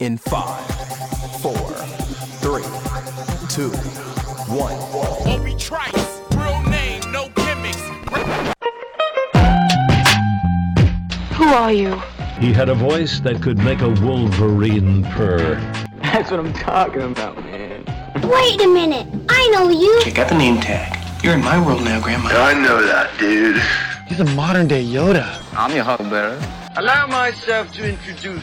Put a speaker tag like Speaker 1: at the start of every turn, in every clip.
Speaker 1: in five, four, three, two, one.
Speaker 2: Obi Trice, real name, no gimmicks.
Speaker 3: Who are you?
Speaker 4: He had a voice that could make a wolverine purr.
Speaker 5: That's what I'm talking about, man.
Speaker 6: Wait a minute. I know you.
Speaker 7: You got the name tag. You're in my world now, Grandma.
Speaker 8: I know that, dude.
Speaker 9: He's a modern day Yoda.
Speaker 5: I'm your huckleberry.
Speaker 10: Allow myself to introduce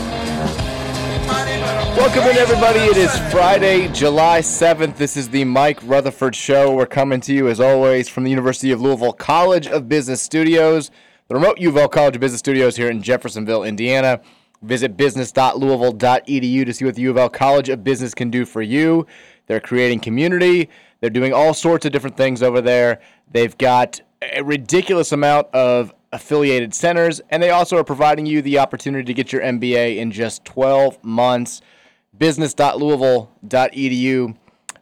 Speaker 11: Welcome in, everybody. It is Friday, July 7th. This is the Mike Rutherford Show. We're coming to you, as always, from the University of Louisville College of Business Studios, the remote UVL College of Business Studios here in Jeffersonville, Indiana. Visit business.louisville.edu to see what the UVL College of Business can do for you. They're creating community, they're doing all sorts of different things over there. They've got a ridiculous amount of affiliated centers, and they also are providing you the opportunity to get your MBA in just 12 months. Business.louisville.edu.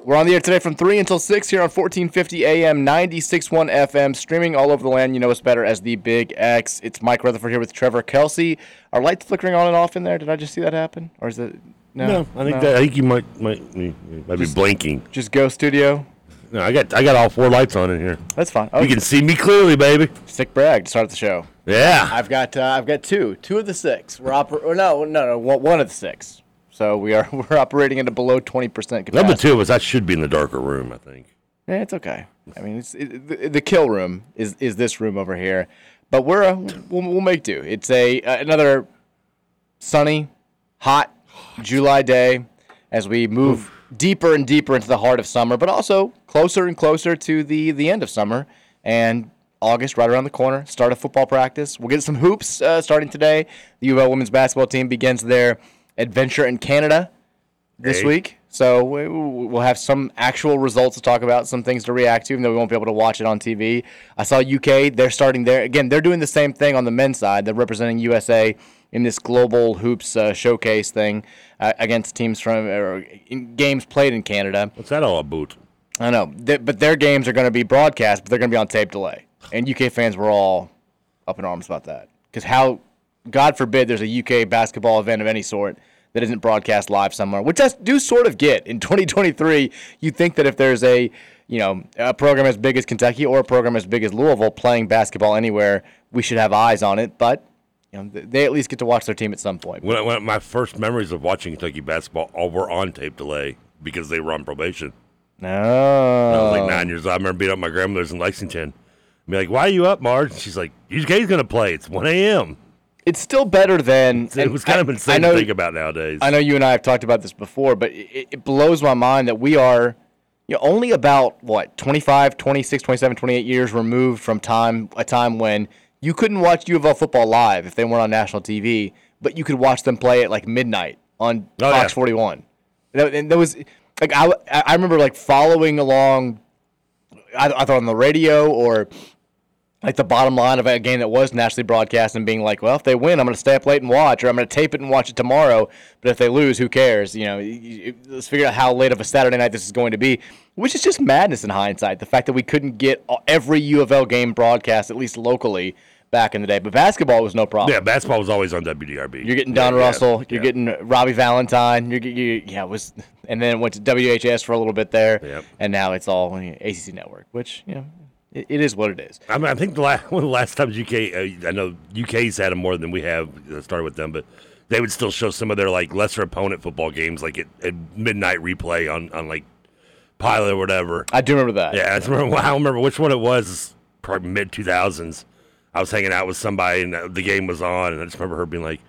Speaker 11: We're on the air today from 3 until 6 here on 1450 AM, 96.1 FM, streaming all over the land. You know us better as the Big X. It's Mike Rutherford here with Trevor Kelsey. Are lights flickering on and off in there? Did I just see that happen? Or is it. No,
Speaker 12: No, I think that I think you might might you might be blinking.
Speaker 11: Just go studio.
Speaker 12: No, I got I got all four lights on in here.
Speaker 11: That's fine. Oh,
Speaker 12: You can see me clearly, baby.
Speaker 11: sick brag to start the show.
Speaker 12: Yeah.
Speaker 11: I've got uh, I've got two, two of the six. We're oper- or no, no, no, one, one of the six. So we are we're operating at a below twenty percent capacity.
Speaker 12: Number two of us, I should be in the darker room. I think.
Speaker 11: Yeah, it's okay. I mean, it's it, the, the kill room is is this room over here, but we're uh, we'll, we'll make do. It's a uh, another sunny, hot July day as we move deeper and deeper into the heart of summer, but also closer and closer to the the end of summer and August right around the corner. Start of football practice. We'll get some hoops uh, starting today. The UL women's basketball team begins their adventure in Canada this
Speaker 12: Hey.
Speaker 11: week. So we- we'll have some actual results to talk about, some things to react to, even though we won't be able to watch it on TV. I saw UK; they're starting there again. They're doing the same thing on the men's side. They're representing USA in this global hoops uh, showcase thing uh, against teams from or in games played in Canada.
Speaker 12: What's that all about?
Speaker 11: I know, th- but their games are going to be broadcast, but they're going to be on tape delay. And UK fans were all up in arms about that because how, God forbid, there's a UK basketball event of any sort that isn't broadcast live somewhere, which I do sort of get. In 2023, you think that if there's a you know a program as big as Kentucky or a program as big as Louisville playing basketball anywhere, we should have eyes on it, but. You know, th- they at least get to watch their team at some point.
Speaker 12: When, I- when my first memories of watching Kentucky basketball all were on tape delay because they were on probation. I was like
Speaker 11: No,
Speaker 12: nine years old. I remember being up at my grandmother's in Lexington. I'd be like, "Why are you up, Marge?" And she's like, "UK's gonna play. It's 1 a.m."
Speaker 11: it's still better than.
Speaker 12: It
Speaker 11: and
Speaker 12: was kind
Speaker 11: I-
Speaker 12: of
Speaker 11: I
Speaker 12: insane
Speaker 11: know-
Speaker 12: to think about nowadays.
Speaker 11: I know you and I have talked about this before, but it, it blows my mind that we are you know, only about what 25, 26, 27, 28 years removed from time a time when you couldn't watch U of L football live if they weren't on national TV, but you could watch them play at like midnight on
Speaker 12: Oh,
Speaker 11: Fox
Speaker 12: yeah.
Speaker 11: 41. That, and that was like I, I remember like following along I either on the radio or like the bottom line of a game that was nationally broadcast and being like, well, if they win, I'm going to stay up late and watch, or I'm going to tape it and watch it tomorrow. But if they lose, who cares? You know, y- y- let's figure out how late of a Saturday night this is going to be, which is just madness in hindsight. The fact that we couldn't get a- every U of L game broadcast, at least locally, back in the day. But basketball was no problem.
Speaker 12: yeah, basketball was always on WDRB.
Speaker 11: You're getting Don
Speaker 12: Yeah, yeah,
Speaker 11: Russell. You're
Speaker 12: yeah.
Speaker 11: getting Robbie Valentine. You're, get- you yeah, it was, and then it went to WHS for a little bit there,
Speaker 12: Yep.
Speaker 11: and now it's all on the ACC network, which you know, it, it is what it is.
Speaker 12: I mean, I think the last one of the last times UK, uh, I know UK's had them more than we have. uh, Started with them, but they would still show some of their like lesser opponent football games, like at, at midnight replay on on like Pilot or whatever.
Speaker 11: I do remember that.
Speaker 12: yeah, I remember. I don't remember which one it was. probably mid 2000s. I was hanging out with somebody and uh, the game was on, and I just remember her being like,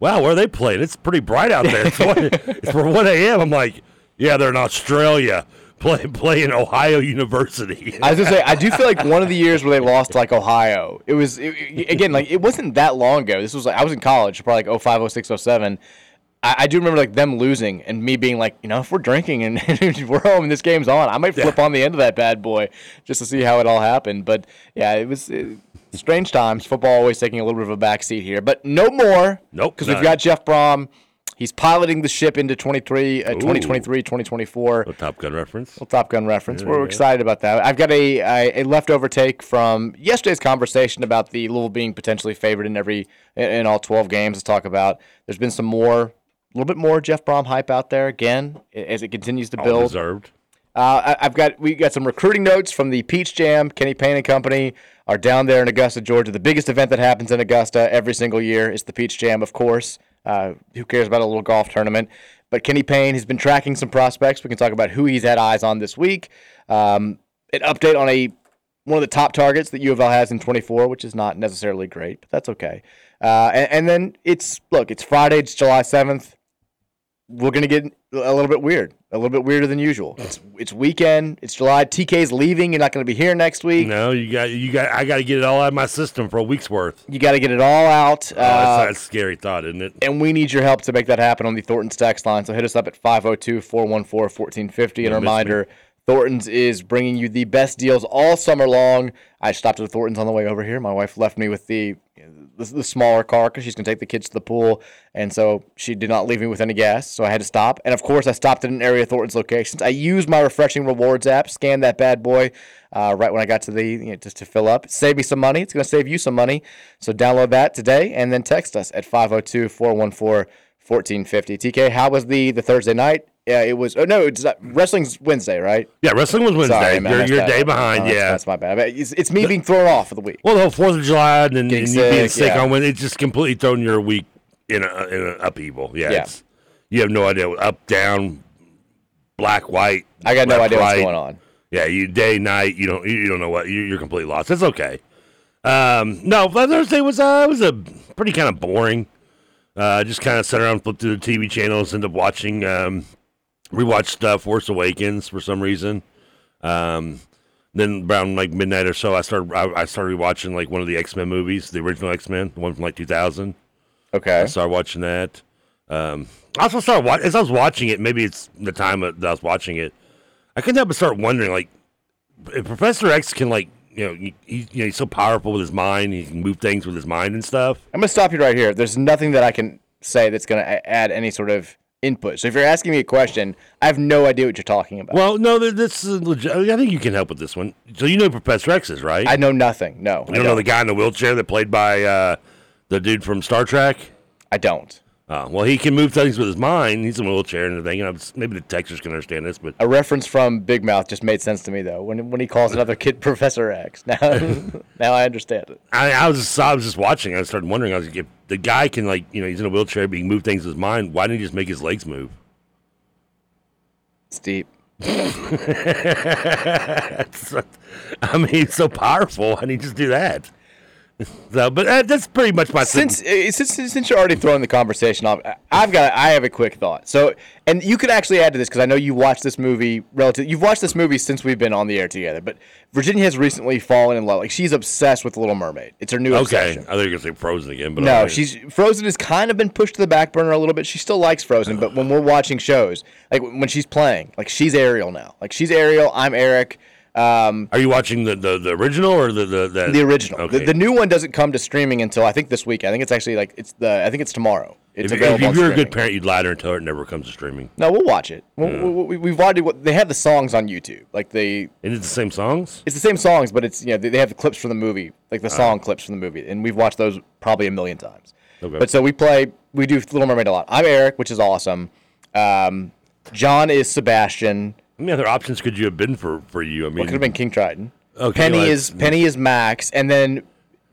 Speaker 12: "Wow, where are they playing? It's pretty bright out there. It's, one, it's for 1 a.m." I'm like, "Yeah, they're in Australia playing playing Ohio University."
Speaker 11: I was gonna say, I do feel like one of the years where they lost like Ohio, it was it- it- again like it wasn't that long ago. This was like I was in college, probably like 05, 06, 07. I, I do remember like them losing and me being like, you know, if we're drinking and we're home and this game's on, I might flip on the end of that bad boy just to see how it all happened. But yeah, it was. uh Strange times. Football always taking a little bit of a backseat here, but no more.
Speaker 12: Nope.
Speaker 11: Because we've
Speaker 12: none.
Speaker 11: got Jeff Brom. He's piloting the ship into 23, uh, 2023, 2024.
Speaker 12: Top Gun reference.
Speaker 11: Little Top Gun reference.
Speaker 12: Yeah,
Speaker 11: We're
Speaker 12: yeah.
Speaker 11: excited about that. I've got a, a a leftover take from yesterday's conversation about the Louisville being potentially favored in every in, in all 12 games. Let's talk about. There's been some more, a little bit more Jeff Brom hype out there again a- as it continues to
Speaker 12: All
Speaker 11: build.
Speaker 12: deserved.
Speaker 11: Uh, I, I've got we got some recruiting notes from the Peach Jam. Kenny Payne and company are down there in Augusta, Georgia. The biggest event that happens in Augusta every single year is the Peach Jam, of course. Uh, who cares about a little golf tournament? But Kenny Payne has been tracking some prospects. We can talk about who he's had eyes on this week. Um, an update on a one of the top targets that U of L has in 24, which is not necessarily great, but that's okay. Uh, and, and then it's look, it's Friday, it's July 7th we're gonna get a little bit weird, a little bit weirder than usual. It's it's weekend. It's July. TK's leaving. You're not gonna be here next week.
Speaker 12: No, you got you got. I got to get it all out of my system for a week's worth.
Speaker 11: You got to get it all out.
Speaker 12: Oh, that's,
Speaker 11: uh,
Speaker 12: that's a scary thought, isn't it?
Speaker 11: and we need your help to make that happen on the Thornton's text line. So hit us up at 502 414 1450. And
Speaker 12: Don't
Speaker 11: a
Speaker 12: miss
Speaker 11: reminder Thornton's is bringing you the best deals all summer long. I stopped at the Thornton's on the way over here. My wife left me with the the, the smaller car because she's going to take the kids to the pool. And so she did not leave me with any gas. So I had to stop. And of course, I stopped at an area of Thornton's locations. I used my refreshing rewards app, scanned that bad boy uh, right when I got to the, you know, just to fill up. Save me some money. It's going to save you some money. So download that today and then text us at 502 414 1450. TK, how was the, the Thursday night? Yeah, it was. Oh, no, it's not, wrestling's Wednesday, right?
Speaker 12: Yeah, wrestling was Wednesday.
Speaker 11: Sorry, man, I
Speaker 12: you're
Speaker 11: messed
Speaker 12: you're a
Speaker 11: that
Speaker 12: day
Speaker 11: up.
Speaker 12: behind.
Speaker 11: Oh,
Speaker 12: yeah,
Speaker 11: that's- that's my bad. It's, it's me being thrown off of the week.
Speaker 12: Well, the whole Fourth of July and, then and you being
Speaker 11: sick,
Speaker 12: sick
Speaker 11: yeah.
Speaker 12: on when it's just completely thrown your week in a, in an upheaval. Yeah,
Speaker 11: Yeah.
Speaker 12: it's- you have no idea what- up down, black white.
Speaker 11: I got no
Speaker 12: left,
Speaker 11: idea what's
Speaker 12: right.
Speaker 11: going on.
Speaker 12: Yeah, you day night. You don't you, you don't know what you, you're completely lost. That's okay. Um, no, Thursday was uh, was a pretty kind of boring. Uh, just kind of sat around, flipped through the TV channels, ended up watching, um, rewatched uh, Force Awakens for some reason. Um, then around like midnight or so, I started I, I started watching like one of the X Men movies, the original X Men, the one from like 2000.
Speaker 11: Okay,
Speaker 12: I started watching that. Um, I also started watching as I was watching it. Maybe it's the time that I was watching it. I couldn't help but start wondering, like, if Professor X can like you know he, he, you know he's so powerful with his mind, he can move things with his mind and stuff.
Speaker 11: I'm going to stop you right here. There's nothing that I can say that's going to add any sort of input. So if you're asking me a question, I have no idea what you're talking about.
Speaker 12: Well, no, th- this is legit. I think you can help with this one. So you know Professor X is right.
Speaker 11: I know nothing. No.
Speaker 12: You
Speaker 11: I
Speaker 12: don't know the guy in the wheelchair that played by uh, the dude from Star Trek?
Speaker 11: I don't.
Speaker 12: Uh, well, he can move things with his mind. He's in a wheelchair and everything. And I'm, maybe the texters can understand this, but
Speaker 11: A reference from Big Mouth just made sense to me though. When when he calls another kid Professor X, now now I understand it.
Speaker 12: I, I was just, I was just watching. I started wondering. I was like, if the guy can like you know he's in a wheelchair, but he can move things with his mind. Why didn't he just make his legs move?
Speaker 11: It's deep.
Speaker 12: It's not- I mean, he's so powerful. Why didn't he just do that? So, but that, that's pretty much my
Speaker 11: Since, eh, since since you're already throwing the conversation off, I- I've got I have a quick thought. So, and you could actually add to this because I know you watched this movie relative. You've watched this movie since we've been on the air together. But Virginia has recently fallen in love. Like she's obsessed with Little Mermaid. It's her new
Speaker 12: okay. I
Speaker 11: obsession.
Speaker 12: think you're gonna say Frozen again, but
Speaker 11: no,
Speaker 12: alright.
Speaker 11: she's Frozen has kind of been pushed to the back burner a little bit. She still likes Frozen, but when we're watching shows, like when she's playing, like she's Ariel now. Like she's Ariel. I'm Eric. Um,
Speaker 12: Are you watching the, the, the original or the the the,
Speaker 11: the original.
Speaker 12: Okay.
Speaker 11: The, the new one doesn't come to streaming until I think this week. I think it's actually like it's the I think it's tomorrow. It's
Speaker 12: if, if
Speaker 11: available. on
Speaker 12: you're a
Speaker 11: streaming.
Speaker 12: good parent, you'd lie to her and tell her it never comes to streaming.
Speaker 11: No, we'll watch it. We'll, we, we, have already what they have the songs on YouTube. Like they,
Speaker 12: And it's the same songs.
Speaker 11: it's the same songs, but it's you know they, they have the clips from the movie, like
Speaker 12: Ah.
Speaker 11: the song clips from the movie, and we've watched those probably a million times.
Speaker 12: Okay.
Speaker 11: But so we play, we do Little Mermaid a lot. I'm Eric, which is awesome. Um, John is Sebastian.
Speaker 12: How many other options could you have been for for you? I mean,
Speaker 11: Could have been King Triton.
Speaker 12: Okay,
Speaker 11: Penny
Speaker 12: well,
Speaker 11: is
Speaker 12: that's-
Speaker 11: Penny is Max, and then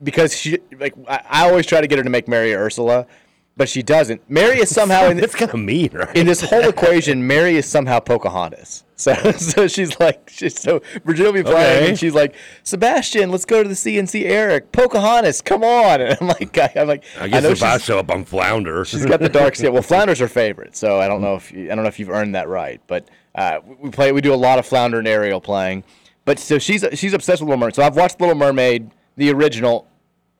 Speaker 11: because she like I, I always try to get her to make Mary Ursula, but she doesn't. Mary is somehow in
Speaker 12: that's kind of mean, right?
Speaker 11: In this whole equation, Mary is somehow Pocahontas. So, so she's like, she's so Virginia will be playing,
Speaker 12: Okay.
Speaker 11: and she's like, Sebastian, let's go to the sea and see Eric. Pocahontas, come on! And I'm like, I, am like,
Speaker 12: I guess
Speaker 11: know
Speaker 12: if I
Speaker 11: she's,
Speaker 12: show up, I'm Flounder.
Speaker 11: she's got the dark skin. Well, Flounder's her favorite, so I don't know if you, I don't know if you've earned that right, but uh, we- we play, we do a lot of Flounder and Ariel playing. But so she's she's obsessed with Little Mermaid. So I've watched Little Mermaid, the original,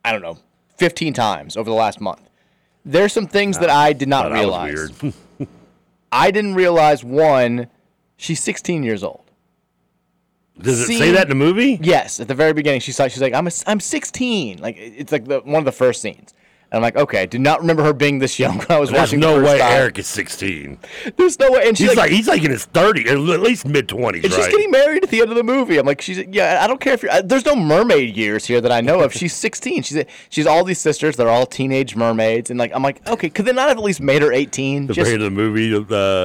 Speaker 11: I don't know, 15 times over the last month. There's some things that I did not
Speaker 12: Thought I was
Speaker 11: realize.
Speaker 12: weird.
Speaker 11: I didn't realize one, she's 16 years old.
Speaker 12: Does it say that in the movie?
Speaker 11: Yes, at the very beginning, she's like, she's like, I'm a, I'm 16. Like it- it's like the, one of the first scenes. And I'm like, okay, I did not remember her being this young when I was
Speaker 12: There's
Speaker 11: watching.
Speaker 12: no
Speaker 11: the first
Speaker 12: way
Speaker 11: time.
Speaker 12: Eric is 16.
Speaker 11: There's no way. And she's
Speaker 12: He's like, he's like in his 30s, at least mid 20s, right?
Speaker 11: and she's getting married at the end of the movie. I'm like, she's yeah. I don't care if you're. uh, There's no mermaid years here that I know of. She's 16. She's a- she's all these sisters. They're all teenage mermaids. And like, I'm like, okay, could they not have at least made her 18?
Speaker 12: the
Speaker 11: Just-
Speaker 12: very end of the movie, uh,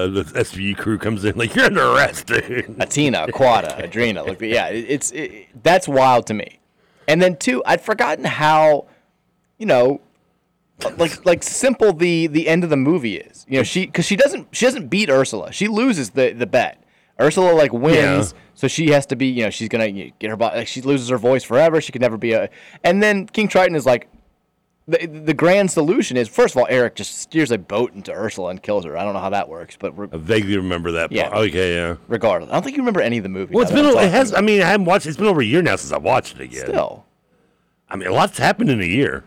Speaker 12: the SVU crew comes in like, you're under arrest, dude.
Speaker 11: Atina, Quada, Adrena. Like, yeah, it, it's it, that's wild to me. And then two, I'd forgotten how, you know, like like simple the the end of the movie is. You know, she because she doesn't she doesn't beat Ursula. She loses the the bet. Ursula like wins,
Speaker 12: Yeah.
Speaker 11: so she has to be. You know, she's gonna you know, get her body. Like, she loses her voice forever. She could never be a. And then King Triton is like. The, the grand solution is first of all Eric just steers a boat into Ursula and kills her. I don't know how that works, but re-
Speaker 12: I vaguely remember that.
Speaker 11: Yeah.
Speaker 12: Yeah. Okay, yeah.
Speaker 11: regardless, I don't think you remember any of the movie.
Speaker 12: Well,
Speaker 11: now
Speaker 12: it's
Speaker 11: that
Speaker 12: been,
Speaker 11: I'm
Speaker 12: a- it
Speaker 11: talking
Speaker 12: has, I mean, I haven't watched, it's been over a year now since I watched it again.
Speaker 11: Still,
Speaker 12: I mean, a lot's happened in a year.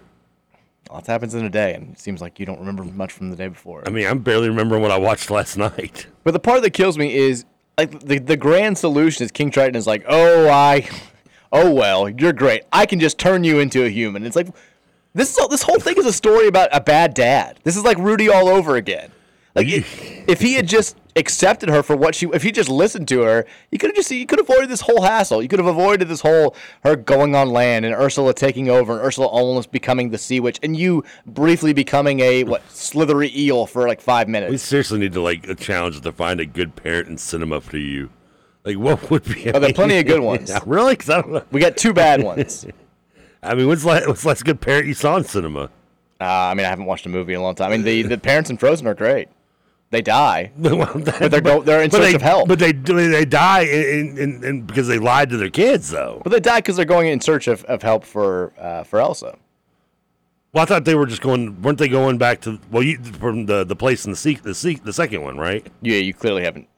Speaker 11: lots happens in a day, and it seems like you don't remember much from the day before.
Speaker 12: I mean, I'm barely remembering what I watched last night.
Speaker 11: But the part that kills me is like the, the grand solution is King Triton is like, oh I, oh well, you're great. I can just turn you into a human. It's like this is all, this whole thing is a story about a bad dad. This is like Rudy all over again. Like i- if he had just accepted her for what she, if he just listened to her, you could have just you could have avoided this whole hassle. You could have avoided this whole her going on land and Ursula taking over and Ursula almost becoming the sea witch and you briefly becoming a what slithery eel for like five minutes.
Speaker 12: We seriously need to, like, a challenge to find a good parent in cinema for you. Like, what would be.
Speaker 11: Oh, there are plenty of good ones.
Speaker 12: Yeah, really? 'Cause I don't know.
Speaker 11: We got two bad ones.
Speaker 12: I mean, when's the last, when's the last good parent you saw in cinema?
Speaker 11: Uh, I mean, I haven't watched a movie in a long time. I mean, the, the parents in Frozen are great. They die, but they're go, they're in
Speaker 12: but
Speaker 11: search
Speaker 12: they,
Speaker 11: of help.
Speaker 12: But they do- they die in, in, in, in because they lied to their kids though.
Speaker 11: But they die because they're going in search of, of help for uh, for Elsa.
Speaker 12: Well, I thought they were just going. Weren't they going back to well you, from the the place in the se- the se- the second one, right?
Speaker 11: Yeah, you clearly haven't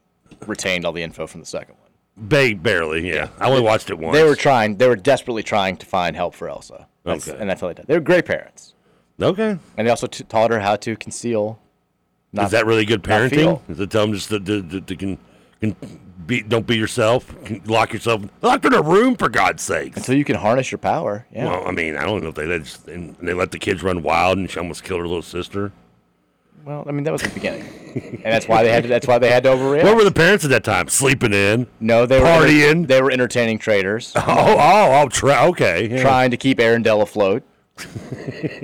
Speaker 11: retained all the info from the second one.
Speaker 12: Ba- barely, yeah. I only watched it once.
Speaker 11: They were trying. They were desperately trying to find help for Elsa. That's,
Speaker 12: Okay.
Speaker 11: and that's how they died. They were great parents,
Speaker 12: okay.
Speaker 11: and they also t- taught her how to conceal.
Speaker 12: Is that really good parenting?
Speaker 11: not feel.
Speaker 12: Is it tell them just to, to, to, to can, can be don't be yourself, can lock yourself, locked in a room for God's sakes.
Speaker 11: Until you can harness your power. Yeah.
Speaker 12: Well, I mean, I don't know if they they, just, and they let the kids run wild and she almost killed her little sister.
Speaker 11: Well, I mean, that was the beginning, and that's why they had. To, that's why they had to overreact.
Speaker 12: Where were the parents at that time? Sleeping in?
Speaker 11: no, they were
Speaker 12: Partying.
Speaker 11: They were entertaining traders.
Speaker 12: Oh, oh, oh, try, okay. yeah.
Speaker 11: trying to keep Arendelle afloat.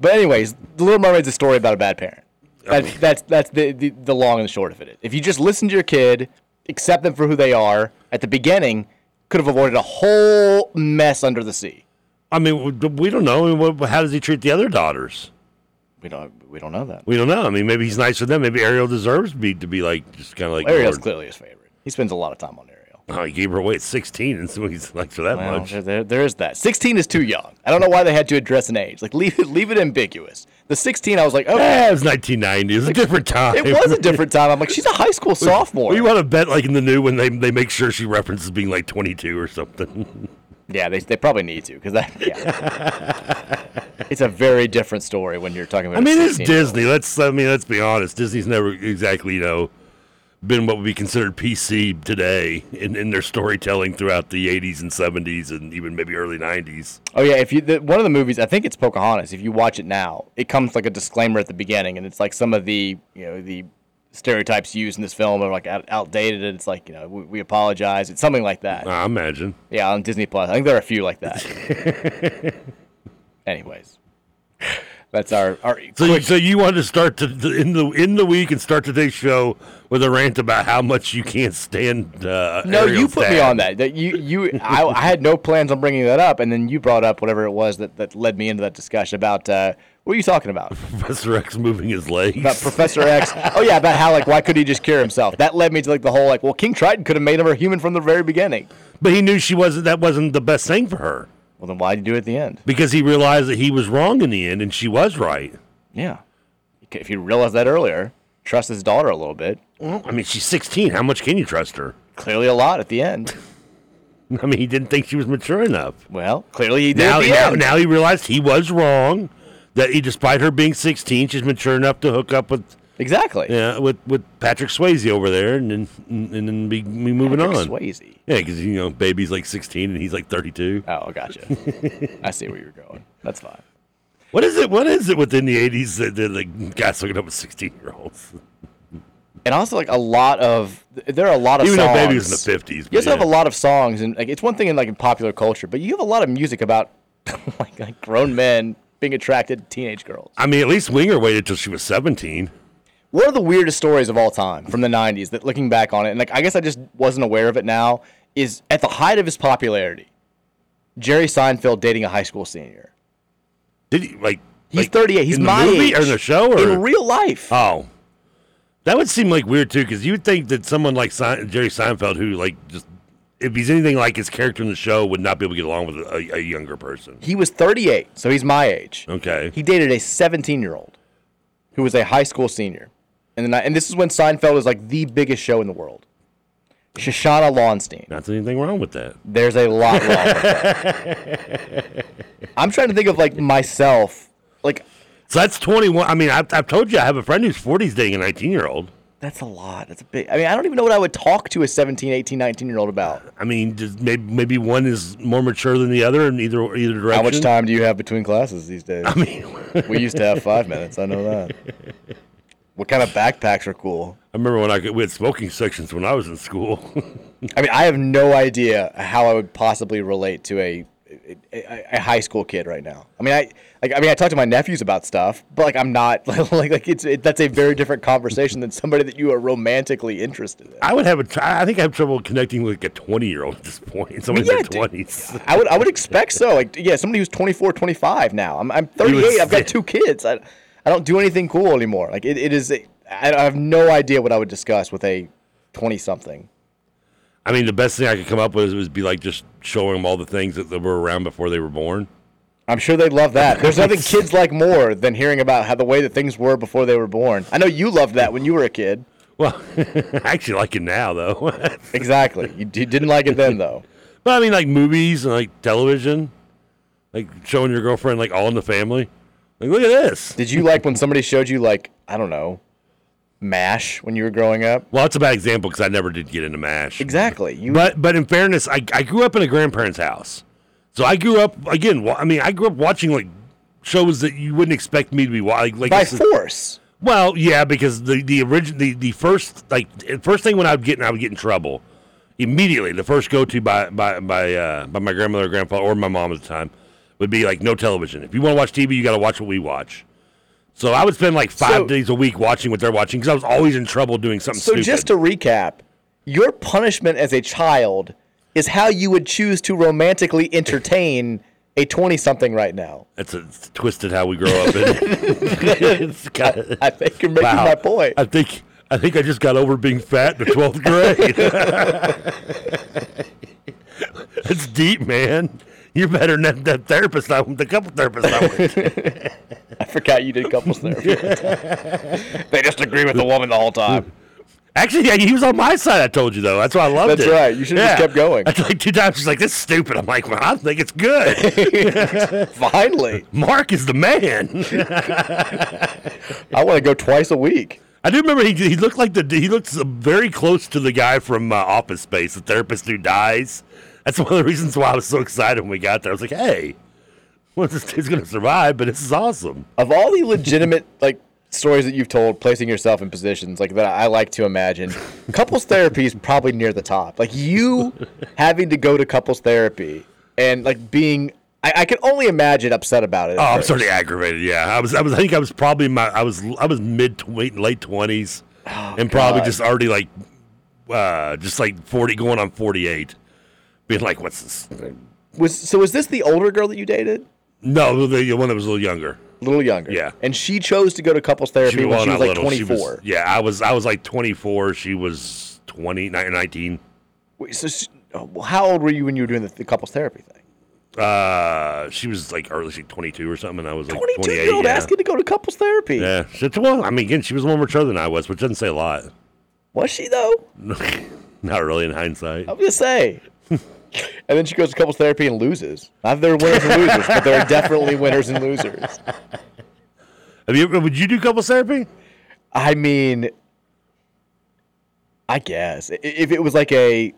Speaker 11: but anyways, The Little Mermaid's a story about a bad parent. That's that's that's the, the the long and the short of it. If you just listen to your kid, accept them for who they are at the beginning, could have avoided a whole mess under the sea.
Speaker 12: I mean, we- we don't know. I mean, what- How does he treat the other daughters?
Speaker 11: We don't we don't know that.
Speaker 12: We don't know. I mean, maybe he's nice with them. Maybe Ariel deserves to be to be like just kind of like
Speaker 11: Ariel's
Speaker 12: ignored.
Speaker 11: clearly his favorite. He spends a lot of time on Ariel.
Speaker 12: Oh, he gave her away at sixteen, and so he's like for that
Speaker 11: Well,
Speaker 12: much.
Speaker 11: there, there- there is that. Sixteen is too young. I don't know why they had to address an age. Like leave it leave it ambiguous. The sixteen, I was like,
Speaker 12: Yeah,
Speaker 11: okay,
Speaker 12: it was 1990. It was a different time.
Speaker 11: it was a different time. I'm like, she's a high school sophomore.
Speaker 12: We want to bet like in the new when they they make sure she references being like 22 or something.
Speaker 11: Yeah, they, they probably need to because that. Yeah. it's a very different story when you're talking about.
Speaker 12: I mean,
Speaker 11: a
Speaker 12: it's
Speaker 11: 16 -year-old.
Speaker 12: Disney. Let's I mean, let's be honest. Disney's never exactly you know been what would be considered PC today in, in their storytelling throughout the 80s and 70s and even maybe early 90s.
Speaker 11: Oh yeah, if you the, one of the movies, I think it's Pocahontas. If you watch it now, it comes like a disclaimer at the beginning, and it's like some of the you know the stereotypes used in this film are like out, outdated, and it's like you know we, we apologize. It's something like that.
Speaker 12: I imagine.
Speaker 11: Yeah, on Disney Plus, I think there are a few like that. Anyways, That's our our.
Speaker 12: So, you- so you wanted to start the, the in the in the week and start today's show with a rant about how much you can't stand. Uh,
Speaker 11: No, you
Speaker 12: Ariel's
Speaker 11: put me
Speaker 12: dad.
Speaker 11: on that. That you you I, I had no plans on bringing that up, and then you brought up whatever it was that, that led me into that discussion about uh, what are you talking about?
Speaker 12: Professor X moving his legs.
Speaker 11: About Professor X. Oh yeah, about how like why could he just cure himself? That led me to like the whole like well King Triton could have made her human from the very beginning.
Speaker 12: But he knew she wasn't. That wasn't the best thing for her.
Speaker 11: Well, then why did you do it at the end?
Speaker 12: Because he realized that he was wrong in the end, and she was right.
Speaker 11: Yeah. If you realized that earlier, trust his daughter a little bit.
Speaker 12: Well, I mean, she's 16. How much can you trust her?
Speaker 11: Clearly, a lot at the end.
Speaker 12: I mean, he didn't think she was mature enough.
Speaker 11: Well, clearly he did
Speaker 12: Now,
Speaker 11: at the
Speaker 12: now,
Speaker 11: end.
Speaker 12: now he realized he was wrong. That he, despite her being 16, she's mature enough to hook up with
Speaker 11: exactly.
Speaker 12: Yeah, with with Patrick Swayze over there, and then and, then be, be moving
Speaker 11: Patrick
Speaker 12: on.
Speaker 11: Swayze.
Speaker 12: Yeah, because you know, baby's like 16 and he's like 32.
Speaker 11: Oh, gotcha. I see where you're going. That's fine.
Speaker 12: What is it? What is it within the 80s that, that like guys hooking up with 16 year olds?
Speaker 11: And also, like a lot of there are a lot of
Speaker 12: Even though
Speaker 11: songs.
Speaker 12: Baby was in the 50s, but
Speaker 11: You also have
Speaker 12: yeah.
Speaker 11: a lot of songs, and like it's one thing in like in popular culture, but you have a lot of music about like, like grown men being attracted to teenage girls.
Speaker 12: I mean, at least Winger waited till she was 17.
Speaker 11: One of the weirdest stories of all time from the 90s that looking back on it, and like I guess I just wasn't aware of it now, is at the height of his popularity, Jerry Seinfeld dating a high school senior.
Speaker 12: Did he like?
Speaker 11: He's 38. He's
Speaker 12: in
Speaker 11: my
Speaker 12: the movie
Speaker 11: age.
Speaker 12: or in the show or
Speaker 11: in real life.
Speaker 12: Oh, that would seem like weird too, because you'd think that someone like Sein- Jerry Seinfeld, who like just if he's anything like his character in the show, would not be able to get along with a, a younger person.
Speaker 11: He was 38, so he's my age.
Speaker 12: Okay.
Speaker 11: He dated a 17 year old who was a high school senior. And, then I, and this is when Seinfeld is like the biggest show in the world. Shoshana Lonstein.
Speaker 12: Not anything wrong with that.
Speaker 11: There's a lot wrong with that. I'm trying to think of like myself. Like,
Speaker 12: so that's 21. I mean, I've, I've told you I have a friend who's 40s dating a 19 year old.
Speaker 11: That's a lot. That's a big. I mean, I don't even know what I would talk to a 17, 18, 19 year old about.
Speaker 12: I mean, just maybe maybe one is more mature than the other in either either direction.
Speaker 11: How much time do you have between classes these days?
Speaker 12: I mean,
Speaker 11: we used to have five minutes. I know that. What kind of backpacks are cool?
Speaker 12: I remember when I could, we had smoking sections when I was in school.
Speaker 11: I mean, I have no idea how I would possibly relate to a a, a high school kid right now. I mean, I like. I mean, I talk to my nephews about stuff, but like, I'm not like like it's it, that's a very different conversation than somebody that you are romantically interested in.
Speaker 12: I would have a. tr- I think I have trouble connecting with like a 20 year old at this point. Someone
Speaker 11: yeah,
Speaker 12: in
Speaker 11: dude.
Speaker 12: their 20s.
Speaker 11: I would I would expect so. Like, yeah, somebody who's 24, 25 now. I'm I'm 38. I've got two kids. I I don't do anything cool anymore. Like it, it is. a- I, I have no idea what I would discuss with a 20 something.
Speaker 12: I mean, the best thing I could come up with was be like just showing them all the things that, that were around before they were born.
Speaker 11: I'm sure they'd love that. There's nothing kids like more than hearing about how the way that things were before they were born. I know you loved that when you were a kid.
Speaker 12: Well, I actually like it now though.
Speaker 11: exactly. You, d- didn't like it then though.
Speaker 12: But I mean, like movies and like television, like showing your girlfriend like All in the Family. Like, look at this.
Speaker 11: Did you like when somebody showed you like I don't know, Mash when you were growing up?
Speaker 12: Well, that's a bad example because I never did get into Mash.
Speaker 11: Exactly. You
Speaker 12: but but in fairness, I I grew up in a grandparents' house, so I grew up again. wa- I mean, I grew up watching like shows that you wouldn't expect me to be watching. Like
Speaker 11: by
Speaker 12: this is-
Speaker 11: force.
Speaker 12: Well, yeah, because the the origin the, the first like the first thing when I would get in, I would get in trouble immediately. The first go to by by by uh, by my grandmother, or grandpa, or my mom at the time would be like no television. If you want to watch TV, you got to watch what we watch. So I would spend like five days a week watching what they're watching because I was always in trouble doing something
Speaker 11: So
Speaker 12: stupid.
Speaker 11: just to recap, your punishment as a child is how you would choose to romantically entertain a 20 something right now.
Speaker 12: That's a, it's twisted how we grow up. it's kinda,
Speaker 11: I, think you're making my point.
Speaker 12: I think I think I just got over being fat in the twelfth grade. That's deep, man. You're better than that, that therapist. I the couple therapist. I went to.
Speaker 11: I forgot you did couples therapy. they just agree with the woman the whole time.
Speaker 12: Actually, yeah, he was on my side. I told you though. That's why I loved
Speaker 11: That's
Speaker 12: it.
Speaker 11: right. You should've just kept going.
Speaker 12: That's like two times. She's like, "This is stupid." I'm like, "Well, I think it's good."
Speaker 11: Finally,
Speaker 12: Mark is the man.
Speaker 11: I want to go twice a week.
Speaker 12: I do remember he, he looked like the he looks very close to the guy from uh, Office Space, the therapist who dies. That's one of the reasons why I was so excited when we got there. I was like, "Hey, well, this dude's gonna survive, but this is awesome."
Speaker 11: Of all the legitimate like stories that you've told, placing yourself in positions like that, I like to imagine couples therapy is probably near the top. Like you having to go to couples therapy and like being I, I can only imagine upset about it. at
Speaker 12: Oh, I'm
Speaker 11: first.
Speaker 12: certainly aggravated. Yeah, I was. I was. I think I was probably my. I was. I was mid to late- late twenties, and probably
Speaker 11: God.
Speaker 12: just already like, uh, just like forty, going on forty eight, being like, "What's this?"
Speaker 11: Was so? Was this the older girl that you dated?
Speaker 12: No, the the one that was a little younger.
Speaker 11: A little younger.
Speaker 12: Yeah.
Speaker 11: And she chose to go to couples therapy when
Speaker 12: well,
Speaker 11: she was
Speaker 12: not
Speaker 11: like
Speaker 12: little.
Speaker 11: 24.
Speaker 12: yeah, I was. I was like twenty four. She was 20, ni- 19.
Speaker 11: Wait, so she, oh, well, how old were you when you were doing the, the couples therapy thing?
Speaker 12: Uh, she was like early, like twenty two or something. And I was like twenty eight.
Speaker 11: Year old
Speaker 12: yeah.
Speaker 11: asking to go to couples therapy.
Speaker 12: Yeah. She- well, I mean, again, she was a little more mature than I was, which doesn't say a lot.
Speaker 11: Was she though?
Speaker 12: Not really in hindsight.
Speaker 11: I'm just saying. and then she goes to couples therapy and loses. Not that there are winners and losers, but there are definitely winners and losers.
Speaker 12: Have you? Would you do couples therapy?
Speaker 11: I mean, I guess I- if it was like a,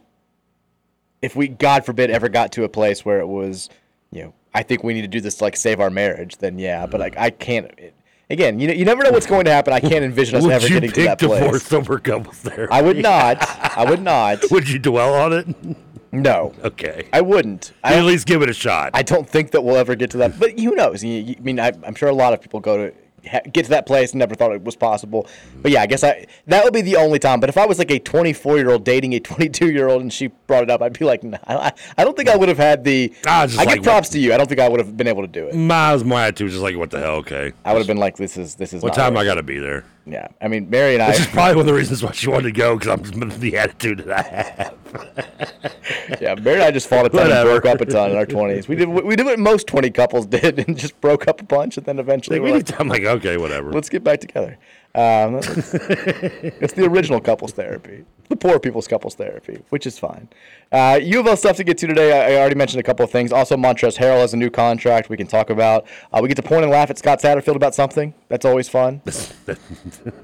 Speaker 11: if we God forbid ever got to a place where it was, you know, I think we need to do this to like save our marriage. Then yeah, but
Speaker 12: Mm.
Speaker 11: like I can't. It, again, you know, you never know what's going to happen. I can't envision us
Speaker 12: Would
Speaker 11: ever
Speaker 12: you
Speaker 11: getting to
Speaker 12: pick
Speaker 11: that
Speaker 12: divorce
Speaker 11: place.
Speaker 12: over couples therapy?
Speaker 11: I would not. I would not.
Speaker 12: Would you dwell on it?
Speaker 11: No.
Speaker 12: Okay.
Speaker 11: I wouldn't. I,
Speaker 12: at least give it a shot.
Speaker 11: I don't think that we'll ever get to that. But who knows? You, you- I mean, I, I'm sure a lot of people go to ha, get to that place and never thought it was possible. But yeah, I guess I that would be the only time. But if I was like a 24 year old dating a 22 year old and she brought it up, I'd be like, nah, I, I don't think I would have had the. I,
Speaker 12: just
Speaker 11: give
Speaker 12: like-
Speaker 11: props to you. I don't think I would have been able to do it.
Speaker 12: Miles my attitude was just like, what the hell? Okay.
Speaker 11: I would have been like, this is this is.
Speaker 12: What
Speaker 11: not
Speaker 12: time
Speaker 11: right.
Speaker 12: I got to be there?
Speaker 11: Yeah, I mean, Mary and I.
Speaker 12: This is probably one of the reasons why she wanted to go because I'm the attitude that I have.
Speaker 11: yeah, Mary and I just fought a ton and
Speaker 12: Whatever.
Speaker 11: broke up a ton in our 20s. We did we did what most 20 couples did and just broke up a bunch and then eventually
Speaker 12: Like,
Speaker 11: we're
Speaker 12: we
Speaker 11: like,
Speaker 12: need to- I'm like, okay, whatever.
Speaker 11: Let's get back together. Um, that's- it's the original couples therapy, the poor people's couples therapy, which is fine. Uh, U of L stuff to get to today. I, I already mentioned a couple of things. Also, Montrezl Harrell has a new contract we can talk about. Uh, we get to point and laugh at Scott Satterfield about something. That's always fun. You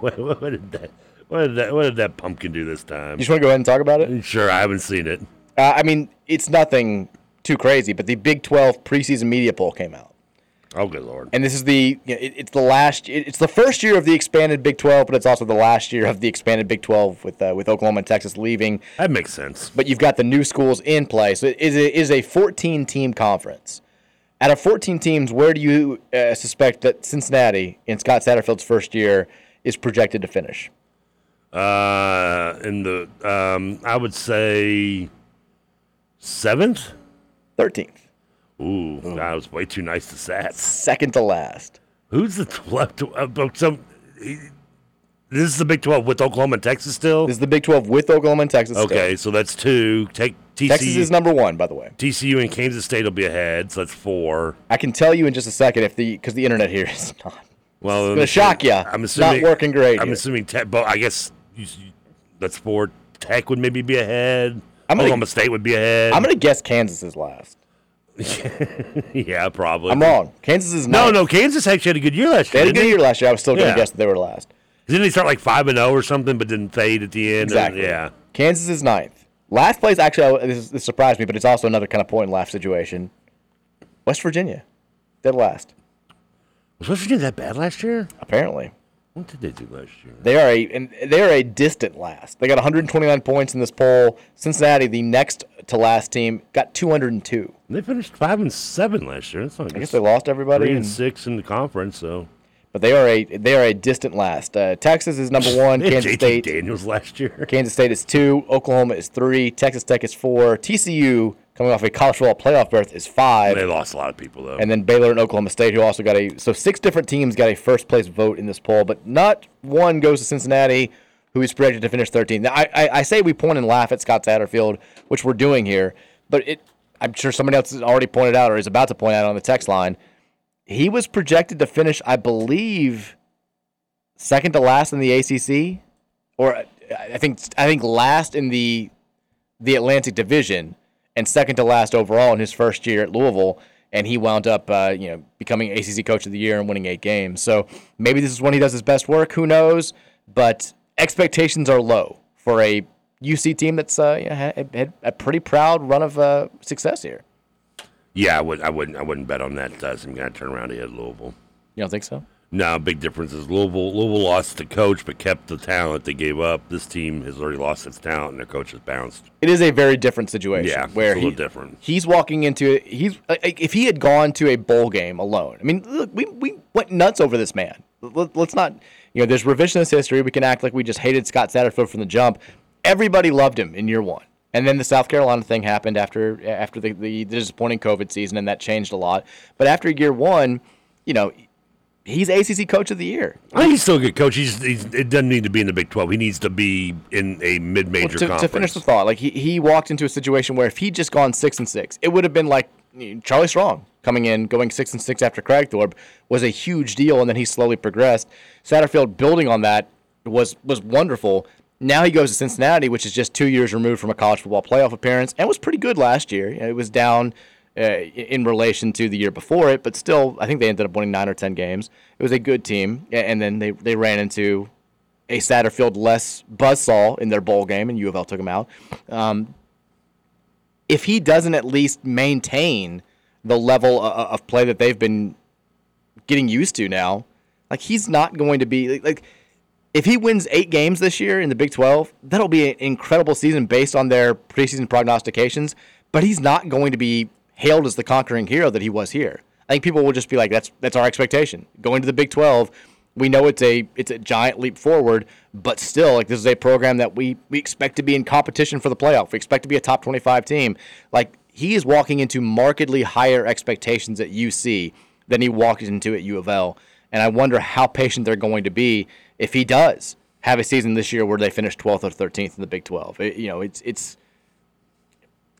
Speaker 12: what, what did that? What did that? What did that pumpkin do this time?
Speaker 11: just want to go ahead and talk about it?
Speaker 12: Sure, I haven't seen it.
Speaker 11: Uh, I mean, it's nothing too crazy, but the Big 12 preseason media poll came out.
Speaker 12: Oh, good lord.
Speaker 11: And this is the you know, it, it's the last it- it's the first year of the expanded Big 12, but it's also the last year of the expanded Big 12 with uh, with Oklahoma and Texas leaving.
Speaker 12: That makes sense.
Speaker 11: But you've got the new schools in play, so it is a, is a 14 team conference. Out of 14 teams, where do you uh, suspect that Cincinnati in Scott Satterfield's first year is projected to finish?
Speaker 12: Uh, in the um, I would say seventh,
Speaker 11: thirteenth.
Speaker 12: Ooh,
Speaker 11: Oh.
Speaker 12: that was way too nice to Sats.
Speaker 11: Second to last.
Speaker 12: Who's the twelve? tw- uh, uh, so he- this is the Big Twelve with Oklahoma and Texas still.
Speaker 11: This is the Big 12 with Oklahoma and Texas. still.
Speaker 12: okay, so that's two. Take TCU.
Speaker 11: Texas is number one, by the way.
Speaker 12: TCU and Kansas State will be ahead, so that's four.
Speaker 11: I can tell you in just a second if the because the internet here is not.
Speaker 12: Well,
Speaker 11: gonna shock ya.
Speaker 12: I'm
Speaker 11: It's not
Speaker 12: assuming
Speaker 11: working great
Speaker 12: I'm
Speaker 11: here.
Speaker 12: assuming Tech, but I guess you, s- that's four. Tech would maybe be ahead.
Speaker 11: I'm gonna-
Speaker 12: Oklahoma State would be ahead.
Speaker 11: I'm gonna guess Kansas is last.
Speaker 12: yeah, probably.
Speaker 11: I'm wrong. Kansas is
Speaker 12: No,
Speaker 11: ninth.
Speaker 12: no, Kansas actually had a good year last
Speaker 11: They
Speaker 12: year.
Speaker 11: had a good
Speaker 12: didn't
Speaker 11: year last year. I was still gonna
Speaker 12: Yeah.
Speaker 11: guess that they were last.
Speaker 12: Didn't they start like five and zero or something, but then fade at the end? And-
Speaker 11: Exactly.
Speaker 12: yeah.
Speaker 11: Kansas is ninth. Last place, actually, I, this, this surprised me, but it's also another kind of point and laugh situation. West Virginia, dead last.
Speaker 12: Was West Virginia that bad last year?
Speaker 11: Apparently,
Speaker 12: What did they do last year?
Speaker 11: they are a and they are a distant last. They got 129 points in this poll. Cincinnati, the next to last team, got 202.
Speaker 12: They finished five and seven last year. That's not
Speaker 11: I guess they lost everybody.
Speaker 12: three and
Speaker 11: and-
Speaker 12: six in the conference. So
Speaker 11: but they are a they are a distant last. Uh, Texas is number one.
Speaker 12: They had
Speaker 11: Kansas
Speaker 12: JT
Speaker 11: State.
Speaker 12: Daniels last year.
Speaker 11: Kansas State is two, Oklahoma is three, Texas Tech is four, TCU coming off a college football playoff berth is five,
Speaker 12: They lost a lot of people though.
Speaker 11: and then Baylor and Oklahoma State, who also got a so six different teams got a first place vote in this poll, but not one goes to Cincinnati, who is projected to finish 13. Now, I, I I say we point and laugh at Scott Satterfield, which we're doing here, but it I'm sure somebody else has already pointed out or is about to point out on the text line. He was projected to finish, I believe, second to last in the ACC or uh, I think I think last in the the Atlantic Division and second to last overall in his first year at Louisville, and he wound up uh, you know becoming ACC Coach of the Year and winning eight games. So maybe this is when he does his best work. Who knows? But expectations are low for a UC team that's uh, you know, had, had a pretty proud run of uh, success here.
Speaker 12: yeah, I would. I wouldn't. I wouldn't bet on that. Uh, some guy turn around he had Louisville.
Speaker 11: You don't think so?
Speaker 12: No, big difference is Louisville. Louisville lost the coach, but kept the talent they gave up. This team has already lost its talent, and their coach has bounced.
Speaker 11: It is a very different situation.
Speaker 12: Yeah,
Speaker 11: where
Speaker 12: it's a little
Speaker 11: he-
Speaker 12: different.
Speaker 11: He's walking into it. He's uh, like, if he had gone to a bowl game alone. I mean, look, we we went nuts over this man. Let, us not, you know, there's revisionist history. We can act like we just hated Scott Satterfield from the jump. Everybody loved him in year one, and then the South Carolina thing happened after after the, the disappointing COVID season, and that changed a lot. But after year one, you know, he's ACC Coach of the Year.
Speaker 12: I think he's still a good coach. He's, he's it doesn't need to be in the Big Twelve. He needs to be in a mid-major
Speaker 11: to,
Speaker 12: conference.
Speaker 11: to finish the thought, like he, he walked into a situation where if he'd just gone six and six, it would have been like you know, Charlie Strong coming in, going six and six after Cragthorpe was a huge deal, and then he slowly progressed. Satterfield building on that was was wonderful. Now he goes to Cincinnati, which is just two years removed from a college football playoff appearance, and was pretty good last year. You know, It was down uh, in relation to the year before it, but still, I think they ended up winning nine or ten games. It was a good team, a- and then they they ran into a Satterfield less buzzsaw in their bowl game, and U of L took him out. Um, if he doesn't at least maintain the level of, of play that they've been getting used to now, like he's not going to be like, like if he wins eight games this year in the Big 12, that'll be an incredible season based on their preseason prognostications. But he's not going to be hailed as the conquering hero that he was here. I think people will just be like, "That's that's our expectation going to the Big 12." We know it's a it's a giant leap forward, but still, like this is a program that we we expect to be in competition for the playoff. We expect to be a top 25 team. Like he is walking into markedly higher expectations at UC than he walked into at U of L. And I wonder how patient they're going to be if he does have a season this year where they finish 12th or 13th in the Big 12. It- you know, it's it's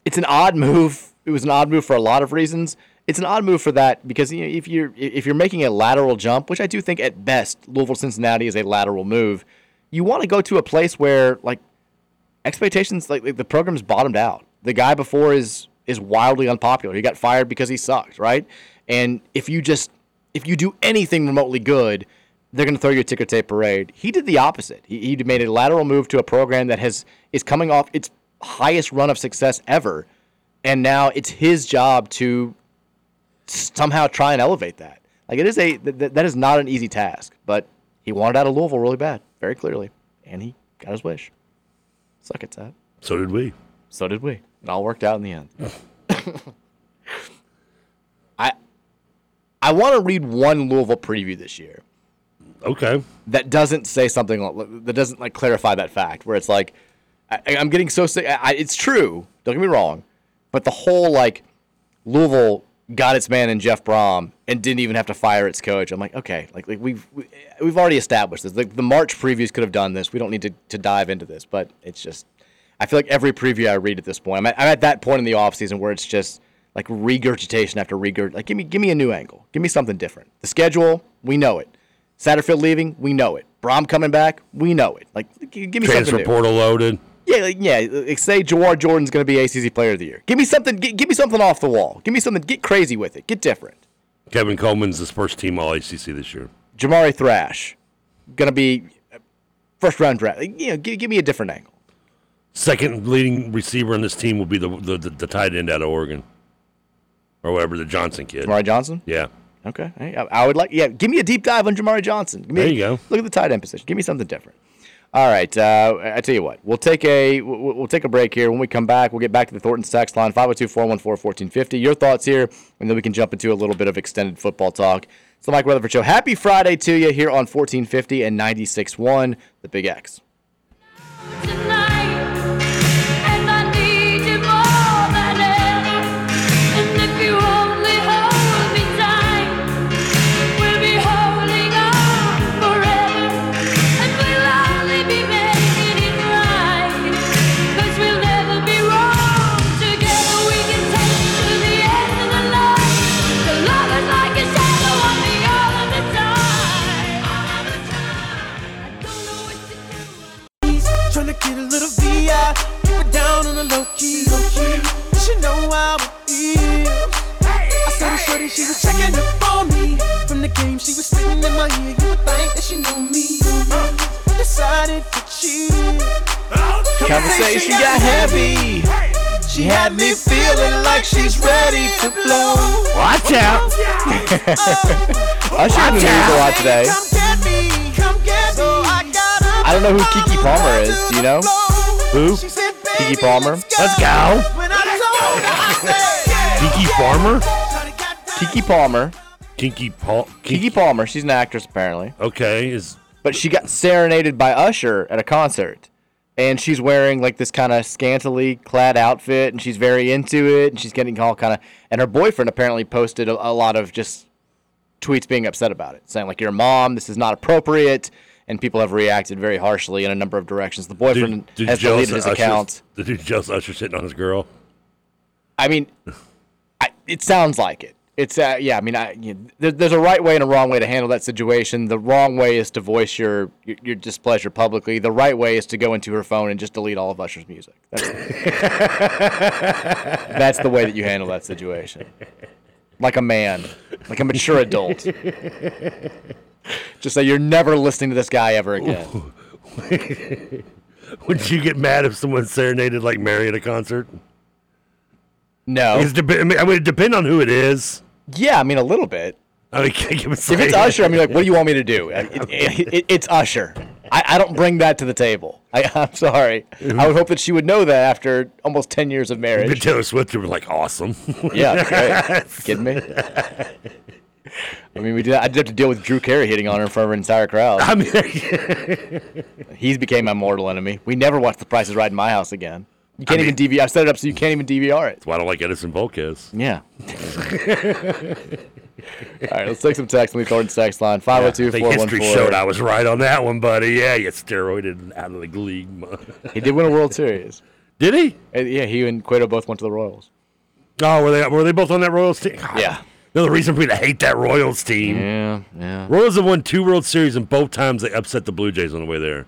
Speaker 11: it's an odd move. It was an odd move for a lot of reasons. It's an odd move for that because you know, if you're if you're making a lateral jump, which I do think at best Louisville Cincinnati is a lateral move, you want to go to a place where like expectations like, like the program's bottomed out. The guy before is is wildly unpopular. He got fired because he sucked, right? And if you just if you do anything remotely good, they're going to throw you a ticker tape parade. He did the opposite. He, he made a lateral move to a program that has is coming off its highest run of success ever, and now it's his job to somehow try and elevate that. Like it is a th- th- that is not an easy task, but he wanted out of Louisville really bad, very clearly, and he got his wish. Suck it, Sap.
Speaker 12: So did we.
Speaker 11: So did we. It all worked out in the end. I I want to read one Louisville preview this year.
Speaker 12: Okay.
Speaker 11: That doesn't say something like- that doesn't like clarify that fact where it's like I, I'm getting so sick. I, I- it's true. Don't get me wrong, but the whole like Louisville got its man in Jeff Brom and didn't even have to fire its coach. I'm like, okay, like, like we've we- we've already established this. Like the March previews could have done this. We don't need to, to dive into this, but it's just I feel like every preview I read at this point, I'm at, I'm at that point in the offseason where it's just like regurgitation after regurg. Like give me give me a new angle, give me something different. The schedule, we know it. Satterfield leaving, we know it. Brom coming back, we know it. Like g- give me
Speaker 12: Transfer
Speaker 11: something new.
Speaker 12: portal loaded.
Speaker 11: Yeah, like, yeah. Like say Jawar Jordan's going to be ACC Player of the Year. Give me something. gi- give me something off the wall. Give me something. Get crazy with it. Get different.
Speaker 12: Kevin Coleman's his first team All ACC this year.
Speaker 11: Jamari Thrash, going to be uh, first round draft. Like, you know, give, give me a different angle.
Speaker 12: Second leading receiver on this team will be the the, the, the tight end out of Oregon, or whatever the Johnson kid.
Speaker 11: Jamari Johnson.
Speaker 12: Yeah.
Speaker 11: Okay, hey, I, I would like. Yeah, give me a deep dive on Jamari Johnson. Give me
Speaker 12: There you go.
Speaker 11: Look at the tight end position. Give me something different. All right, uh, I tell you what, we'll take a we'll, we'll take a break here. When we come back, we'll get back to the Thornton's tax line 502-414-1450. Your thoughts here, and then we can jump into a little bit of extended football talk. It's the Mike Rutherford Show. Happy Friday to you here on 1450 and 96.1 The Big X.
Speaker 8: Trying to get a little VI, keep it down on the low key. Low key. She know how it is. I said, hey, shorty, she was checking up on me. From the game, she was spitting in my ear. You would think that she knew me. Uh, Decided to cheat.
Speaker 11: Conversation got heavy.
Speaker 8: She had me feeling like she's ready to blow.
Speaker 11: Watch out. Usher in the news a lot today. I don't know who Kiki Palmer is. Do you know?
Speaker 12: Who?
Speaker 11: Kiki Palmer.
Speaker 12: Let's go. Kiki Farmer?
Speaker 11: Kiki Palmer.
Speaker 12: Kiki Palmer.
Speaker 11: Kiki Palmer. She's an actress apparently.
Speaker 12: Okay. Is
Speaker 11: but she got serenaded by Usher at a concert. And she's wearing like this kind of scantily clad outfit, and she's very into it, and she's getting all kind of. And her boyfriend apparently posted a, a lot of just tweets being upset about it, saying like, "You're a mom. This is not appropriate." And people have reacted very harshly in a number of directions. The boyfriend
Speaker 12: dude
Speaker 11: has
Speaker 12: jealous
Speaker 11: deleted his
Speaker 12: of Usher's-
Speaker 11: account.
Speaker 12: The dude jealous of Usher sitting on his girl.
Speaker 11: I mean, I, it sounds like it. It's uh, yeah. I mean, I, you there, there's a right way and a wrong way to handle that situation. The wrong way is to voice your, your your displeasure publicly. The right way is to go into her phone and just delete all of Usher's music. That's, that's the way that you handle that situation, like a man, like a mature adult. Just say you're never listening to this guy ever again.
Speaker 12: Would you get mad if someone serenaded like Mary at a concert?
Speaker 11: No.
Speaker 12: It's dep- I mean, I mean, it depend on who it is.
Speaker 11: Yeah, I mean a little bit.
Speaker 12: I mean, give us
Speaker 11: If it's Usher, I'm like, what do you want me to do? It- it- it- it's Usher. I, I don't bring that to the table. I, I'm sorry. I would hope that she would know that after almost 10 years of
Speaker 12: But
Speaker 11: marriage.
Speaker 12: Taylor Swift would be like, awesome.
Speaker 11: Yeah, that's great. Kidding me? I mean, we did, I did have to deal with Drew Carey hitting on her in front of an entire crowd.
Speaker 12: I mean,
Speaker 11: he's became my mortal enemy. We never watched The Price is Right in my house again. You can't even DVR. I set it up so you can't even DVR it.
Speaker 12: That's why I don't like Edison Volquez.
Speaker 11: Yeah. All right, let's take some text. Lee Thornton's text line 502
Speaker 12: I think history showed I was right on that one, buddy. Yeah, you steroided out of the league.
Speaker 11: He did win a World Series.
Speaker 12: Did he?
Speaker 11: yeah, he and Cueto both went to the Royals.
Speaker 12: Oh, were they were they both on that Royals team?
Speaker 11: Yeah. Mm-hmm.
Speaker 12: Another reason for me to hate that Royals team.
Speaker 11: Yeah, yeah.
Speaker 12: Royals have won two World Series, and both times they upset the Blue Jays on the way there.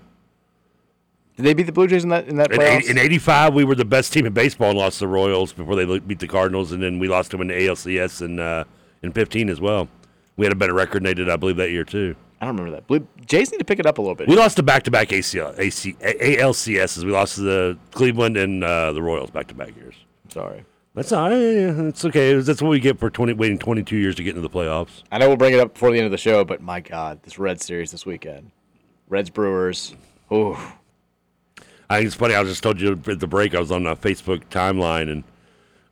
Speaker 11: Did they beat the Blue Jays in that in that
Speaker 12: In,
Speaker 11: playoffs?
Speaker 12: eight- in '85, we were the best team in baseball and lost to the Royals before they beat the Cardinals, and then we lost them in the ALCS in uh, in '15 as well. We had a better record than they did, I believe, that year too.
Speaker 11: I don't remember that. Blue Jays need to pick it up a little bit.
Speaker 12: We lost to back-to-back ACL, AC, A- ALCSs. We lost to the Cleveland and uh, the Royals back-to-back years.
Speaker 11: Sorry.
Speaker 12: That's all right. It's okay. That's what we get for 20, waiting 22 years to get into the playoffs.
Speaker 11: I know we'll bring it up before the end of the show, but my God, this Red Series this weekend, Reds Brewers. Ooh,
Speaker 12: I think it's funny. I just told you at the break. I was on a Facebook timeline, and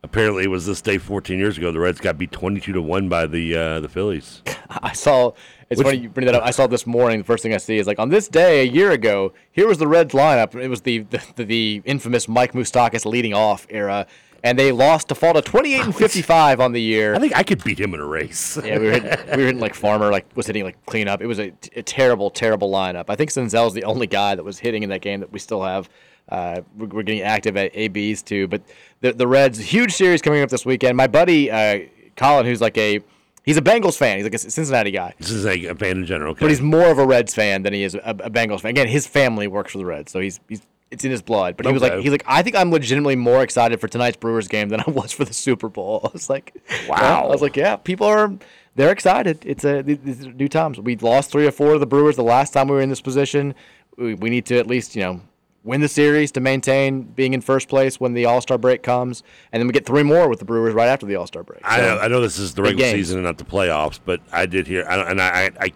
Speaker 12: apparently it was this day 14 years ago. The Reds got beat 22 to one by the uh, the Phillies.
Speaker 11: I saw. It's
Speaker 12: Which-
Speaker 11: funny you bring that up. I saw this morning. The first thing I see is like on this day a year ago. Here was the Reds lineup. It was the the, the, the infamous Mike Moustakas leading off era, and they lost to fall to twenty eight and fifty five on the year.
Speaker 12: I think I could beat him in a race.
Speaker 11: Yeah, we were hitting, we were hitting like Farmer, like was hitting like cleanup. It was a, a terrible, terrible lineup. I think Senzel's the only guy that was hitting in that game that we still have. Uh, we're, we're getting active at ABs too, but the the Reds huge series coming up this weekend. My buddy uh, Colin, who's like a he's a Bengals fan. He's like a Cincinnati guy.
Speaker 12: This is like a fan in general.
Speaker 11: But he's more of a Reds fan than he is a, a Bengals fan. Again, his family works for the Reds, so he's he's it's in his blood. But he was like
Speaker 12: Okay.
Speaker 11: he's like I think I'm legitimately more excited for tonight's Brewers game than I was for the Super Bowl. I was like,
Speaker 12: Wow.
Speaker 11: I was like, yeah, people are they're excited. It's a th- these are new times. We lost three or four of the Brewers the last time we were in this position. We, we need to at least you know win the series to maintain being in first place when the All Star break comes, and then we get three more with the Brewers right after the All Star break.
Speaker 12: I
Speaker 11: So-
Speaker 12: know, I know this is the
Speaker 11: big
Speaker 12: regular
Speaker 11: games.
Speaker 12: season and not the playoffs, but I did hear, I, and I, I, I,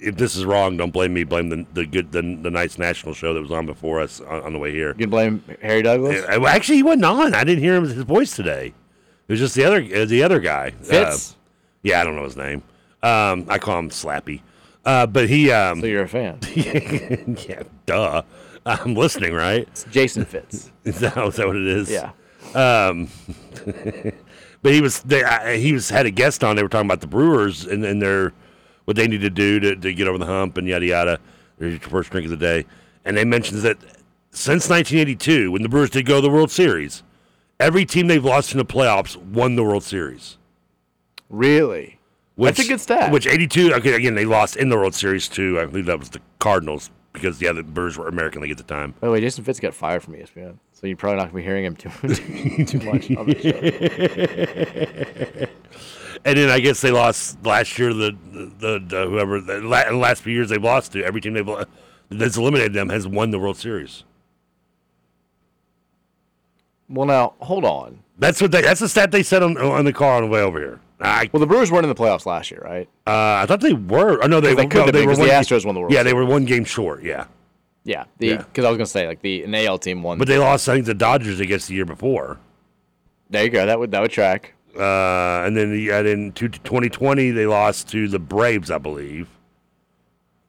Speaker 12: if this is wrong, don't blame me. Blame the the good the, the nice national show that was on before us on, on the way here.
Speaker 11: You can blame Harry Douglas.
Speaker 12: Uh, well, actually, he wasn't on. I didn't hear him, his voice today. It was just the other uh, the other guy. Uh,
Speaker 11: Fitz?
Speaker 12: yeah, I don't know his name. Um, I call him Slappy. Uh, but he. Um, so
Speaker 11: you're a fan.
Speaker 12: yeah, duh. I'm listening, right? It's
Speaker 11: Jason Fitz.
Speaker 12: is, that, is that what it is?
Speaker 11: Yeah.
Speaker 12: Um, but he was they, I, he was had a guest on. They were talking about the Brewers and, and their what they need to do to, to get over the hump and yada yada. There's your first drink of the day, and they mentions that since 1982, when the Brewers did go to the World Series, every team they've lost in the playoffs won the World Series.
Speaker 11: Really?
Speaker 12: Which,
Speaker 11: That's a good stat.
Speaker 12: Which 82, okay, again, they lost in the World Series to, I believe that was the Cardinals, because yeah, the Brewers were American League at the time.
Speaker 11: By the way, Jason Fitz got fired from E ESPN, so you're probably not gonna be hearing him too too much on the show.
Speaker 12: And then I guess they lost last year. The the, the whoever the la- last few years they've lost to every team they've lo- that's eliminated them has won the World Series.
Speaker 11: Well, now hold on.
Speaker 12: That's what they, that's the stat they said on, on the car on the way over here. I,
Speaker 11: well, the Brewers weren't in the playoffs last year, right?
Speaker 12: Uh, I thought they were. Oh no, they,
Speaker 11: They
Speaker 12: no,
Speaker 11: couldn't have been because
Speaker 12: one
Speaker 11: the
Speaker 12: ga-
Speaker 11: Astros won the World
Speaker 12: Yeah, they
Speaker 11: Series.
Speaker 12: were one game short. Yeah,
Speaker 11: Yeah, the
Speaker 12: Yeah.
Speaker 11: because I was gonna say like the an AL team won,
Speaker 12: but they lost. I think the Dodgers I guess the year before.
Speaker 11: There you go. That would that would track.
Speaker 12: Uh, and then the, and in two- 2020 they lost to the Braves, I believe.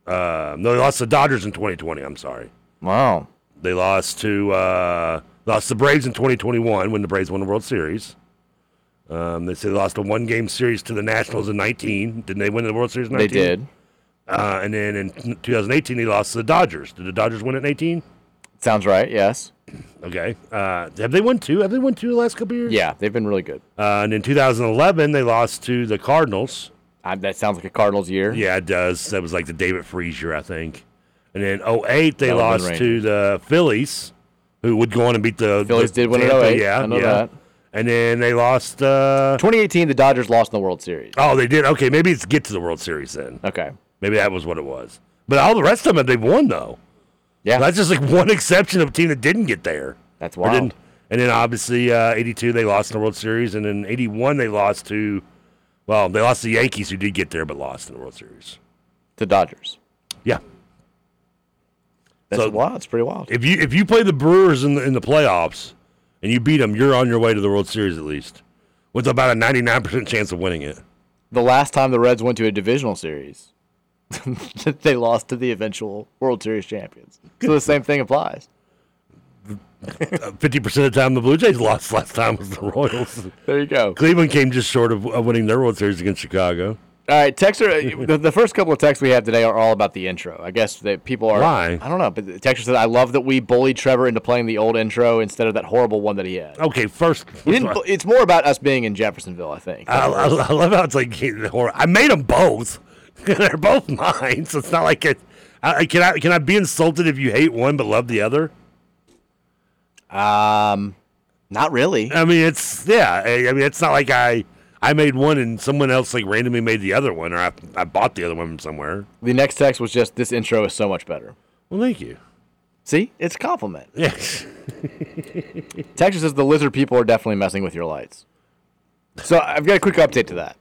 Speaker 12: Uh, no, they lost to the Dodgers in 2020. I'm sorry.
Speaker 11: Wow.
Speaker 12: They lost to uh, lost the Braves in 2021 when the Braves won the World Series. Um, they say they lost a one game series to the Nationals in 19. Didn't they win the World Series? in
Speaker 11: They
Speaker 12: 19?
Speaker 11: did.
Speaker 12: Uh, and then in 2018 they lost to the Dodgers. Did the Dodgers win it in 18?
Speaker 11: Sounds right. Yes.
Speaker 12: Okay. Uh, have they won two? Have they won two the last couple years?
Speaker 11: Yeah, they've been really good.
Speaker 12: Uh, and in 2011 they lost to the Cardinals.
Speaker 11: Uh, that sounds like a Cardinals year.
Speaker 12: Yeah, it does. That was like the David Freeze year, I think. And then 08 they
Speaker 11: That would've been
Speaker 12: lost
Speaker 11: Rangers.
Speaker 12: to the Phillies, who would go on and beat the
Speaker 11: Phillies
Speaker 12: the
Speaker 11: did win in
Speaker 12: Tampa,
Speaker 11: 08.
Speaker 12: Yeah,
Speaker 11: I know
Speaker 12: yeah.
Speaker 11: that.
Speaker 12: And then they lost. Uh,
Speaker 11: 2018, the Dodgers lost in the World Series.
Speaker 12: Oh, they did. Okay, maybe it's get to the World Series then.
Speaker 11: Okay,
Speaker 12: maybe that was what it was. But all the rest of them they've won though.
Speaker 11: Yeah,
Speaker 12: that's just like one exception of a team that didn't get there.
Speaker 11: That's
Speaker 12: Or didn't-
Speaker 11: wild.
Speaker 12: And then obviously uh, '82 they lost in the World Series, and then '81 they lost to, well, they lost to the Yankees who did get there but lost in the World Series.
Speaker 11: The Dodgers.
Speaker 12: Yeah.
Speaker 11: That's
Speaker 12: So-
Speaker 11: wild. It's pretty wild.
Speaker 12: If you if you play the Brewers in the in the playoffs and you beat them, you're on your way to the World Series at least, with about a 99 percent chance of winning it.
Speaker 11: The last time the Reds went to a divisional series, they lost to the eventual World Series champions. So the same thing applies.
Speaker 12: 50 percent of the time, the Blue Jays lost last time was the Royals.
Speaker 11: There you go.
Speaker 12: Cleveland came just short of, of winning their World Series against Chicago.
Speaker 11: All right, texter. the, the first couple of texts we have today are all about the intro. I guess that people are.
Speaker 12: Why?
Speaker 11: I don't know. But the texter said, "I love that we bullied Trevor into playing the old intro instead of that horrible one that he had."
Speaker 12: Okay, first,
Speaker 11: We didn't, bu- it's more about us being in Jeffersonville, I think.
Speaker 12: I, I, I love how it's like horror. I made them both. They're both mine, so it's not like it. I, I- can I can I be insulted if you hate one but love the other?
Speaker 11: Um, not really.
Speaker 12: I mean, it's yeah. I, I mean, it's not like I I made one and someone else like randomly made the other one, or I I bought the other one from somewhere.
Speaker 11: The next text was just, "This intro is so much better."
Speaker 12: Well, thank you.
Speaker 11: See, it's a compliment.
Speaker 12: Yes.
Speaker 11: Texas says the lizard people are definitely messing with your lights. So I've got a quick update to that.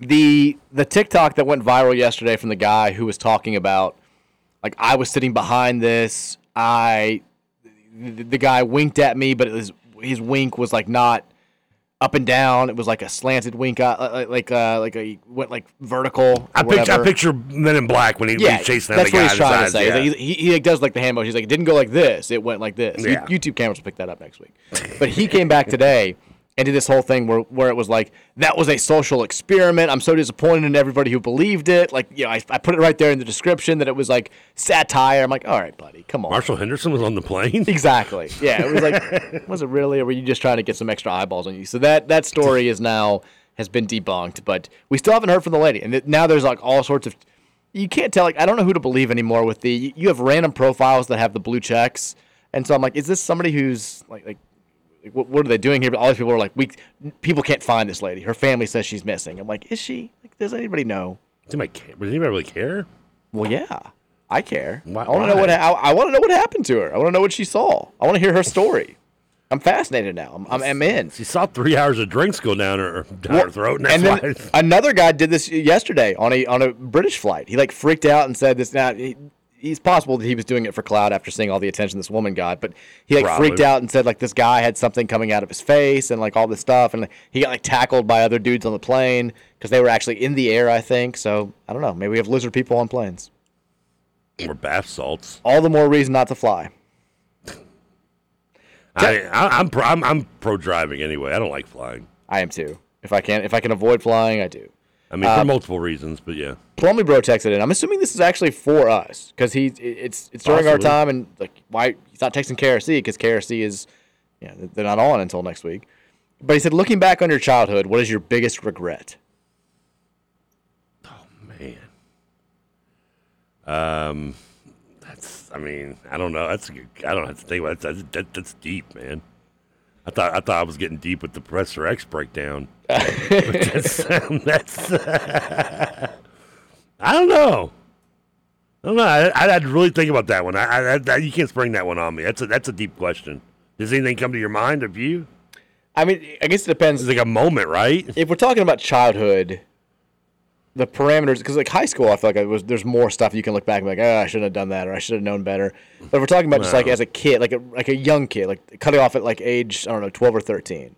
Speaker 11: The the TikTok that went viral yesterday from the guy who was talking about like I was sitting behind this, I the, the guy winked at me, but it was his wink was like not up and down. It was like a slanted wink, uh, like uh, like a went like vertical.
Speaker 12: I
Speaker 11: or
Speaker 12: picture I
Speaker 11: whatever
Speaker 12: picture Men in Black when he, when he's chasing that
Speaker 11: that's
Speaker 12: guy.
Speaker 11: what he's
Speaker 12: in his
Speaker 11: trying to
Speaker 12: eyes,
Speaker 11: say. e
Speaker 12: yeah.
Speaker 11: He's like- he, he like, does like the hand motion. He's like, it didn't go like this. It went like this. You-
Speaker 12: Yeah.
Speaker 11: YouTube cameras will pick that up next week. But he came back today and did this whole thing where, where it was like, that was a social experiment. I'm so disappointed in everybody who believed it. Like, you know, I, I put it right there in the description that it was like satire. I'm like, all right, buddy, come on.
Speaker 12: Marshall Henderson was on the plane.
Speaker 11: Exactly. Yeah, it was like, was it really, or were you just trying to get some extra eyeballs on you? So that that story is now has been debunked, but we still haven't heard from the lady. And th- now there's like all sorts of, you can't tell. Like I don't know who to believe anymore. With the you- you have random profiles that have the blue checks, and so I'm like, is this somebody who's like like. like, What, what are they doing here? But all these people are like, we people can't find this lady. Her family says she's missing. I'm like, is she? Like, does anybody know?
Speaker 12: Does anybody care? Does anybody really care?
Speaker 11: Well, yeah, I care.
Speaker 12: Why-
Speaker 11: I want to know
Speaker 12: why?
Speaker 11: what I, I want to know what happened to her. I want to know what she saw. I want to hear her story. I'm fascinated now. I'm, I'm, I'm in.
Speaker 12: She saw three hours of drinks go down her down her
Speaker 11: Well,
Speaker 12: throat, and that's
Speaker 11: then
Speaker 12: why.
Speaker 11: another guy did this yesterday on a on a British flight. He like freaked out and said this. Now he, it's possible that he was doing it for cloud after seeing all the attention this woman got, but he like freaked
Speaker 12: Probably.
Speaker 11: out and said like this guy had something coming out of his face and like all this stuff, and he got like tackled by other dudes on the plane because they were actually in the air, I think. So I don't know. Maybe we have lizard people on planes.
Speaker 12: Or bath salts.
Speaker 11: All the more reason not to fly.
Speaker 12: I, I, I'm, pro, I'm I'm pro driving anyway. I don't like flying.
Speaker 11: I am too. If I can, if I can avoid flying, I do.
Speaker 12: I mean, for
Speaker 11: Uh,
Speaker 12: multiple reasons, but yeah.
Speaker 11: Plumley Bro texted in. I'm assuming this is actually for us because he it- it's it's during our
Speaker 12: Possibly.
Speaker 11: time and like why he's not texting KRC because KRC is yeah they're not on until next week. But he said, looking back on your childhood, what is your biggest regret?
Speaker 12: Man. Um, that's. I mean, I don't know. That's. A good, I don't have to think about that. That's, that, that's deep, man. I thought I thought I was getting deep with the Professor X breakdown. But that's. that's I don't know. I don't know. I, I'd, I'd really think about that one. I, I, I, you can't spring that one on me. That's a that's a deep question. Does anything come to your mind of you?
Speaker 11: I mean, I guess it depends.
Speaker 12: It's like a moment, right?
Speaker 11: If we're talking about childhood, the parameters, because like high school, I feel like it was there's more stuff you can look back and be like, oh, I shouldn't have done that, or I should have known better. But if we're talking about just like
Speaker 12: Wow.
Speaker 11: as a kid, like a like a young kid, like cutting off at like age I don't know, twelve or thirteen.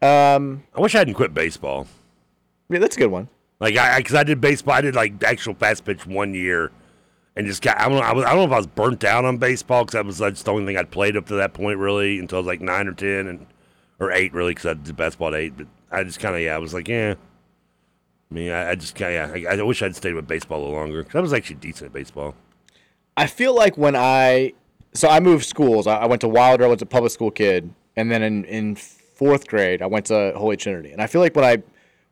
Speaker 11: Um,
Speaker 12: I wish I hadn't quit baseball.
Speaker 11: Yeah, that's a good one.
Speaker 12: Like I, because I, did baseball, I did like actual fast pitch one year, and just got. I don't know. I, was, I don't know if I was burnt out on baseball because that was like, just the only thing I'd played up to that point really until I was like nine or ten and or eight really because I did basketball at eight. But I just kind of yeah, I was like yeah. I mean, I, I just kind of yeah. I, I wish I'd stayed with baseball a little longer because I was actually decent at baseball.
Speaker 11: I feel like when I so I moved schools. I, I went to Wilder. I was a public school kid, and then in, in fourth grade, I went to Holy Trinity. And I feel like when I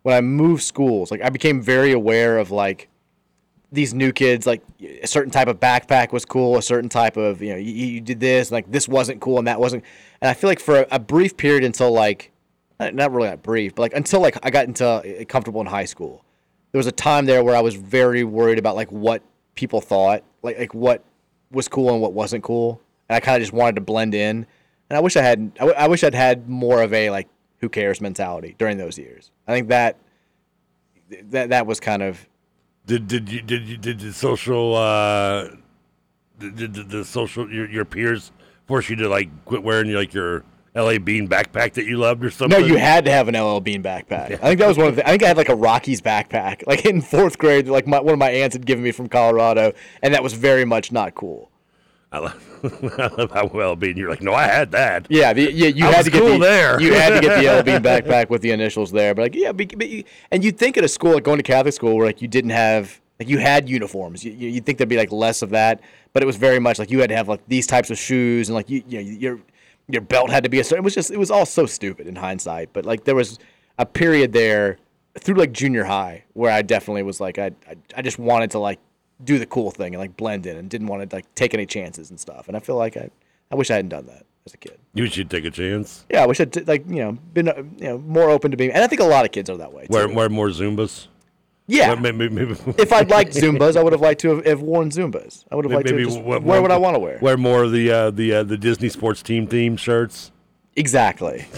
Speaker 11: when I moved schools, like I became very aware of like these new kids. Like a certain type of backpack was cool. A certain type of you know you, you did this. And like this wasn't cool, and that wasn't. And I feel like for a, a brief period until like not not really that brief, but like until like I got into uh, comfortable in high school, there was a time there where I was very worried about like what people thought, like like what was cool and what wasn't cool, and I kind of just wanted to blend in. And I wish I had, I, w- I wish I'd had more of a like who cares mentality during those years. I think that that that was kind of
Speaker 12: Did did you did you did the social uh did, did, did the social your, your peers force you to like quit wearing like your LA Bean backpack that you loved or something?
Speaker 11: no, you had to have an LL Bean backpack. I think that was one of the. I think I had like a Rockies backpack, like in fourth grade. Like my, one of my aunts had given me from Colorado, and that was very much not cool.
Speaker 12: I love, I love how well being you're like no, I had that.
Speaker 11: Yeah, the, yeah, you
Speaker 12: I
Speaker 11: had
Speaker 12: was
Speaker 11: to get
Speaker 12: cool
Speaker 11: the,
Speaker 12: there.
Speaker 11: You had to get the LB backpack with the initials there, but like yeah, but, but you, and you'd think at a school like going to Catholic school where like you didn't have like you had uniforms, you, you- you'd think there'd be like less of that, but it was very much like you had to have like these types of shoes and like you, you know, your your belt had to be a certain. It was just it was all so stupid in hindsight, but like there was a period there through like junior high where I definitely was like I I, I just wanted to like do the cool thing and like blend in and didn't want to like take any chances and stuff, and I feel like I I wish I hadn't done that as a kid.
Speaker 12: You should take a chance.
Speaker 11: Yeah, I wish I'd t- like you know been uh, you know more open to being, and I think a lot of kids are that way.
Speaker 12: Wear wear more Zumbas.
Speaker 11: Yeah.
Speaker 12: Wear- maybe, maybe,
Speaker 11: If I'd liked Zumbas, I would have liked to have, have worn Zumbas. I would have liked to have just,
Speaker 12: wear-
Speaker 11: where
Speaker 12: wear-
Speaker 11: would I want to wear?
Speaker 12: Wear more of the uh, the uh, the Disney sports team theme shirts.
Speaker 11: Exactly.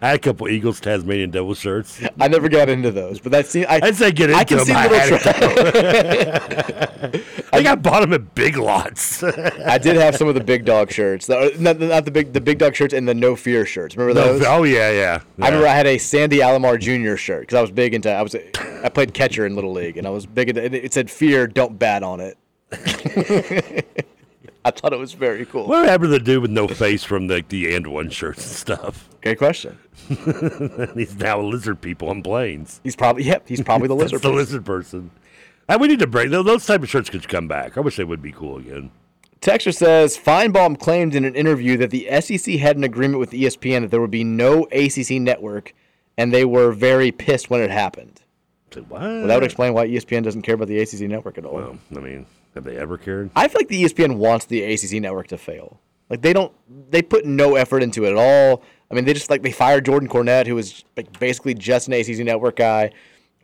Speaker 12: I had a couple Eagles Tasmanian Devil shirts.
Speaker 11: I never got into those, but that's I,
Speaker 12: I'd say get into
Speaker 11: I can
Speaker 12: them.
Speaker 11: see
Speaker 12: I
Speaker 11: little
Speaker 12: had
Speaker 11: tra-
Speaker 12: I got bought them at Big Lots.
Speaker 11: I did have some of the big dog shirts, the, not, not the big the big dog shirts and the no fear shirts. Remember
Speaker 12: No,
Speaker 11: those?
Speaker 12: oh yeah, yeah.
Speaker 11: I remember
Speaker 12: Yeah.
Speaker 11: I had a Sandy Alomar Jr. shirt because I was big into I was I played catcher in little league and I was big into and it said fear don't bat on it. I thought it was very cool.
Speaker 12: What happened to the dude with no face from the the and one shirts and stuff?
Speaker 11: Great question.
Speaker 12: he's now a lizard people on planes.
Speaker 11: He's probably yep. He's probably the lizard.
Speaker 12: the
Speaker 11: person.
Speaker 12: lizard person. And we need to bring tho- those type of shirts could come back. I wish they would be cool again.
Speaker 11: Texture says Feinbaum claimed in an interview that the SEC had an agreement with E ESPN that there would be no ACC network, and they were very pissed when it happened.
Speaker 12: what?
Speaker 11: Well, that would explain why E ESPN doesn't care about the ACC network at all.
Speaker 12: Uh. Well, I mean, have they ever cared?
Speaker 11: I feel like the E ESPN wants the ACC network to fail. Like they don't, they put no effort into it at all. I mean, they just like they fired Jordan Cornette, who was like basically just an ACC network guy.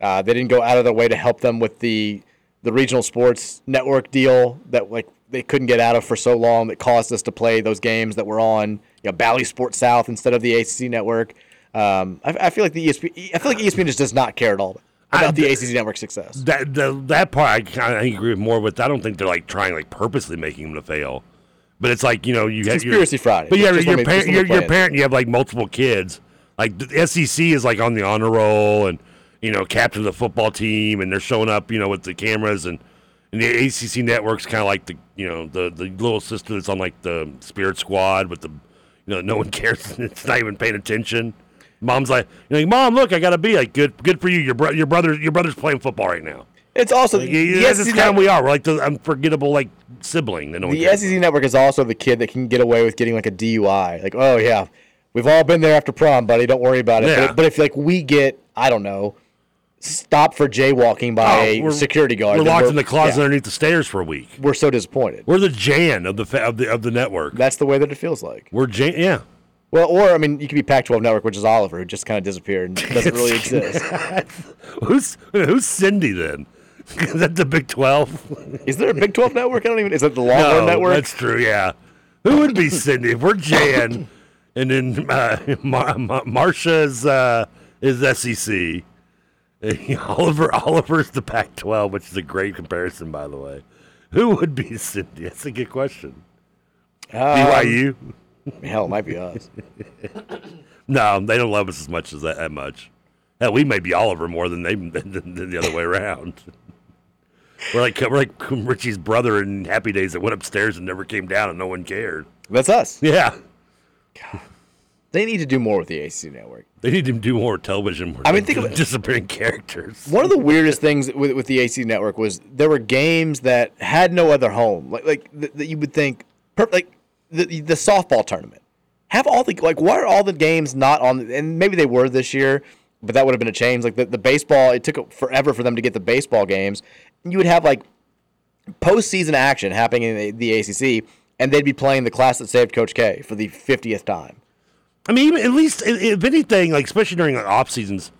Speaker 11: Uh, they didn't go out of their way to help them with the the regional sports network deal that like they couldn't get out of for so long that caused us to play those games that were on you know, Bally Sports South instead of the ACC network. Um, I, I feel like the ESPN, I feel like E ESPN just does not care at all about the ACC network success.
Speaker 12: That the, that part I kind of agree more with. I don't think they're like trying like purposely making them to fail, but it's like you know you
Speaker 11: It's
Speaker 12: have your-
Speaker 11: Conspiracy Friday.
Speaker 12: But yeah,
Speaker 11: Just let
Speaker 12: your,
Speaker 11: me-
Speaker 12: par-
Speaker 11: just let me
Speaker 12: your,
Speaker 11: play
Speaker 12: your
Speaker 11: it.
Speaker 12: parent, you have like multiple kids. Like the SEC is like on the honor roll, and you know captain of the football team, and they're showing up, you know, with the cameras, and and the ACC network's kind of like the you know the the little sister that's on like the Spirit Squad with the you know no one cares, it's not even paying attention. Mom's like, you know, mom, look, I gotta be like good, good for you. Your bro- your brother, your brother's playing football right now.
Speaker 11: It's also
Speaker 12: Like,
Speaker 11: the E
Speaker 12: yes, it's
Speaker 11: SEC
Speaker 12: kind of we are. We're like the unforgettable like sibling. That no one
Speaker 11: the
Speaker 12: cares.
Speaker 11: SEC network is also the kid that can get away with getting like a DUI. Like, oh yeah, we've all been there after prom, buddy. Don't worry about it.
Speaker 12: Yeah.
Speaker 11: But, but if like we get, I don't know, stopped for jaywalking by
Speaker 12: Oh,
Speaker 11: a
Speaker 12: we're-
Speaker 11: security guard,
Speaker 12: We're
Speaker 11: then
Speaker 12: locked in the closet
Speaker 11: yeah,
Speaker 12: underneath the stairs for a week.
Speaker 11: we're so disappointed.
Speaker 12: We're the Jan of the fa- of the of the network.
Speaker 11: That's the way that it feels like.
Speaker 12: We're Jan. Yeah.
Speaker 11: Well, or I mean, you could be Pac-12 network, which is Oliver, who just kind of disappeared and doesn't really exist.
Speaker 12: who's who's Cindy then? is that the Big Twelve?
Speaker 11: Is there a Big 12 network? I don't even. Is that the
Speaker 12: no,
Speaker 11: Longhorn network?
Speaker 12: That's true. Yeah. Who would be Cindy? If We're Jan, and then uh, Mar- Mar- Marsha's uh, is SEC. And Oliver Oliver's the Pac-12, which is a great comparison, by the way. Who would be Cindy? That's a good question.
Speaker 11: Um,
Speaker 12: BYU.
Speaker 11: Ah, Hell, it might be us.
Speaker 12: no, they don't love us as much as that, that much. Hell, we may be Oliver more than they than, than the other way around. we're like we're like Richie's brother in Happy Days that went upstairs and never came down, and no one cared.
Speaker 11: That's us.
Speaker 12: Yeah.
Speaker 11: They need to do more with the AC network.
Speaker 12: They need to do more television. More
Speaker 11: I mean, think of it-
Speaker 12: disappearing characters.
Speaker 11: One of the weirdest things with, with the AC network was there were games that had no other home. Like like th- that you would think per- like the the softball tournament. Have all the like why are all the games not on and maybe they were this year, but that would have been a change. Like the, the baseball, it took forever for them to get the baseball games. And you would have like postseason action happening in the, the ACC and they'd be playing the class that saved Coach K for the 50th time.
Speaker 12: I mean, even- at least i- if anything, like especially during like off seasons,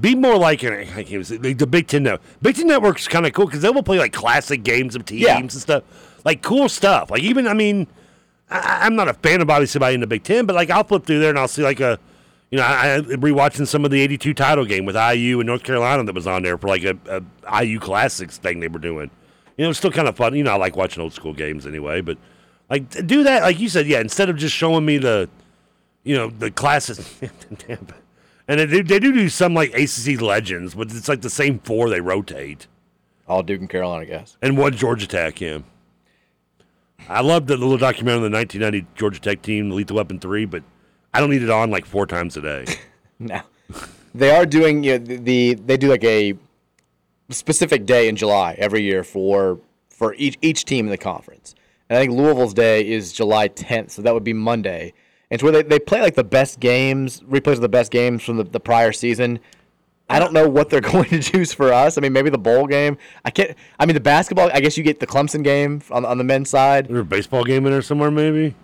Speaker 12: be more like an, I can't even say, like the Big Ten Network. Big Ten Network's kind of cool because they will play like classic games of teams and stuff, like cool stuff. Like even, I mean, I- I, I'm not a fan of obviously by in the Big Ten, but like I'll flip through there and I'll see like a, you know, I, I rewatching some of the '82 title game with IU and North Carolina that was on there for like a, a IU Classics thing they were doing. You know, it's still kind of fun. You know, I like watching old school games anyway, but like t- do that, like you said, yeah. Instead of just showing me the you know the classes and they do, they do do some like acc legends but it's like the same four they rotate
Speaker 11: all duke and carolina guys
Speaker 12: and one georgia tech yeah i love the little documentary on the 1990 georgia tech team lethal weapon 3 but i don't need it on like four times a day
Speaker 11: No. They are doing you know, the, the they do like a specific day in July every year for for each each team in the conference. And I think Louisville's day is July 10th, so that would be Monday. And it's where they, they play like the best games, replays of the best games from the, the prior season. I don't know what they're going to choose for us. I mean, maybe the bowl game. I can't. I mean, the basketball. I guess you get the Clemson game on, on the men's side.
Speaker 12: Is there a baseball game in there somewhere, maybe?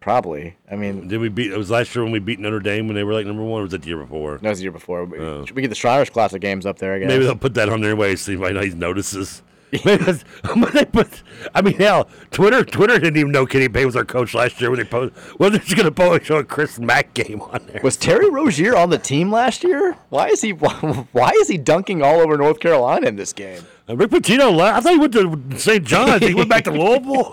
Speaker 11: Probably. I mean,
Speaker 12: did we beat? It was last year when we beat Notre Dame when they were like number one. Or was it the year before?
Speaker 11: No, it was the year before. We, we get the Shriners Classic games up there. I guess
Speaker 12: Maybe they'll put that on their way so anybody notices. Maybe that's- they put, I mean, hell, Twitter Twitter didn't even know Kenny Payne was our coach last year when they posted. Well, they're just going to post show a Chris Mack game on there.
Speaker 11: Was Terry Rozier on the team last year? Why is he why is he dunking all over North Carolina in this game?
Speaker 12: Uh, Rick Pitino left. I thought he went to St. John's. He went back to Louisville.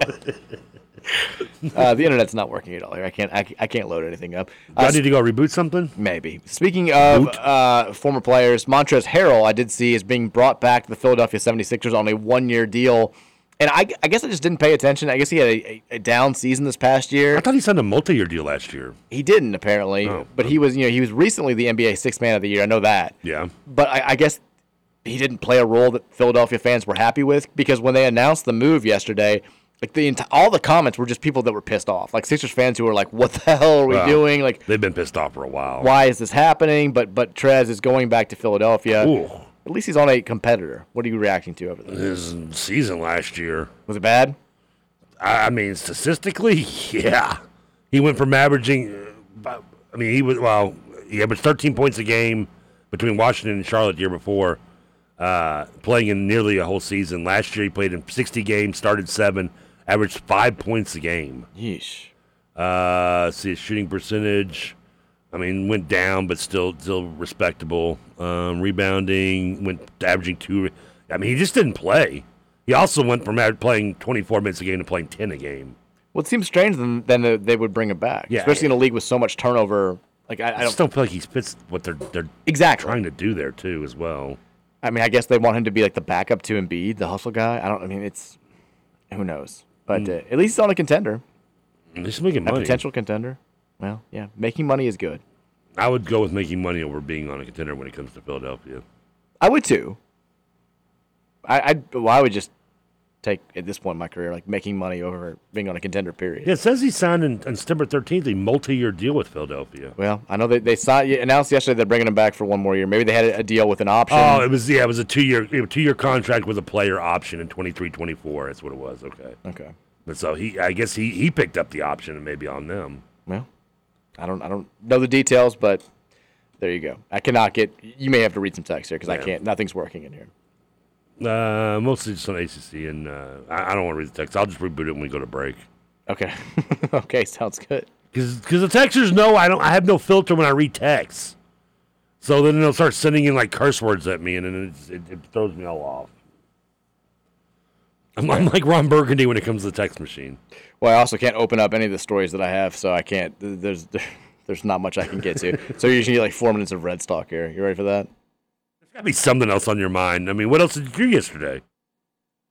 Speaker 11: Uh, the internet's not working at all here. I can't I, I can't load anything up. Uh,
Speaker 12: Do I need to go reboot something?
Speaker 11: Maybe. Speaking of uh, former players, Montrez Harrell I did see is being brought back to the Philadelphia 76ers on a one year deal. And I, I guess I just didn't pay attention. I guess he had a, a, a down season this past year. I
Speaker 12: thought Oh, he signed a multi year deal last year.
Speaker 11: He didn't apparently. but he was you know, he was recently the NBA sixth man of the year. I know that.
Speaker 12: Yeah.
Speaker 11: but I, I guess he didn't play a role that Philadelphia fans were happy with because when they announced the move yesterday, like the enti- all the comments were just people that were pissed off, like Sixers fans who were like, "What the hell are we
Speaker 12: Wow.
Speaker 11: doing? Like,
Speaker 12: They've been pissed off for a while.
Speaker 11: why is this happening?" But but Trez is going back to Philadelphia.
Speaker 12: Ooh.
Speaker 11: At least he's on a competitor. What are you reacting to over there?
Speaker 12: His season last year.
Speaker 11: Was it bad?
Speaker 12: I, I mean, statistically, yeah. He went from averaging, uh, about- I mean, he was, well, he averaged 13 points a game between Washington and Charlotte the year before, uh, playing in nearly a whole season. Last year, he played in 60 games, started seven, averaged five points a game.
Speaker 11: Yeesh.
Speaker 12: Uh, let's see, his shooting percentage, I mean, went down, but still still respectable. Um, rebounding, went averaging two. re- I mean, he just didn't play. He also went from aver- playing 24 minutes a game to playing 10 a game.
Speaker 11: Well, it seems strange then then that they would bring him back,
Speaker 12: Yeah.
Speaker 11: especially in a league with so much turnover. Like I, I
Speaker 12: I
Speaker 11: don't
Speaker 12: just don't feel like he fits what they're they're
Speaker 11: exactly
Speaker 12: trying to do there too as well.
Speaker 11: I mean, I guess they want him to be like the backup to Embiid, the hustle guy. I don't. I mean, it's who knows, but uh, at least he's on a contender,
Speaker 12: He's making
Speaker 11: a
Speaker 12: Hmm. money.
Speaker 11: potential contender. Well, yeah, making money is good.
Speaker 12: I would go with making money over being on a contender when it comes to Philadelphia.
Speaker 11: I would too. I I, well, I would just take at this point in my career like making money over being on a contender. Period.
Speaker 12: Yeah, it says he signed in, on September 13th a multi-year deal with Philadelphia.
Speaker 11: Well, I know they they signed, announced yesterday they're bringing him back for one more year. Maybe they had a deal with an option.
Speaker 12: Oh, it was yeah, it was a two-year two-year contract with a player option in 23-24. That's what it was. Okay.
Speaker 11: Okay.
Speaker 12: But so he, I guess he he picked up the option and maybe on them.
Speaker 11: Well, I don't I don't know the details, but there you go. I cannot get. You may have to read some text here because I
Speaker 12: Yeah.
Speaker 11: can't. Nothing's working in here.
Speaker 12: Uh, mostly just on ACC, and uh, I, I don't want to read the text. I'll just reboot it when we go to break.
Speaker 11: Okay. okay, sounds good.
Speaker 12: Because the texters know I don't. I have no filter when I read texts. So then they'll start sending in like curse words at me, and then it's, it, it throws me all off. I'm, I'm like Ron Burgundy when it comes to the text machine.
Speaker 11: Well, I also can't open up any of the stories that I have, so I can't. th- There's there's not much I can get to. so you usually like four minutes of red stock here. You ready for that? There's
Speaker 12: gotta be something else on your mind. I mean, what else did you do yesterday?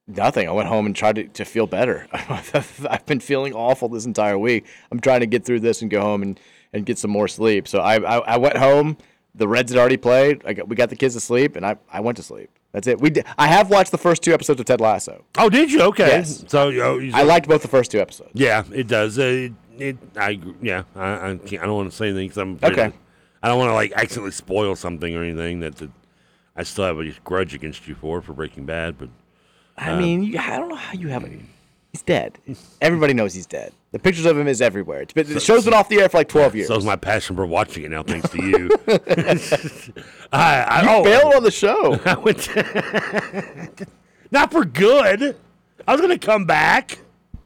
Speaker 11: Nothing. I went home and tried to, to feel better. I've been feeling awful this entire week. I'm trying to get through this and go home and, and get some more sleep. So I, I, I went home. The Reds had already played. I got, we got the kids to sleep, and I, I went to sleep. That's it. We did, I have watched the first two episodes of Ted Lasso.
Speaker 12: Oh, did you? Okay.
Speaker 11: Yes.
Speaker 12: So you- oh, you-
Speaker 11: I liked both the first two episodes.
Speaker 12: Yeah, it does. Uh, It, it I agree. yeah. I I, can't, I don't want to say anything because I'm afraid
Speaker 11: Okay.
Speaker 12: that- I don't want to like accidentally spoil something or anything that, that I still have a grudge against you for for Breaking Bad. But
Speaker 11: I
Speaker 12: uh,
Speaker 11: mean, you, I don't know how you have
Speaker 12: mm.
Speaker 11: it. He's dead. Everybody knows he's dead. The pictures of him is everywhere. It's been, the show's been off the air for like 12 years.
Speaker 12: so is my passion for watching it now, thanks to you. I, I
Speaker 11: You
Speaker 12: oh,
Speaker 11: bailed on the show.
Speaker 12: I went not for good. I was gonna come back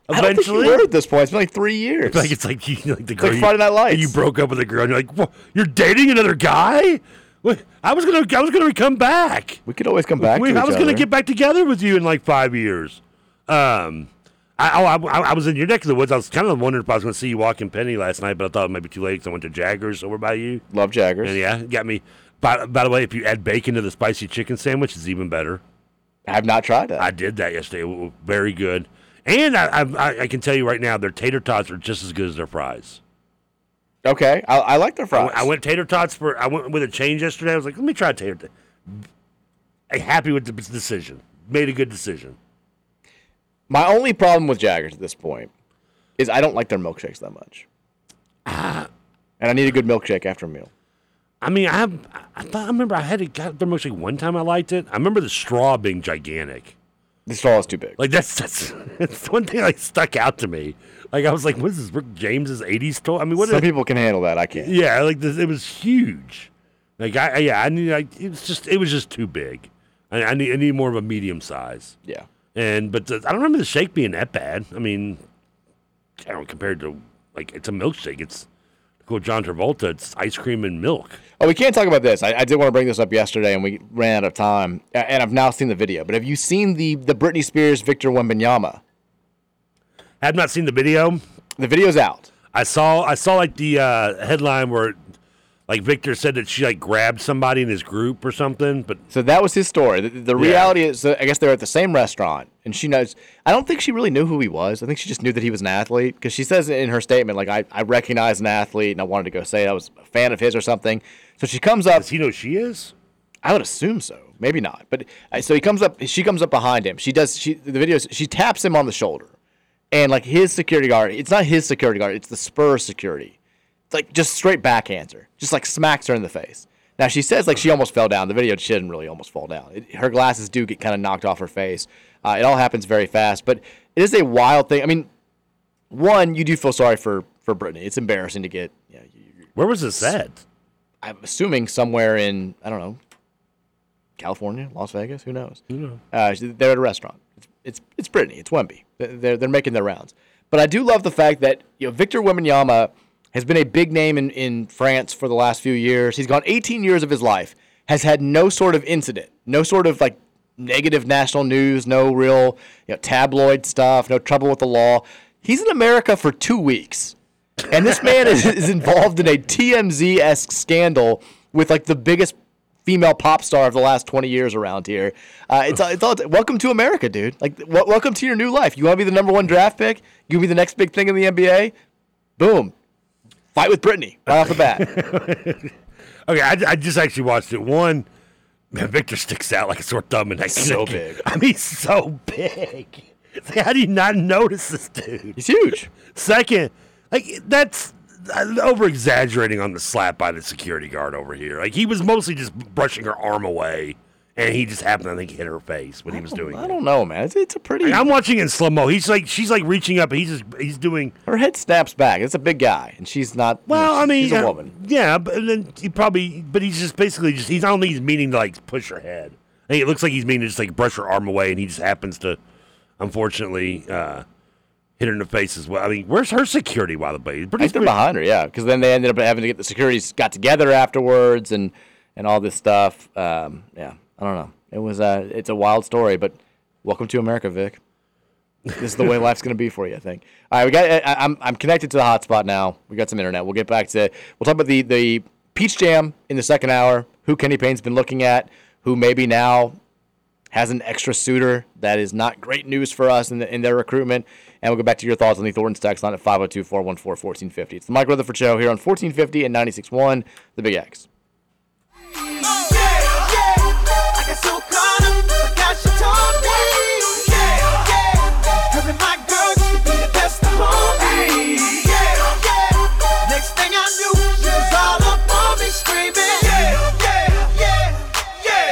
Speaker 11: I don't think you
Speaker 12: eventually.
Speaker 11: were at this point. It's been like three years.
Speaker 12: Like it's like you like the
Speaker 11: It's
Speaker 12: girl
Speaker 11: like
Speaker 12: you-
Speaker 11: Friday Night Lights.
Speaker 12: and You broke up with a girl. and You're like, "Wha- you're dating another guy. What? I was gonna, I was gonna come back.
Speaker 11: We could always come back
Speaker 12: We,
Speaker 11: to
Speaker 12: I
Speaker 11: each
Speaker 12: was gonna
Speaker 11: other.
Speaker 12: get back together with you in like five years. Um, I, oh, I, I- I was in your neck of the woods. I was kind of wondering if I was gonna see you walking Penny last night, but I thought it might be too late because I went to Jaggers over by you.
Speaker 11: Love Jaggers.
Speaker 12: And yeah, it got me. By, by the way, if you add bacon to the spicy chicken sandwich, it's even better.
Speaker 11: I've not tried that.
Speaker 12: I did that yesterday. It was very good. And I, I, I can tell you right now, their tater tots are just as good as their fries.
Speaker 11: Okay, I, I like their
Speaker 12: I
Speaker 11: fries.
Speaker 12: went- I went tater tots for. I went with a change yesterday. I was like, let me try tater. Tot. I'm happy with the decision. Made a good decision.
Speaker 11: My only problem with Jaggers at this point is I don't like their milkshakes that much.
Speaker 12: Ah.
Speaker 11: and I need a good milkshake after a meal.
Speaker 12: I mean, I I thought I remember I had it got their milkshake one time. I liked it. I remember the straw being gigantic.
Speaker 11: The straw is too big.
Speaker 12: Like that's that's, that's the one thing like stuck out to me. Like I was like, what is this Rick James's '80s toy? I mean, what?
Speaker 11: Some
Speaker 12: is-
Speaker 11: people can handle that. I can't.
Speaker 12: Yeah, like this, it was huge. Like I, I- yeah, I knew like it was just it was just too big. I, I need I need more of a medium size.
Speaker 11: Yeah.
Speaker 12: And but the, I don't remember the shake being that bad. I mean, I don't compared to like it's a milkshake. It's go John Travolta. It's ice cream and milk.
Speaker 11: Oh, we can't talk about this. I, I did want to bring this up yesterday, and we ran out of time. A- And I've now seen the video. But have you seen the the Britney Spears Victor Wembanyama?
Speaker 12: I've not seen the video.
Speaker 11: The video's out.
Speaker 12: I saw I saw like the uh, headline where like Victor said that she like grabbed somebody in his group or something. But
Speaker 11: So that was his story. The, the
Speaker 12: Yeah.
Speaker 11: reality is, uh, I guess they were at the same restaurant, and she knows. I don't think she really knew who he was. I think she just knew that he was an athlete because she says in her statement, like, I, I recognize an athlete, and I wanted to go say I was a fan of his or something. So she comes up. Does
Speaker 12: he know she is?
Speaker 11: I would assume so. Maybe not. But uh, so he comes up. She comes up behind him. She does. She the video. is- She taps him on the shoulder, and like his security guard. It's not his security guard. It's the Spurs security. It's like just straight backhands her, just like smacks her in the face. Now she says like she almost fell down. The video she didn't really almost fall down. It, her glasses do get kind of knocked off her face. Uh, it all happens very fast, but it is a wild thing. I mean, one you do feel sorry for for Brittany. It's embarrassing to get. You know, you-
Speaker 12: where was this at?
Speaker 11: I'm assuming somewhere in I don't know, California, Las Vegas. Who knows? Uh, they're at a restaurant. It's it's, it's Brittany. It's Wemby. They're they're making their rounds. But I do love the fact that you know Victor Wembanyama has been a big name in, in France for the last few years. He's gone 18 years of his life, has had no sort of incident, no sort of like negative national news, no real you know, tabloid stuff, no trouble with the law. He's in America for two weeks. And this man is, is involved in a TMZ esque scandal with like the biggest female pop star of the last 20 years around here. Uh, it's, all- it's all, welcome to America, dude. Like, w- welcome to your new life. You want to be the number one draft pick? You want to be the next big thing in the NBA? Boom. Fight with Brittany right off the bat.
Speaker 12: Okay, I, I just actually watched it. One, man, Victor sticks out like a sore thumb in that.
Speaker 11: So big.
Speaker 12: I mean, so big. It's like, how do you not notice this dude?
Speaker 11: He's huge.
Speaker 12: Second, like that's over exaggerating on the slap by the security guard over here. Like he was mostly just brushing her arm away, and he just happened to I think hit her face when he was doing.
Speaker 11: I don't know, man. It's, it's a pretty.
Speaker 12: I'm watching in slow mo. He's like she's like reaching up. And he's just he's doing.
Speaker 11: Her head snaps back. It's a big guy, and she's not. you know,
Speaker 12: Well, I
Speaker 11: she's-
Speaker 12: mean,
Speaker 11: she's a
Speaker 12: uh,
Speaker 11: woman.
Speaker 12: Yeah, but and then he probably, but he's just basically just. He's I don't think he's meaning to like push her head. I think it looks like he's meaning to just like brush her arm away, and he just happens to, unfortunately, uh, hit her in the face as well. I mean, where's her security? By the way,
Speaker 11: I think they're behind her, yeah. Because then they ended up having to get the securities got together afterwards and and all this stuff. Um, yeah, I don't know. It was uh, it's a wild story, but welcome to America, Vic. This is the way life's gonna be for you, I think. All right, we got. I, I'm I'm connected to the hotspot now. We got some internet. We'll get back to. We'll talk about the the peach jam in the second hour. Who Kenny Payne's been looking at? Who maybe now has an extra suitor that is not great news for us in, the, in their recruitment. And we'll go back to your thoughts on the Thornton text line at 502 414 1450. It's the Mike Rutherford Show here on 1450 and 96.1, The Big X.
Speaker 8: I got so caught up, forgot she told me. Yeah, yeah. Her and my girl used to be the best of homies. Yeah, yeah. Next thing I knew, she was all up on me screaming. Yeah, yeah, yeah, yeah,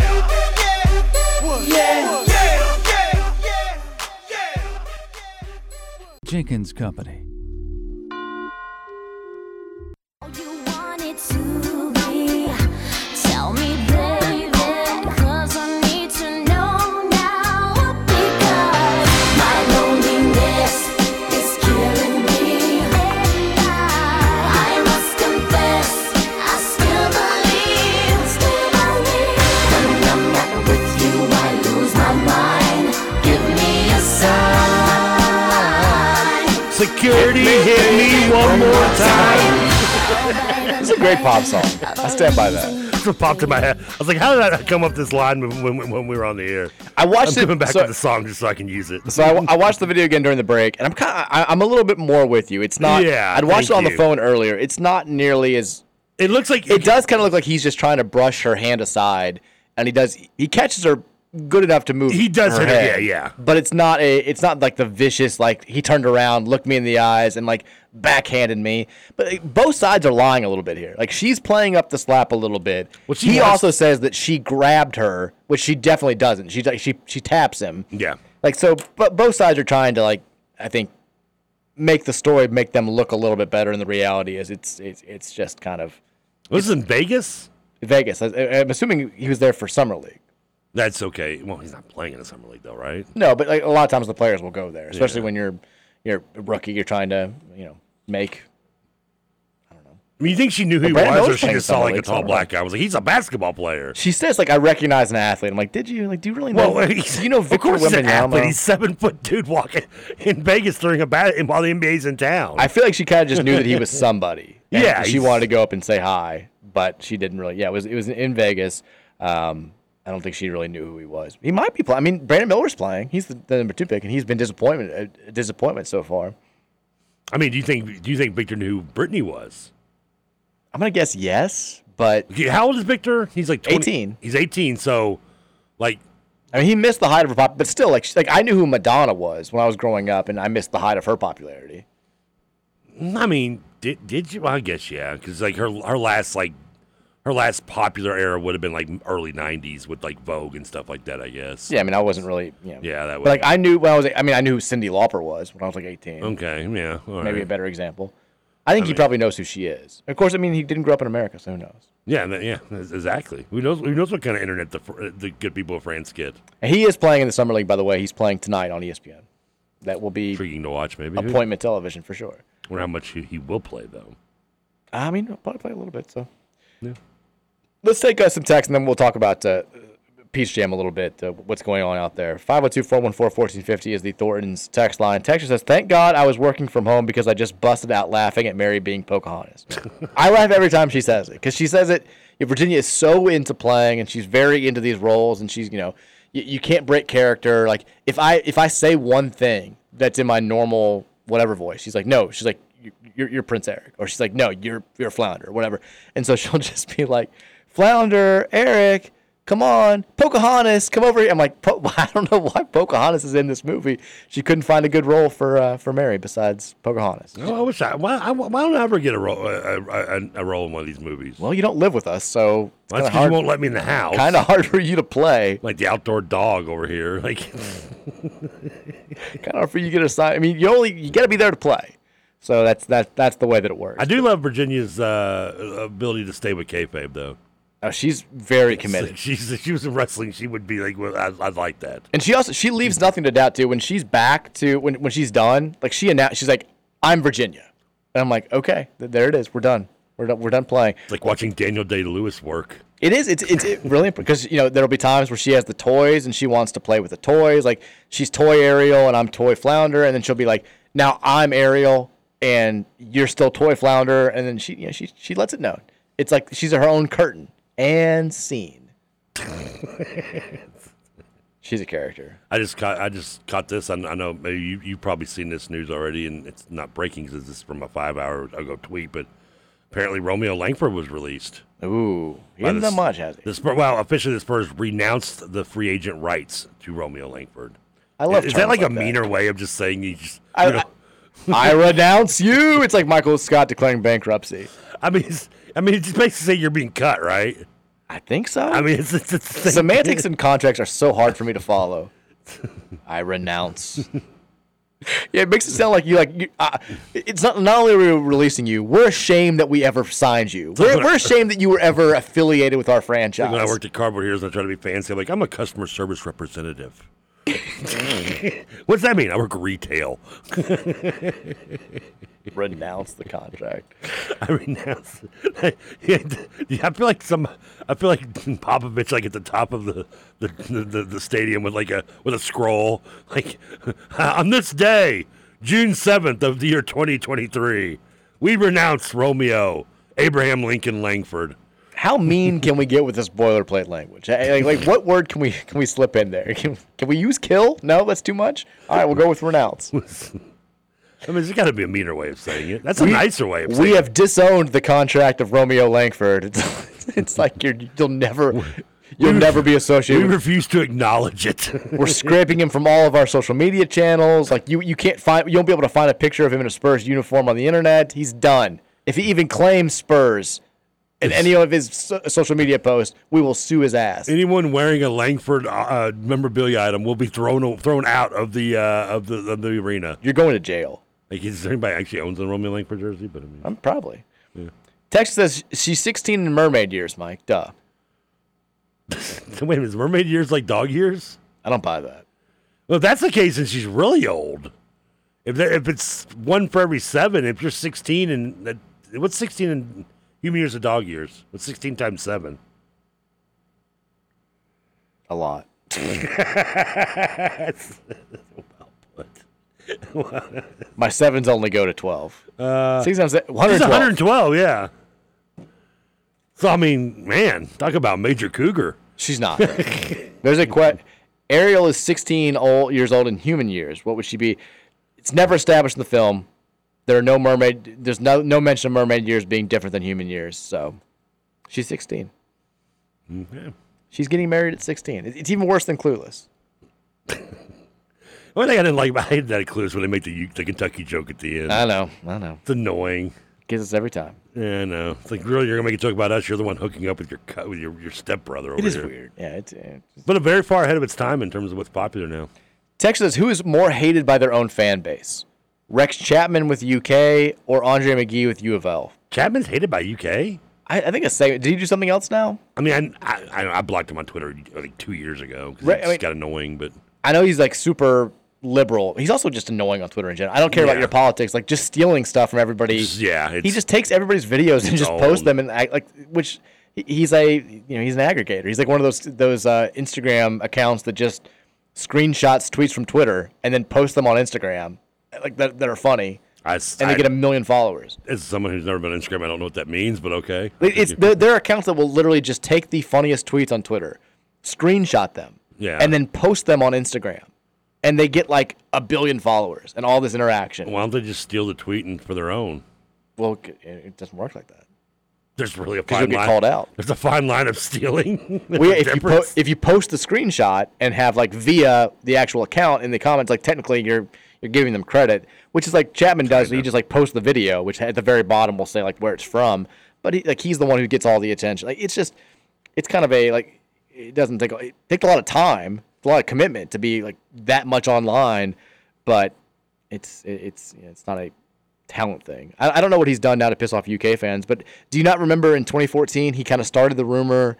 Speaker 8: yeah. Yeah, yeah, yeah, yeah.
Speaker 13: Jenkins Company.
Speaker 14: Tell me, baby, 'cause I need to know now. Because my loneliness is killing me. I must confess, I still believe, still believe. When I'm not with you, I lose my mind. Give me a sign.
Speaker 12: Security hit me one more time.
Speaker 11: It's a great pop song. I stand by that.
Speaker 12: That's what popped in my head. I was like, how did I come up this line when, when, when we were on the air?
Speaker 11: I watched
Speaker 12: I'm
Speaker 11: it-
Speaker 12: coming back
Speaker 11: so-
Speaker 12: to the song just so I can use it.
Speaker 11: So I, I watched the video again during the break, and I'm kind of I, I'm a little bit more with you. It's not.
Speaker 12: Yeah,
Speaker 11: I'd watched it
Speaker 12: thank
Speaker 11: on the
Speaker 12: you.
Speaker 11: phone earlier. It's not nearly as.
Speaker 12: It looks like
Speaker 11: it does kind of look like he's just trying to brush her hand aside, and he does. He catches her good enough to move.
Speaker 12: He does
Speaker 11: her
Speaker 12: hit her,
Speaker 11: head,
Speaker 12: yeah, yeah.
Speaker 11: But it's not a. It's not like the vicious like he turned around, looked me in the eyes, and like backhanded me. But uh, both sides are lying a little bit here. Like she's playing up the slap a little bit.
Speaker 12: she
Speaker 11: he
Speaker 12: has-
Speaker 11: also says that she grabbed her, which she definitely doesn't. She's like she she taps him.
Speaker 12: Yeah.
Speaker 11: Like so, but both sides are trying to like I think make the story make them look a little bit better, and the reality is it's it's, it's just kind of.
Speaker 12: Was this in Vegas?
Speaker 11: Vegas. I, I'm assuming he was there for summer league.
Speaker 12: That's okay. Well, he's not playing in the summer league though, right?
Speaker 11: No, but like a lot of times the players will go there, especially
Speaker 12: Yeah.
Speaker 11: when you're you're a rookie, you're trying to you know make.
Speaker 12: I mean, you think she knew who
Speaker 11: But
Speaker 12: he
Speaker 11: Brandon
Speaker 12: was,
Speaker 11: knows
Speaker 12: or she
Speaker 11: playing
Speaker 12: just saw
Speaker 11: summer
Speaker 12: like a
Speaker 11: league,
Speaker 12: tall
Speaker 11: summer
Speaker 12: black guy? I was like, he's a basketball player.
Speaker 11: She says like I recognize an athlete. I'm like, did you like? Do you really know?
Speaker 12: Well,
Speaker 11: do you know
Speaker 12: of
Speaker 11: Victor
Speaker 12: course he's an athlete. He's
Speaker 11: Wembanyama?
Speaker 12: seven foot dude walking in Vegas during a bat while the NBA's in town.
Speaker 11: I feel like she kind of just knew that he was somebody. and
Speaker 12: Yeah,
Speaker 11: she
Speaker 12: he's-
Speaker 11: wanted to go up and say hi, but she didn't really. Yeah, it was it was in Vegas. Um, I don't think she really knew who he was. He might be playing. I mean, Brandon Miller's playing. He's the, the number two pick, and he's been disappointment a disappointment so far.
Speaker 12: I mean, do you think do you think Victor knew who Brittany was?
Speaker 11: I'm gonna guess yes, but
Speaker 12: how old is Victor? He's like 20,
Speaker 11: 18.
Speaker 12: He's 18, so like
Speaker 11: I mean, he missed the height of her pop, but still, like, she- like I knew who Madonna was when I was growing up, and I missed the height of her popularity.
Speaker 12: I mean, did did you? I guess yeah, because like her her last like her last popular era would have been like early '90s with like Vogue and stuff like that. I guess.
Speaker 11: Yeah, I mean, I wasn't really, you know,
Speaker 12: Yeah, that
Speaker 11: but
Speaker 12: was
Speaker 11: like I knew when I was, I mean, I knew who Cindy Lauper was when I was like 18.
Speaker 12: okay. Yeah, all
Speaker 11: maybe a
Speaker 12: right.
Speaker 11: better example. I think he probably knows who she is. Of course, I mean, he didn't grow up in America, so who knows?
Speaker 12: Yeah, that- yeah, that's- exactly. Who knows? Who knows what kind of internet the fr- the good people of France get?
Speaker 11: And he is playing in the summer league, by the way. He's playing tonight on E ESPN. That will be
Speaker 12: Intriguing to watch, maybe.
Speaker 11: appointment television for sure.
Speaker 12: Or how much he, he will play though.
Speaker 11: I mean, he'll probably play a little bit. So
Speaker 12: Yeah.
Speaker 11: let's take uh, some text, and then we'll talk about uh, Peach Jam a little bit, uh, what's going on out there. 502-414-1450 is the Thornton's text line. Texture says, thank God I was working from home because I just busted out laughing at Mary being Pocahontas. I laugh every time she says it because she says it. yeah, Virginia is so into playing, and she's very into these roles, and she's you know you, you can't break character. Like if I if I say one thing that's in my normal whatever voice, she's like, no, she's like, "You- you're, you're Prince Eric, or she's like, no, you're you're Flounder, or whatever, and so she'll just be like, Flounder, Eric. Come on, Pocahontas, come over here. I'm like, po- I don't know why Pocahontas is in this movie. She couldn't find a good role for uh, for Mary besides Pocahontas.
Speaker 12: Oh, I wish I why, I why don't I ever get a role a, a, a- a role in one of these movies?
Speaker 11: Well, you don't live with us, so it's
Speaker 12: Well, that's
Speaker 11: kinda
Speaker 12: 'cause you
Speaker 11: hard-
Speaker 12: won't let me in the house.
Speaker 11: Kind of hard for you to play.
Speaker 12: Like the outdoor dog over here. Like
Speaker 11: Kind of hard for you to get assigned. I mean, you only you got to be there to play. So that's that that's the way that it works.
Speaker 12: I do love Virginia's uh, ability to stay with kayfabe though.
Speaker 11: Oh, she's very committed.
Speaker 12: She's if she was in wrestling. She would be like, well, I, I like that.
Speaker 11: And she also she leaves nothing to doubt too. When she's back to when when she's done, like she announced, she's like, "I'm Virginia," and I'm like, "Okay, th- there it is. We're done. We're done. We're done playing."
Speaker 12: It's like watching Daniel Day Lewis work.
Speaker 11: It is. It's it's it really because you know there'll be times where she has the toys and she wants to play with the toys. Like she's toy Ariel and I'm toy Flounder, and then she'll be like, "Now I'm Ariel and you're still toy Flounder," and then she you know she she lets it known. It's like she's her own curtain and scene. she's a character.
Speaker 12: I just caught I just caught this. I, I know maybe you you probably seen this news already, and it's not breaking because this is from a five hour ago tweet, but apparently Romeo Langford was released.
Speaker 11: Ooh, he hasn't done much, has he?
Speaker 12: The Spurs, well, officially the Spurs renounced the free agent rights to Romeo Langford.
Speaker 11: I love
Speaker 12: Is, is that
Speaker 11: terms
Speaker 12: like,
Speaker 11: like
Speaker 12: a
Speaker 11: that.
Speaker 12: meaner way of just saying you just?
Speaker 11: I-
Speaker 12: you know-
Speaker 11: I renounce you. It's like Michael Scott declaring bankruptcy.
Speaker 12: I mean, it's, I mean, it's just basically saying you're being cut, right?
Speaker 11: I think so.
Speaker 12: I mean, it's, it's, it's
Speaker 11: Semantics and contracts are so hard for me to follow. I renounce. yeah, it makes it sound like you like. You, uh, it's not not only are we releasing you, we're ashamed that we ever signed you. We're, we're ashamed that you were ever affiliated with our franchise.
Speaker 12: Like when I worked at Cardboard Heroes, and I tried to be fancy. I'm like, I'm a customer service representative.
Speaker 11: Mm.
Speaker 12: What's that mean? I work retail.
Speaker 11: renounce the contract.
Speaker 12: I renounce. yeah, d- I feel like some. I feel like Popovich, like at the top of the the, the, the, the stadium with like a with a scroll, like on this day, June seventh of the year 2023, we renounce Romeo Abraham Lincoln Langford.
Speaker 11: How mean can we get with this boilerplate language? Hey, Like, like what word can we can we slip in there? Can, can we use kill? No, that's too much. All right, we'll go with renounce.
Speaker 12: I mean, there's got to be a meaner way of saying it. That's a
Speaker 11: We-
Speaker 12: nicer way of saying
Speaker 11: We
Speaker 12: it.
Speaker 11: have disowned the contract of Romeo Langford. It's, it's like you're, you'll never, you'll never be
Speaker 12: We
Speaker 11: associated. with,
Speaker 12: refuse to acknowledge it.
Speaker 11: we're scraping him from all of our social media channels. Like you, you can't find, you won't be able to find a picture of him in a Spurs uniform on the internet. He's done. If he even claims Spurs in any of his so- social media posts, we will sue his ass.
Speaker 12: Anyone wearing a Langford uh, memorabilia item will be thrown thrown out of the uh, of the of the arena.
Speaker 11: You're going to jail.
Speaker 12: Like, is there anybody actually owns a Romeo Langford jersey? But I mean,
Speaker 11: I'm probably.
Speaker 12: Yeah.
Speaker 11: Text says she's 16 in mermaid years, Mike. Duh.
Speaker 12: Wait a minute, is mermaid years like dog years?
Speaker 11: I don't buy that.
Speaker 12: Well, if that's the case, then she's really old. If there, if it's one for every seven, if you're 16 and that, what's 16 in human years of dog years? What's 16 times seven?
Speaker 11: A lot. My sevens only go to 12.
Speaker 12: Uh,
Speaker 11: Six times se-
Speaker 12: she's
Speaker 11: 112.
Speaker 12: 112, yeah. So I mean, man, talk about major cougar.
Speaker 11: She's not. though. There's a question. Ariel is 16 old, years old in human years. What would she be? It's never established in the film. There are no mermaid. There's no no mention of mermaid years being different than human years. So, she's 16.
Speaker 12: Okay.
Speaker 11: She's getting married at 16. It- It's even worse than Clueless.
Speaker 12: One thing I didn't like, I hated that at Clues when they make the U- the Kentucky joke at the end.
Speaker 11: I know. I know.
Speaker 12: It's annoying.
Speaker 11: Gives us every time.
Speaker 12: Yeah, I know. It's like really, you're gonna make a joke about us. You're the one hooking up with your cu- with your your stepbrother. Over
Speaker 11: It is
Speaker 12: here.
Speaker 11: weird. Yeah, it's, it's
Speaker 12: But very far ahead of its time in terms of what's popular now.
Speaker 11: Text says, who is more hated by their own fan base? Rex Chapman with UK or Andre McGee with U of L?
Speaker 12: Chapman's hated by UK? I,
Speaker 11: I think a segment. Did he do something else now?
Speaker 12: I mean, I I, I, I blocked him on Twitter like two years ago because
Speaker 11: Right,
Speaker 12: it
Speaker 11: I mean-
Speaker 12: got annoying. But
Speaker 11: I know he's like super liberal. He's also just annoying on Twitter in general. I don't care about
Speaker 12: Yeah.
Speaker 11: your politics, like just stealing stuff from everybody.
Speaker 12: yeah,
Speaker 11: he
Speaker 12: it's-
Speaker 11: just takes everybody's videos and
Speaker 12: It's
Speaker 11: just
Speaker 12: all-
Speaker 11: posts them and act like which he- he's a you know he's an aggregator. He's like one of those those uh, Instagram accounts that just screenshots tweets from Twitter and then post them on Instagram, like that that are funny,
Speaker 12: I, s-
Speaker 11: and
Speaker 12: I-
Speaker 11: they get a million followers.
Speaker 12: as someone who's never been on Instagram, I don't know what that means, but okay.
Speaker 11: Like, It's there, there are accounts that will literally just take the funniest tweets on Twitter, screenshot them,
Speaker 12: Yeah.
Speaker 11: and then post them on Instagram, and they get like a billion followers and all this interaction.
Speaker 12: Why don't they just steal the tweet and for their own?
Speaker 11: Well, it, it doesn't work like that.
Speaker 12: There's really a
Speaker 11: 'Cause
Speaker 12: fine
Speaker 11: you'll get
Speaker 12: line.
Speaker 11: called out.
Speaker 12: There's a fine line of stealing. There's
Speaker 11: Well,
Speaker 12: a
Speaker 11: yeah, if you po-
Speaker 12: difference.
Speaker 11: if you post the screenshot and have like via the actual account in the comments, like technically you're you're giving them credit, which is like Chapman does. He just like posts the video, which at the very bottom will say like where it's from, but he, like he's the one who gets all the attention. Like it's just it's kind of a like it doesn't take it takes a lot of time, a lot of commitment to be like that much online, but it's it, it's you know, it's not a talent thing. I, I don't know what he's done now to piss off UK fans, but do you not remember in 2014 he kind of started the rumor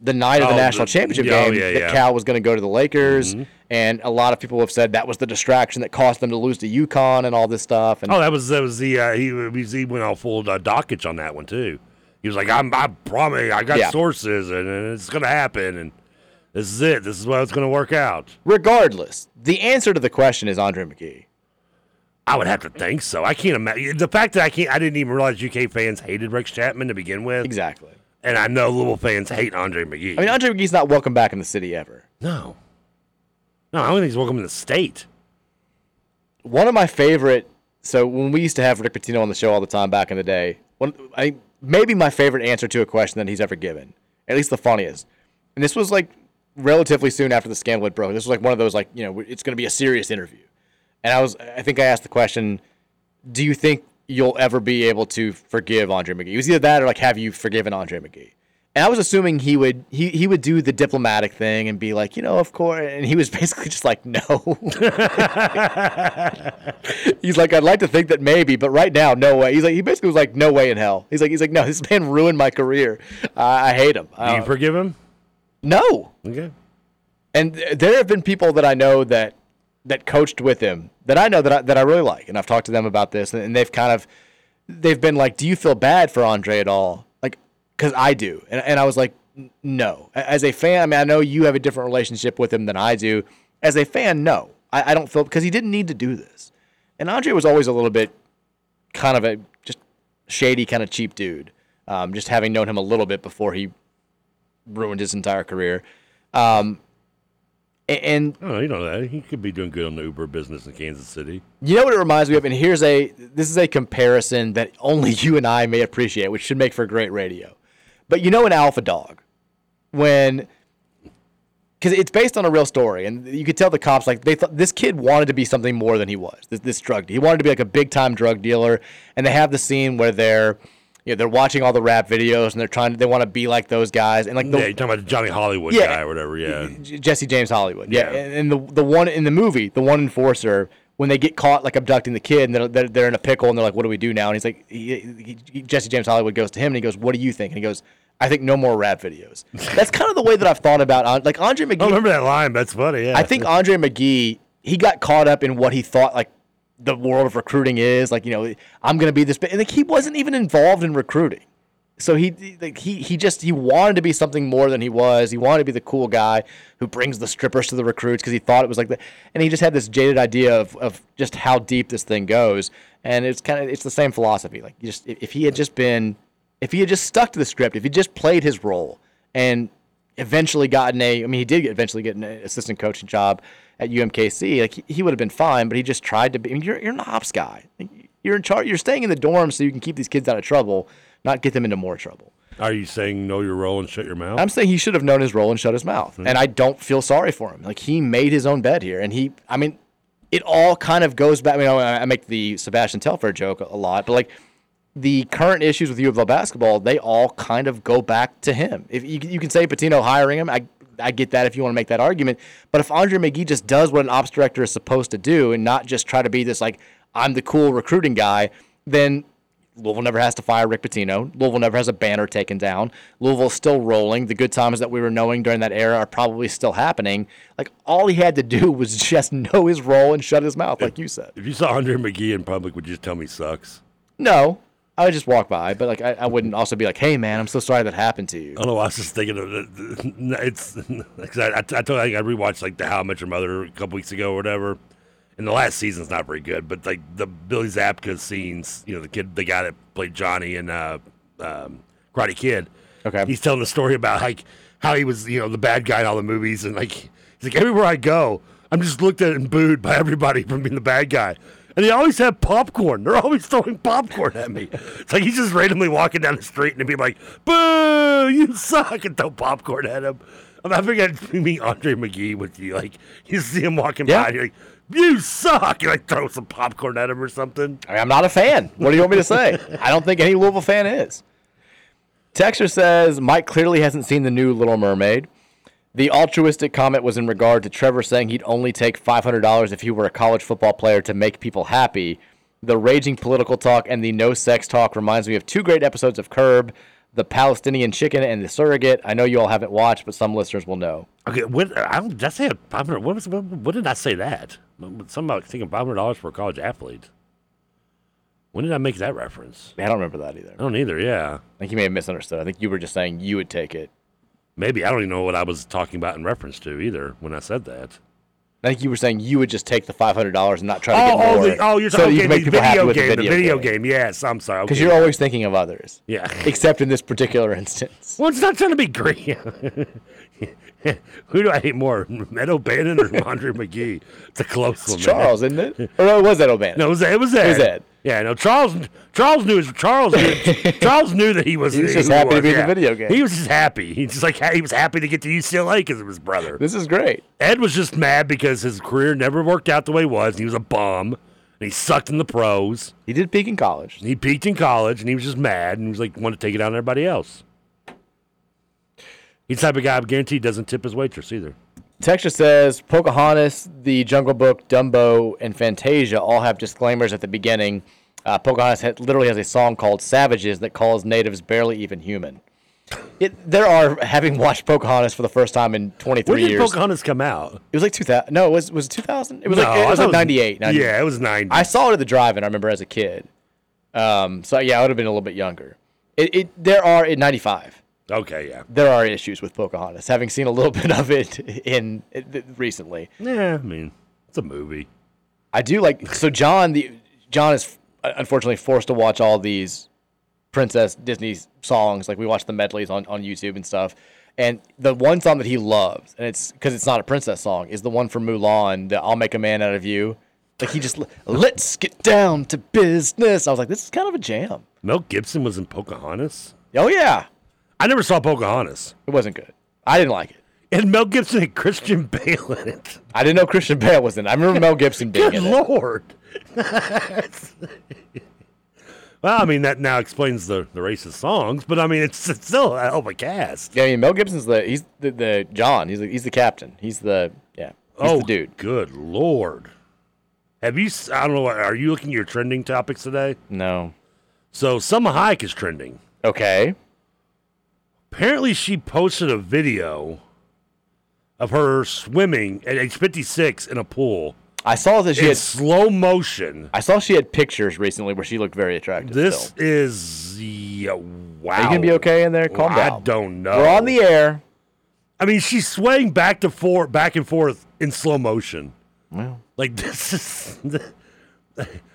Speaker 11: the night of the
Speaker 12: Oh,
Speaker 11: national
Speaker 12: the-
Speaker 11: championship
Speaker 12: yeah, oh,
Speaker 11: game
Speaker 12: yeah,
Speaker 11: that
Speaker 12: yeah. Mm-hmm.
Speaker 11: Cal was going to go to the Lakers, and a lot of people have said that was the distraction that caused them to lose to UConn and all this stuff. And
Speaker 12: Oh, that was that was the uh, he was- he went all full uh, Dockage on that one too. He was like, "I'm I promise, I got
Speaker 11: Yeah.
Speaker 12: sources, and, and it's gonna happen, and this is it. This is how it's gonna work out."
Speaker 11: Regardless, the answer to the question is Andre McGee.
Speaker 12: I would have to think so. I can't imagine the fact that I can't. I didn't even realize UK fans hated Rex Chapman to begin with.
Speaker 11: Exactly.
Speaker 12: And I know Louisville fans hate Andre McGee.
Speaker 11: I mean, Andre McGee's not welcome back in the city ever.
Speaker 12: no, no, I don't think he's welcome in the state.
Speaker 11: One of my favorite. So when we used to have Rick Pitino on the show all the time back in the day, one I maybe my favorite answer to a question that he's ever given, at least the funniest. And this was like relatively soon after the scandal had broken. This was like one of those like you know it's going to be a serious interview. And I was I think I asked the question, do you think you'll ever be able to forgive Andre McGee? It was either that or like have you forgiven Andre McGee? And I was assuming he would he he would do the diplomatic thing and be like, you know, of course. And he was basically just like, no. he's like, I'd like to think that maybe, but right now, no way. He's like, he basically was like, no way in hell. He's like, he's like, no, this man ruined my career. I I hate him. Uh,
Speaker 12: Do you forgive him?
Speaker 11: No.
Speaker 12: Okay.
Speaker 11: And th- there have been people that I know that that coached with him that I know that I, that I really like, and I've talked to them about this, and, and they've kind of they've been like, "Do you feel bad for Andre at all?" Like, because I do, and and I was like, "N- "No." A- As a fan, I mean, I know you have a different relationship with him than I do. As a fan, no, I, I don't feel because he didn't need to do this, and Andre was always a little bit kind of a just shady, kind of cheap dude. Um, just having known him a little bit before he ruined his entire career. Um, a- and
Speaker 12: Oh, you know that he could be doing good on the Uber business in Kansas City.
Speaker 11: you know what it reminds me of, and here's a this is a comparison that only you and I may appreciate, which should make for great radio. But you know, an alpha dog, when because it's based on a real story, and you could tell the cops like they thought this kid wanted to be something more than he was. This, this drug, he wanted to be like a big time drug dealer, and they have the scene where they're. You know, they're watching all the rap videos and they're trying to, they want to be like those guys and like the,
Speaker 12: yeah, you're talking about the Johnny Hollywood
Speaker 11: Yeah.
Speaker 12: guy or whatever. Yeah.
Speaker 11: J- Jesse James Hollywood. Yeah. And, and the the one in the movie, the one enforcer, when they get caught like abducting the kid and they're, they're, they're in a pickle and they're like, what do we do now? And he's like, he, he, Jesse James Hollywood goes to him and he goes, what do you think? And he goes, I think no more rap videos. That's kind of the way that I've thought about An- like Andre McGee.
Speaker 12: I remember that line. That's funny. Yeah.
Speaker 11: I think Andre McGee, he got caught up in what he thought like the world of recruiting is. Like, you know, I'm going to be this big. And like, he wasn't even involved in recruiting. So he like he he just he wanted to be something more than he was. He wanted to be the cool guy who brings the strippers to the recruits because he thought it was like that. And he just had this jaded idea of, of just how deep this thing goes. And it's kind of it's the same philosophy. Like you just if if he had just been if he had just stuck to the script, if he just played his role and eventually gotten a I mean he did eventually get an assistant coaching job at UMKC, like he, he would have been fine, but he just tried to be I mean, you're you're an ops guy. Like, You're in charge you're staying in the dorm so you can keep these kids out of trouble, not get them into more trouble.
Speaker 12: Are you saying know your role and shut your mouth?
Speaker 11: I'm saying he should have known his role and shut his mouth. And I don't feel sorry for him. Like he made his own bed here, and he, I mean, it all kind of goes back. I mean, I I make the Sebastian Telfair joke a lot, but like the current issues with U of L basketball, they all kind of go back to him. If you, you can say Patino hiring him, I I get that if you want to make that argument. But if Andre McGee just does what an ops director is supposed to do and not just try to be this like I'm the cool recruiting guy, then Louisville never has to fire Rick Pitino. Louisville never has a banner taken down. Louisville's still rolling. The good times that we were knowing during that era are probably still happening. Like all he had to do was just know his role and shut his mouth, like you said.
Speaker 12: If you saw Andre McGee in public, would you just tell me he sucks?
Speaker 11: No, I would just walk by, but like I, I wouldn't also be like, "Hey man, I'm so sorry that happened to you."
Speaker 12: I don't know. I was just thinking of the- it's. Cause I, I, I told I, I rewatched like the How I Met Your Mother a couple weeks ago or whatever, and the last season's not very good. But like the Billy Zabka scenes, you know, the kid, the guy that played Johnny in uh, um, Karate Kid.
Speaker 11: Okay.
Speaker 12: He's telling the story about like how he was, you know, the bad guy in all the movies, and like he's like everywhere I go, I'm just looked at and booed by everybody from being the bad guy. And they always have popcorn. They're always throwing popcorn at me. It's like he's just randomly walking down the street and be like, "Boo! You suck!" and throw popcorn at him. I'm not forgetting me, Andre McGee, with you. Like you see him walking by, and you're like, "You suck!" You like throw some popcorn at him or something.
Speaker 11: I mean, I'm not a fan. What do you want me to say? I don't think any Louisville fan is. Texture says Mike clearly hasn't seen the new Little Mermaid. The altruistic comment was in regard to Trevor saying he'd only take $500 if he were a college football player to make people happy. The raging political talk and the no sex talk reminds me of two great episodes of Curb, The Palestinian Chicken and The Surrogate. I know you all haven't watched, but some listeners will know.
Speaker 12: Okay, what I don't, did I say a five hundred? What was what, what did I say that? Something about thinking five hundred dollars for a college athlete. When did I make that reference?
Speaker 11: I don't remember that either. I
Speaker 12: don't either. Yeah,
Speaker 11: I think you may have misunderstood. I think you were just saying you would take it.
Speaker 12: Maybe I don't even know what I was talking about in reference to either when I said that.
Speaker 11: I think you were saying you would just take the five hundred dollars and not try to get
Speaker 12: oh,
Speaker 11: more.
Speaker 12: the- oh, you're
Speaker 11: so
Speaker 12: talking
Speaker 11: you
Speaker 12: okay,
Speaker 11: can make
Speaker 12: the
Speaker 11: people happy
Speaker 12: video
Speaker 11: with
Speaker 12: game,
Speaker 11: the video, game.
Speaker 12: Yes, I'm sorry.
Speaker 11: Because
Speaker 12: okay.
Speaker 11: you're always thinking of others.
Speaker 12: Yeah.
Speaker 11: Except in this particular instance.
Speaker 12: Well, it's not trying to be great. Who do I hate more, Ed O'Bannon or Andre McGee? It's a close one. man.
Speaker 11: Charles, isn't it? Or no, it was Ed O'Bannon.
Speaker 12: No, it was Ed. It was
Speaker 11: It
Speaker 12: Ed.
Speaker 11: was Ed.
Speaker 12: Yeah, no. Charles. Charles knew. his- Charles knew. Charles knew that he was.
Speaker 11: He was
Speaker 12: who
Speaker 11: just happy to
Speaker 12: was,
Speaker 11: be in the
Speaker 12: yeah.
Speaker 11: video game.
Speaker 12: He was just happy. He just like he was happy to get to UCLA because of his brother.
Speaker 11: This is great.
Speaker 12: Ed was just mad because his career never worked out the way it was. He was a bum, and he sucked in the pros.
Speaker 11: He did peak in college.
Speaker 12: He peaked in college, and he was just mad, and he was like, wanted to take it out on everybody else. He's the type of guy I guarantee doesn't tip his waitress either.
Speaker 11: Texture says Pocahontas, The Jungle Book, Dumbo, and Fantasia all have disclaimers at the beginning. Uh, Pocahontas ha- literally has a song called "Savages" that calls natives barely even human. It, there are having watched Pocahontas for the first time in 23
Speaker 12: When did
Speaker 11: years.
Speaker 12: Pocahontas come out?
Speaker 11: It was like 2000. No, it was was 2000. It was
Speaker 12: No,
Speaker 11: like it
Speaker 12: I
Speaker 11: was
Speaker 12: thought
Speaker 11: like 98. 90.
Speaker 12: Yeah, it was 90.
Speaker 11: I saw it at the drive-in. I remember as a kid. Um, so yeah, I would have been a little bit younger. It, it there are in 95.
Speaker 12: Okay, yeah.
Speaker 11: There are issues with Pocahontas, having seen a little bit of it in, recently.
Speaker 12: Yeah, I mean, it's a movie.
Speaker 11: I do like so John the John is uh, unfortunately forced to watch all these princess Disney songs. Like we watch the medleys on, on YouTube and stuff. And the one song that he loves, and it's because it's not a princess song, is the one from Mulan, the "I'll Make a Man Out of You." Like he just let's get down to business. I was like, this is kind of a jam.
Speaker 12: Mel Gibson was in Pocahontas.
Speaker 11: Oh yeah,
Speaker 12: I never saw Pocahontas.
Speaker 11: It wasn't good. I didn't like it.
Speaker 12: And Mel Gibson and Christian Bale in it.
Speaker 11: I didn't know Christian Bale was in. it. I remember Mel Gibson being
Speaker 12: Good
Speaker 11: in it.
Speaker 12: lord. Well, I mean that now explains the, the racist songs, but I mean it's, it's still a hell of a cast.
Speaker 11: Yeah, I mean Mel Gibson's the he's the, the John. He's the, he's the captain. He's the yeah. He's
Speaker 12: oh,
Speaker 11: the dude.
Speaker 12: Good lord. Have you? s- I don't know. Are you looking at your trending topics today?
Speaker 11: No.
Speaker 12: So Summer Hayek is trending.
Speaker 11: Okay.
Speaker 12: Apparently, she posted a video of her swimming at age 56 in a pool.
Speaker 11: I saw that she
Speaker 12: in
Speaker 11: had-
Speaker 12: slow motion.
Speaker 11: I saw she had pictures recently where she looked very attractive.
Speaker 12: This
Speaker 11: still.
Speaker 12: is yeah, wow.
Speaker 11: Are you gonna be okay in there? Calm
Speaker 12: I
Speaker 11: down.
Speaker 12: don't know.
Speaker 11: We're on the air.
Speaker 12: I mean, she's swaying back to forth, back and forth in slow motion.
Speaker 11: Wow.
Speaker 12: Like this is.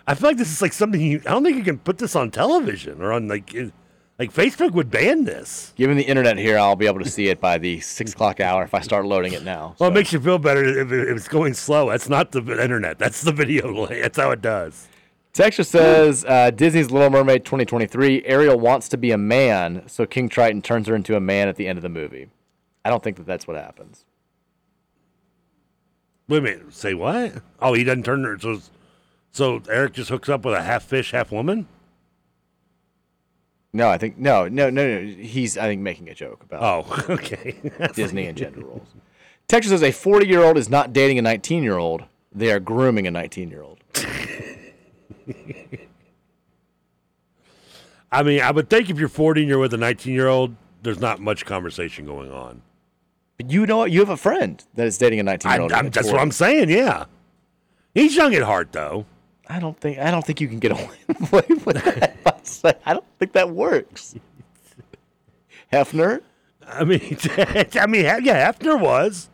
Speaker 12: I feel like this is like something you. I don't think you can put this on television or on like, it- like Facebook would ban this.
Speaker 11: Given the internet here, I'll be able to see it by the six o'clock hour if I start loading it now.
Speaker 12: Well, it makes you feel better if, it- if it's going slow. That's not the internet. That's the video. link. That's how it does.
Speaker 11: Texture says uh, Disney's Little Mermaid 2023. Ariel wants to be a man, so King Triton turns her into a man at the end of the movie. I don't think that that's what happens.
Speaker 12: Wait a minute. Say what? Oh, he doesn't turn her. So, so Eric just hooks up with a half fish, half woman.
Speaker 11: No, I think no, no, no, no. He's I think making a joke about.
Speaker 12: Oh, okay.
Speaker 11: Disney and gender roles. Texture says a 40 year old is not dating a 19 year old. They are grooming a 19 year old.
Speaker 12: I mean, I would think if you're 40 and you're with a 19 year old, there's not much conversation going on.
Speaker 11: But you know what? You have a friend that is dating a 19
Speaker 12: I,
Speaker 11: year old.
Speaker 12: I'm, that's what I'm saying. Yeah, he's young at heart though.
Speaker 11: I don't think I don't think you can get away with that. I say- I don't think that works. Hefner,
Speaker 12: I mean, I mean, he- yeah, Hefner was.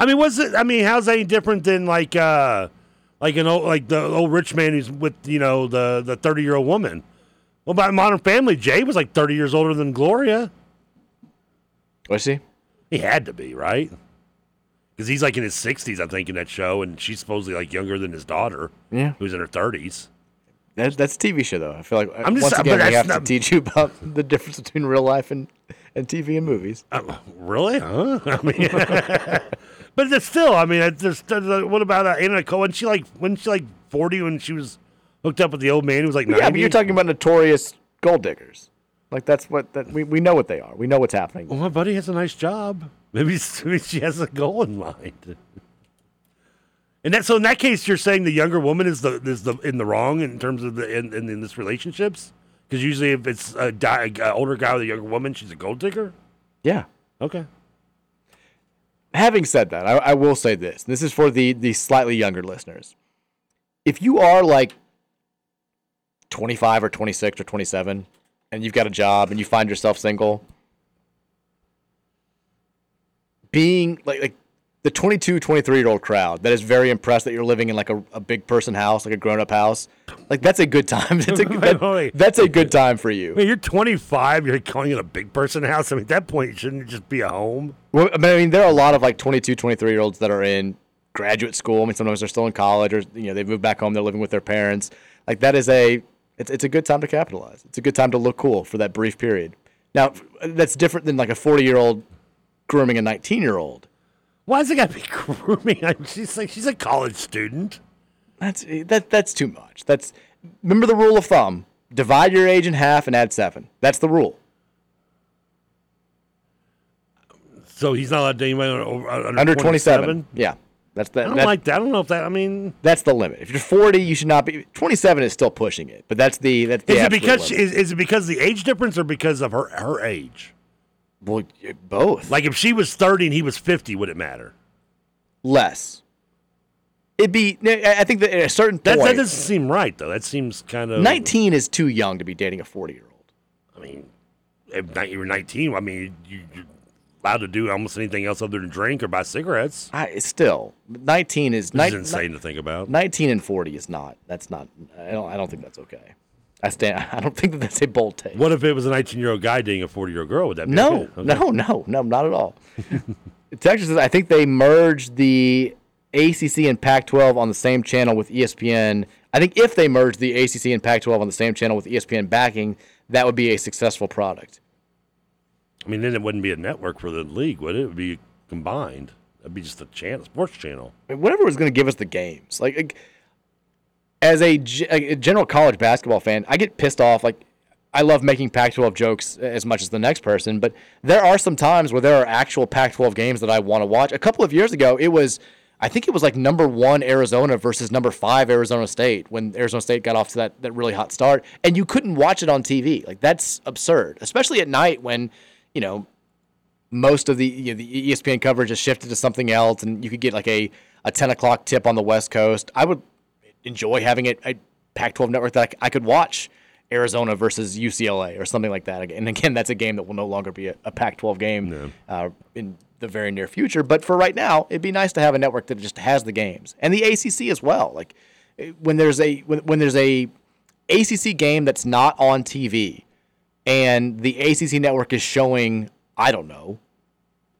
Speaker 12: I mean, was it? I mean, how's that any different than like, uh like an old, like the old rich man who's with you know the the thirty year old woman? Well, by Modern Family, Jay was like thirty years older than Gloria.
Speaker 11: was she?
Speaker 12: He had to be right, because he's like in his sixties, I think, in that show, and she's supposedly like younger than his daughter,
Speaker 11: Yeah,
Speaker 12: who's in her thirties.
Speaker 11: that, that's a TV show though. I feel like uh,
Speaker 12: I'm just-
Speaker 11: once
Speaker 12: but
Speaker 11: again we
Speaker 12: that's
Speaker 11: have to
Speaker 12: not-
Speaker 11: teach you about the difference between real life and, and TV and movies.
Speaker 12: Oh, Really?
Speaker 11: Uh-huh.
Speaker 12: Huh? I mean, but it's still, I mean, it's just, uh, what about uh, Anna Nicole? Wasn't she like, wasn't she like 40 when she was hooked up with the old man who was like 90?
Speaker 11: Yeah, but you're talking about notorious gold diggers. Like that's what that we, we know what they are. We know what's happening.
Speaker 12: Well, my buddy has a nice job. Maybe, s- maybe she has a goal in mind. And that so in that case, you're saying the younger woman is the is the in the wrong in terms of the in in, in this relationships because usually if it's a, di- a older guy with a younger woman, she's a gold digger.
Speaker 11: Yeah.
Speaker 12: Okay.
Speaker 11: Having said that, I, I will say this. This is for the the slightly younger listeners. If you are like 25 or 26 or 27 and you've got a job and you find yourself single, being like like the 22, 23 year old crowd that is very impressed that you're living in like a, a big person house, like a grown up house, like that's a good time. That's a, that- that's a good time for you.
Speaker 12: I mean, you're 25. You're calling it a big person house. I mean, at that point, shouldn't it just be a home?
Speaker 11: Well, I mean, I mean, there are a lot of like 22, 23 year olds that are in graduate school. I mean, sometimes they're still in college or, you know, they've moved back home, they're living with their parents. Like, that is a, it's, it's a good time to capitalize. It's a good time to look cool for that brief period. Now, f- that's different than like a 40 year old grooming a 19 year old.
Speaker 12: Why is it got to be grooming? I mean, she's like she's a college student.
Speaker 11: That's, that, that's too much. That's, remember the rule of thumb divide your age in half and add seven. That's the rule.
Speaker 12: So he's not allowed to date anybody over, uh, under,
Speaker 11: Under 27. Yeah. That's the,
Speaker 12: I don't
Speaker 11: that-
Speaker 12: like that. I don't know if that. I mean,
Speaker 11: That's the limit. If you're 40, you should not be. 27 is still pushing it, but that's the that's the.
Speaker 12: is it
Speaker 11: absolute
Speaker 12: because she,
Speaker 11: limit.
Speaker 12: is, is it because of the age difference or because of her her age?
Speaker 11: Well, both.
Speaker 12: Like if she was 30 and he was 50, would it matter?
Speaker 11: less? It'd be. I I think that at a certain
Speaker 12: That,
Speaker 11: point,
Speaker 12: that doesn't seem right though. That seems kind of
Speaker 11: 19 is too young to be dating a 40 year old.
Speaker 12: I mean, if ni- you were 19, I mean, you, you're allowed to do almost anything else other than drink or buy cigarettes.
Speaker 11: I still 19
Speaker 12: This
Speaker 11: is.
Speaker 12: is
Speaker 11: nine-
Speaker 12: insane to think about.
Speaker 11: 19 and 40 is not. That's not. I don't. I don't think that's okay. I stand. I don't think that that's a bold take.
Speaker 12: What if it was a 19 year old guy dating a 40 year old girl? Would that be
Speaker 11: No,
Speaker 12: okay? Okay.
Speaker 11: no, no, no, not at all. Texas says, I think they merged the ACC and Pac 12 on the same channel with E ESPN. I think if they merged the ACC and Pac 12 on the same channel with E ESPN backing, that would be a successful product.
Speaker 12: I mean, then it wouldn't be a network for the league, would it? It would be combined. It'd be just a channel, sports channel.
Speaker 11: I mean, whatever was going to give us the games. Like, like, as a, ge- a general college basketball fan, I get pissed off. Like, I love making Pac 12 jokes as much as the next person, but there are some times where there are actual Pac 12 games that I want to watch. A couple of years ago, it was, I think it was like number one Arizona versus number five Arizona State when Arizona State got off to that, that really hot start, and you couldn't watch it on TV. Like, that's absurd, especially at night when, you know, most of the you know, the E ESPN coverage has shifted to something else, and you could get like a, a ten o'clock tip on the West Coast. I would enjoy having it a Pac-12 network that I c- I, could watch Arizona versus UCLA or something like that. And again, that's a game that will no longer be a, a Pac-12 game uh, in the very near future. But for right now, it'd be nice to have a network that just has the games and the ACC as well. Like eh, when there's a when, when there's a ACC game that's not on TV and the ACC network is showing, I don't know,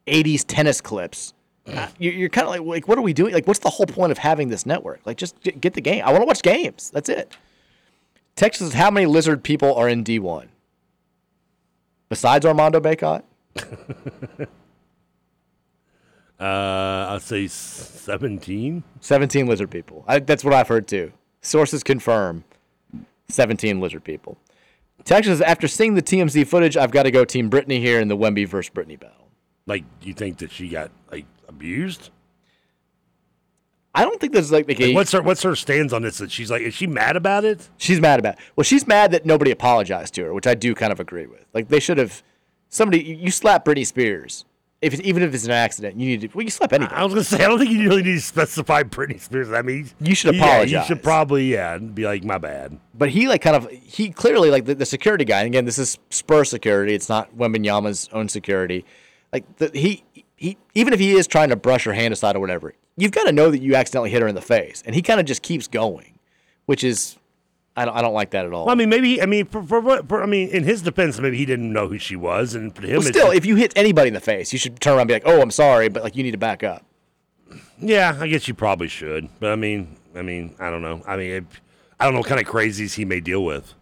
Speaker 11: 80s tennis clips. Uh, You- You're kind of like, like, what are we doing? Like, what's the whole point of having this network? Like, just get get the game. I want to watch games. That's it. Texas, how many lizard people are in D1? Besides Armando Baycott?
Speaker 12: Uh, I'll say 17.
Speaker 11: 17 lizard people. I, that's what I've heard too. Sources confirm 17 lizard people. Texas, after seeing the TMZ footage, I've got to go Team Brittany here in the Wemby versus Brittany battle.
Speaker 12: Like, you think that she got like abused?
Speaker 11: I don't think there's like the
Speaker 12: Like, what's her What's her stance on this? That she's like, is she mad about it?
Speaker 11: She's mad about. Well, she's mad that nobody apologized to her, which I do kind of agree with. Like they should have. Somebody, you you slap Britney Spears, if it's, even if it's an accident, you need to. Well, you slap anybody.
Speaker 12: I was gonna say, I don't think you really need to specify Britney Spears. I mean,
Speaker 11: You should
Speaker 12: yeah, you
Speaker 11: apologize.
Speaker 12: should probably, yeah, and be like, my bad.
Speaker 11: But he like kind of he clearly like the, the security guy. And again, this is Spur security. It's not Wembenyama's own security. Like the, he he even if he is trying to brush her hand aside or whatever, you've got to know that you accidentally hit her in the face, and he kind of just keeps going, which is I don't I don't like that at all.
Speaker 12: Well, I mean, maybe I mean for, for what for, I mean in his defense, maybe he didn't know who she was, and for him,
Speaker 11: Well,
Speaker 12: it's-
Speaker 11: still, if you hit anybody in the face, you should turn around and be like, "Oh, I'm sorry," but like you need to back up.
Speaker 12: yeah, I guess you probably should. But I mean, I mean, I don't know. I mean, it, I don't know what kind of crazies he may deal with.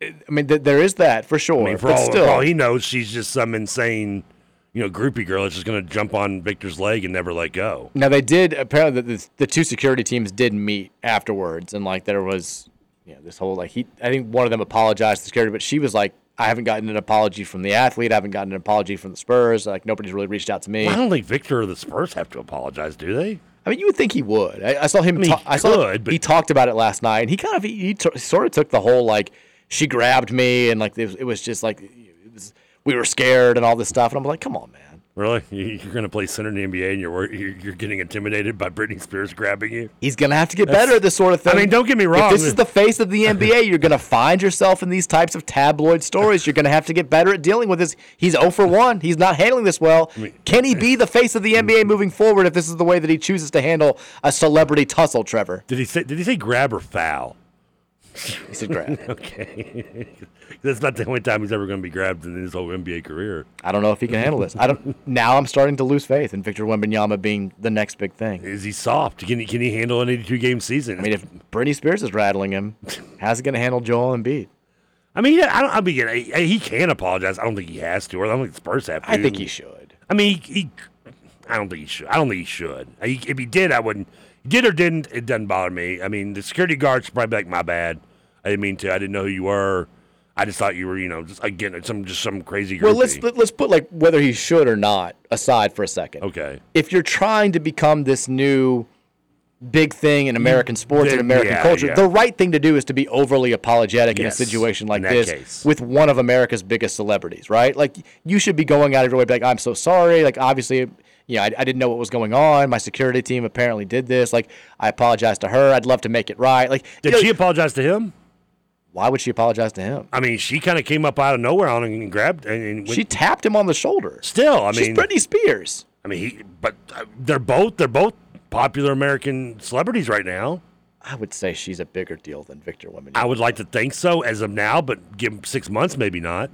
Speaker 11: I mean, th- there is that for sure.
Speaker 12: I mean, for
Speaker 11: but
Speaker 12: all, for
Speaker 11: still,
Speaker 12: all he knows, she's just some insane, you know, groupie girl that's just gonna jump on Victor's leg and never let go.
Speaker 11: now they did apparently the, the, the two security teams did meet afterwards, and like there was, you know, this whole like he. I think one of them apologized to security, but she was like, "I haven't gotten an apology from the athlete. I haven't gotten an apology from the Spurs. Like nobody's really reached out to me."
Speaker 12: Well, I don't think Victor or the Spurs have to apologize, do they?
Speaker 11: I mean, you would think he would. I, I saw him.
Speaker 12: mean,
Speaker 11: ta-
Speaker 12: he
Speaker 11: I saw
Speaker 12: could,
Speaker 11: he talked about it last night, and he kind of he, he t- sort of took the whole like she grabbed me, and like it was, it was just like it was, we were scared and all this stuff. And I'm like, come on, man.
Speaker 12: Really? You- You're going to play center in the NBA and you're wor- you're you're getting intimidated by Britney Spears grabbing you?
Speaker 11: He's gonna have to get
Speaker 12: That's-
Speaker 11: better at this sort of thing.
Speaker 12: I mean, don't get me wrong.
Speaker 11: If this is the face of the NBA. You're gonna find yourself in these types of tabloid stories. You're gonna have to get better at dealing with this. He's 0 for one. He's not handling this well. Can he be the face of the NBA moving forward if this is the way that he chooses to handle a celebrity tussle, Trevor?
Speaker 12: Did he say? Did he say grab or foul?
Speaker 11: He said grab.
Speaker 12: okay. That's not the only time he's ever going to be grabbed in his whole NBA career.
Speaker 11: I don't know if he can handle this. I don't. Now I'm starting to lose faith in Victor Wembanyama being the next big thing.
Speaker 12: Is he soft? Can he can he handle an 82 game season? I mean,
Speaker 11: if Britney Spears is rattling him, how's he going to handle Joel Embiid?
Speaker 12: I mean, I don't. I mean, I- I- he can apologize. I don't think he has to, or I don't think the Spurs have to.
Speaker 11: I think he should.
Speaker 12: I mean, he. he I don't think he should. I don't think he should. He, if he did, I wouldn't. Did or didn't, it doesn't bother me. I mean, the security guards probably be like, "My bad. I didn't mean to. I didn't know who you were. I just thought you were, you know, just again, some just some crazy."
Speaker 11: Well, let's
Speaker 12: groupie."
Speaker 11: let- let's put like whether he should or not aside for a second.
Speaker 12: Okay.
Speaker 11: If you're trying to become this new big thing in American sports
Speaker 12: Mm-hmm. Then-
Speaker 11: and American
Speaker 12: yeah,
Speaker 11: culture,
Speaker 12: yeah.
Speaker 11: the right thing to do is to be overly apologetic in a
Speaker 12: Yes,
Speaker 11: situation like
Speaker 12: in that
Speaker 11: this
Speaker 12: case.
Speaker 11: with one of America's biggest celebrities, right? Like you should be going out of your way, be like, "I'm so sorry." Like obviously. You know, I, I didn't know what was going on. My security team apparently did this. Like, I apologize to her. I'd love to make it right. Like,
Speaker 12: Did she apologize to him?
Speaker 11: Why would she apologize to him?
Speaker 12: I mean, she kind of came up out of nowhere on him and grabbed and, and
Speaker 11: She tapped him on the shoulder.
Speaker 12: Still, I
Speaker 11: She's
Speaker 12: mean,
Speaker 11: Britney Spears.
Speaker 12: I mean, he, but uh, they're both they're both popular American celebrities right now.
Speaker 11: I would say she's a bigger deal than Victor Wembanyama.
Speaker 12: I would like to think so as of now, but give him six months, maybe not.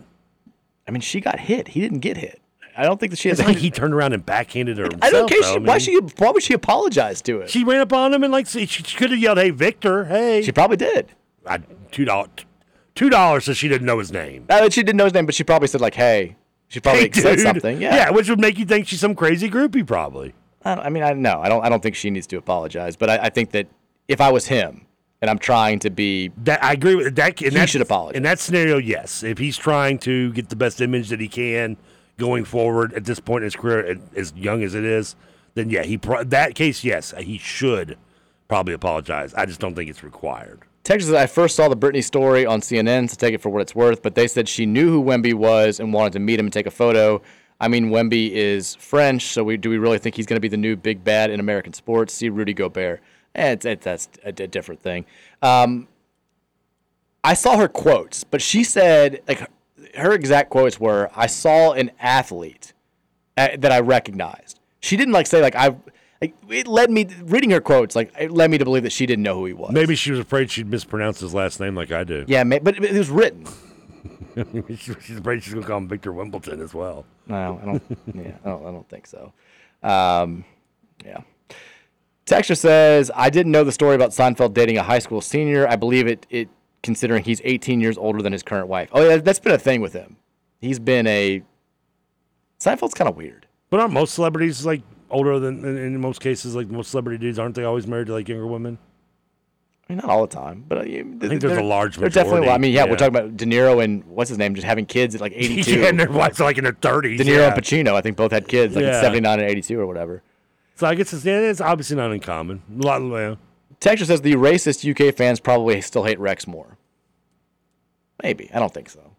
Speaker 11: I mean, she got hit. He didn't get hit. I don't think that she has.
Speaker 12: It's like he turned around and backhanded her.
Speaker 11: I
Speaker 12: himself,
Speaker 11: don't
Speaker 12: though.
Speaker 11: care.
Speaker 12: I
Speaker 11: She, why
Speaker 12: mean,
Speaker 11: she? Why would she apologize to it?
Speaker 12: She ran up on him and like she, she could have yelled, "Hey, Victor! Hey!" She
Speaker 11: probably did.
Speaker 12: I, two dollars. Two dollars, so she didn't know his name.
Speaker 11: I mean, she didn't know his name, but she probably said like, "Hey." She probably
Speaker 12: Hey,
Speaker 11: said
Speaker 12: dude.
Speaker 11: Oh, something. Yeah.
Speaker 12: Yeah, which would make you think she's some crazy groupie, probably.
Speaker 11: I, don't, I mean, I no, I don't. I don't think she needs to apologize. But I, I think that if I was him and I'm trying to be,
Speaker 12: that I agree with that. And
Speaker 11: he
Speaker 12: that-
Speaker 11: should apologize.
Speaker 12: In that scenario, yes. If he's trying to get the best image that he can going forward at this point in his career, at- as young as it is, then yeah, he pro- that case, yes, uh, he should probably apologize. I just don't think it's required.
Speaker 11: Texas, I first saw the Britney story on CNN, so take it for what it's worth. But they said she knew who Wemby was and wanted to meet him and take a photo. I mean, Wemby is French, so we, do we really think he's going to be the new big bad in American sports? See Rudy Gobert. Eh, it's, it, that's a, d- different thing. Um, I saw her quotes, but she said, like, her, her exact quotes were, "I saw an athlete uh, that I recognized." She didn't like say like I. Like, it led me reading her quotes. Like it led me to believe that she didn't know who he was.
Speaker 12: Maybe she was afraid she'd mispronounce his last name like I do.
Speaker 11: Yeah, ma- but it was written.
Speaker 12: She- she's afraid she's going to call him Victor Wimbledon as well.
Speaker 11: No, I don't. yeah, I don't, I don't think so. Um, yeah. Texture says, I didn't know the story about Seinfeld dating a high school senior. I believe it. It considering he's 18 years older than his current wife. Oh yeah, that's been a thing with him. He's been a. Seinfeld's kind of weird.
Speaker 12: But aren't most celebrities like older than in, in most cases? Like most celebrity dudes, aren't they always married to like younger women?
Speaker 11: I mean, not all the time, but uh, you-
Speaker 12: I think there's
Speaker 11: they're-
Speaker 12: a large
Speaker 11: They're definitely.
Speaker 12: majority,
Speaker 11: I mean, yeah, we're
Speaker 12: yeah.
Speaker 11: talking about De Niro and what's his name, just having kids at like 82.
Speaker 12: Yeah, and their wives are like in their 30s.
Speaker 11: De Niro
Speaker 12: yeah.
Speaker 11: and Pacino, I think both had kids, like in
Speaker 12: Yeah.
Speaker 11: 79 and 82 or whatever.
Speaker 12: So I guess it's, yeah, it's obviously not uncommon. A lot of yeah.
Speaker 11: Texture says the racist UK fans probably still hate Rex more. Maybe. I don't think so.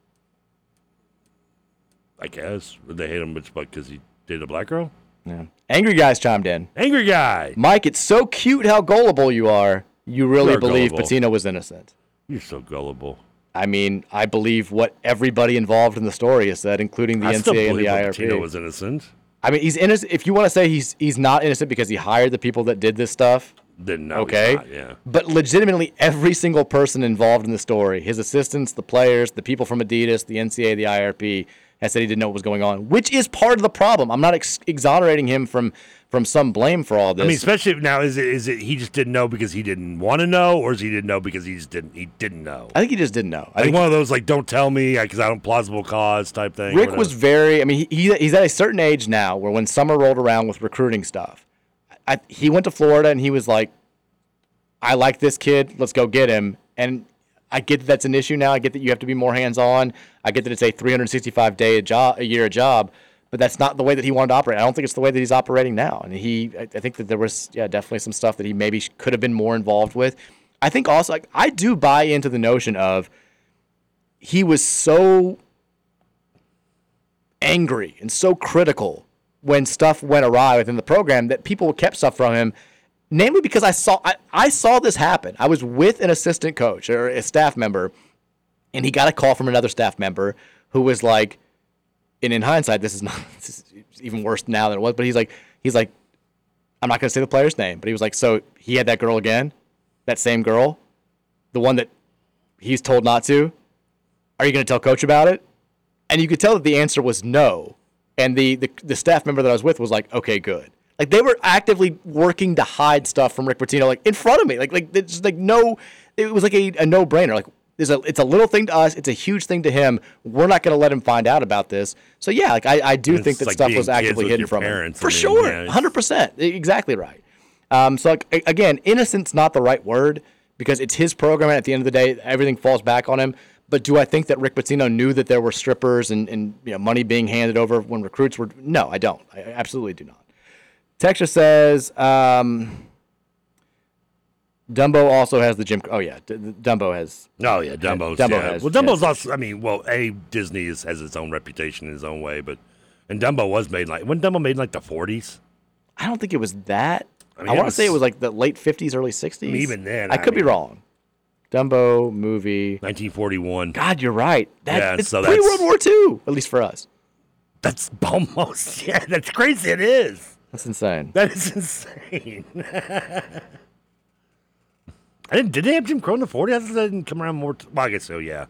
Speaker 12: I guess they hate him, but because he dated a black girl.
Speaker 11: Yeah. Angry guys chimed in.
Speaker 12: Angry guy.
Speaker 11: Mike, it's so cute how gullible you are. You really
Speaker 12: are
Speaker 11: believe
Speaker 12: gullible.
Speaker 11: Patino was innocent.
Speaker 12: You're so gullible.
Speaker 11: I mean, I believe what everybody involved in the story has said, including the
Speaker 12: I
Speaker 11: NCAA
Speaker 12: still
Speaker 11: and the
Speaker 12: believe
Speaker 11: IRP.
Speaker 12: Latino was innocent.
Speaker 11: I mean, he's innocent. If you want to say he's he's not innocent because he hired the people that did this stuff,
Speaker 12: then no, he's
Speaker 11: okay,
Speaker 12: not, yeah.
Speaker 11: But legitimately, every single person involved in the story, his assistants, the players, the people from Adidas, the NCAA, the IRP, has said he didn't know what was going on, which is part of the problem. I'm not ex- exonerating him from from some blame for all this.
Speaker 12: I mean, especially now, is it is it he just didn't know because he didn't want to know, or is he didn't know because he just didn't he didn't know?
Speaker 11: I think he just didn't know. I
Speaker 12: like
Speaker 11: think
Speaker 12: one of those like don't tell me because I don't plausible cause type thing.
Speaker 11: Rick
Speaker 12: whatever.
Speaker 11: was very. I mean, he, he he's at a certain age now where when summer rolled around with recruiting stuff, I, he went to Florida and he was like, "I like this kid. Let's go get him." And I get that that's an issue now. I get that you have to be more hands on. I get that it's a 365 day a job a year a job. but that's not the way that he wanted to operate. I don't think it's the way that he's operating now. And he, I, I think that there was, yeah, definitely some stuff that he maybe sh- could have been more involved with. I think also, like, I do buy into the notion of he was so angry and so critical when stuff went awry within the program that people kept stuff from him. Namely, because I saw I, I saw this happen. I was with an assistant coach or a staff member, and he got a call from another staff member who was like, and in hindsight, this is not this is even worse now than it was. But he's like, he's like, I'm not gonna say the player's name, but he was like, so he had that girl again, that same girl, the one that he's told not to. Are you gonna tell coach about it? And you could tell that the answer was no. And the the, the staff member that I was with was like, okay, good. Like they were actively working to hide stuff from Rick Pitino, like in front of me. Like like it's just like no, it was like a, a no brainer. Like there's a, it's a little thing to us. It's a huge thing to him. We're not going to let him find out about this. So yeah, like I, I do
Speaker 12: It's
Speaker 11: think that
Speaker 12: like
Speaker 11: stuff
Speaker 12: being
Speaker 11: was
Speaker 12: kids
Speaker 11: actively
Speaker 12: with
Speaker 11: hidden
Speaker 12: your
Speaker 11: from
Speaker 12: parents,
Speaker 11: him for
Speaker 12: I mean, yeah,
Speaker 11: sure,
Speaker 12: it's-
Speaker 11: hundred percent, exactly right. Um, so like, a- again, innocent's not the right word because it's his program, and at the end of the day, everything falls back on him. But do I think that Rick Pitino knew that there were strippers and, and you know money being handed over when recruits were? No, I don't. I I absolutely do not. Texture says. Um, Dumbo also has the Jim. Oh yeah, D- D- Dumbo has.
Speaker 12: Oh yeah, Dumbo's.
Speaker 11: Dumbo
Speaker 12: yeah.
Speaker 11: has.
Speaker 12: Well, Dumbo's
Speaker 11: yes.
Speaker 12: also. I mean, well, a Disney is, has its own reputation in its own way, but and Dumbo was made like when Dumbo made in, like the forties.
Speaker 11: I don't think it was that. I,
Speaker 12: mean, it
Speaker 11: want to
Speaker 12: was-
Speaker 11: say it was like the late fifties, early sixties.
Speaker 12: even then,
Speaker 11: I,
Speaker 12: I
Speaker 11: could be
Speaker 12: mean-
Speaker 11: wrong. Dumbo movie,
Speaker 12: 1941.
Speaker 11: God, you're right. That,
Speaker 12: Yeah,
Speaker 11: it's
Speaker 12: so
Speaker 11: pre
Speaker 12: that's-
Speaker 11: World War II, at least for us.
Speaker 12: That's almost. Yeah, that's crazy. It is.
Speaker 11: That's insane.
Speaker 12: That is insane. I didn't. Did they have Jim Crow in the forties? I thought that didn't come around more. T- well, I guess so. Yeah.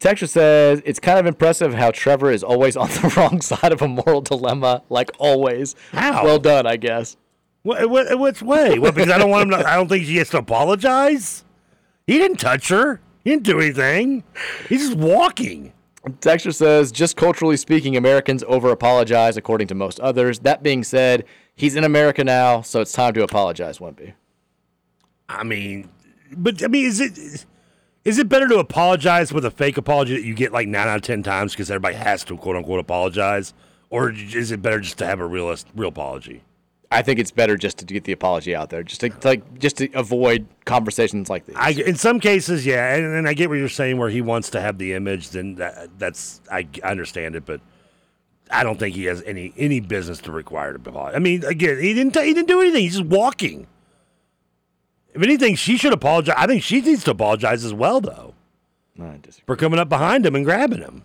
Speaker 11: Texture says it's kind of impressive how Trevor is always on the wrong side of a moral dilemma, like always.
Speaker 12: How?
Speaker 11: Well done, I guess.
Speaker 12: What? What? Which way? Well, because I don't want him. To, I don't think he has to apologize. He didn't touch her. He didn't do anything. He's just walking.
Speaker 11: Texture says, just culturally speaking, Americans over apologize, according to most others. That being said, he's in America now, so it's time to apologize, Wimpy.
Speaker 12: I mean, but I mean, is it is it better to apologize with a fake apology that you get like nine out of ten times because everybody has to quote unquote apologize, or is it better just to have a realist real apology?
Speaker 11: I think it's better just to get the apology out there, just to, to, like just to avoid conversations like these.
Speaker 12: I in some cases, yeah, and, and I get what you're saying where he wants to have the image. Then that, that's I, I understand it, but I don't think he has any any business to require to apologize. I mean, again, he didn't he didn't do anything. He's just walking. If anything, she should apologize. I think she needs to apologize as well, though,
Speaker 11: I
Speaker 12: for coming up behind him and grabbing him.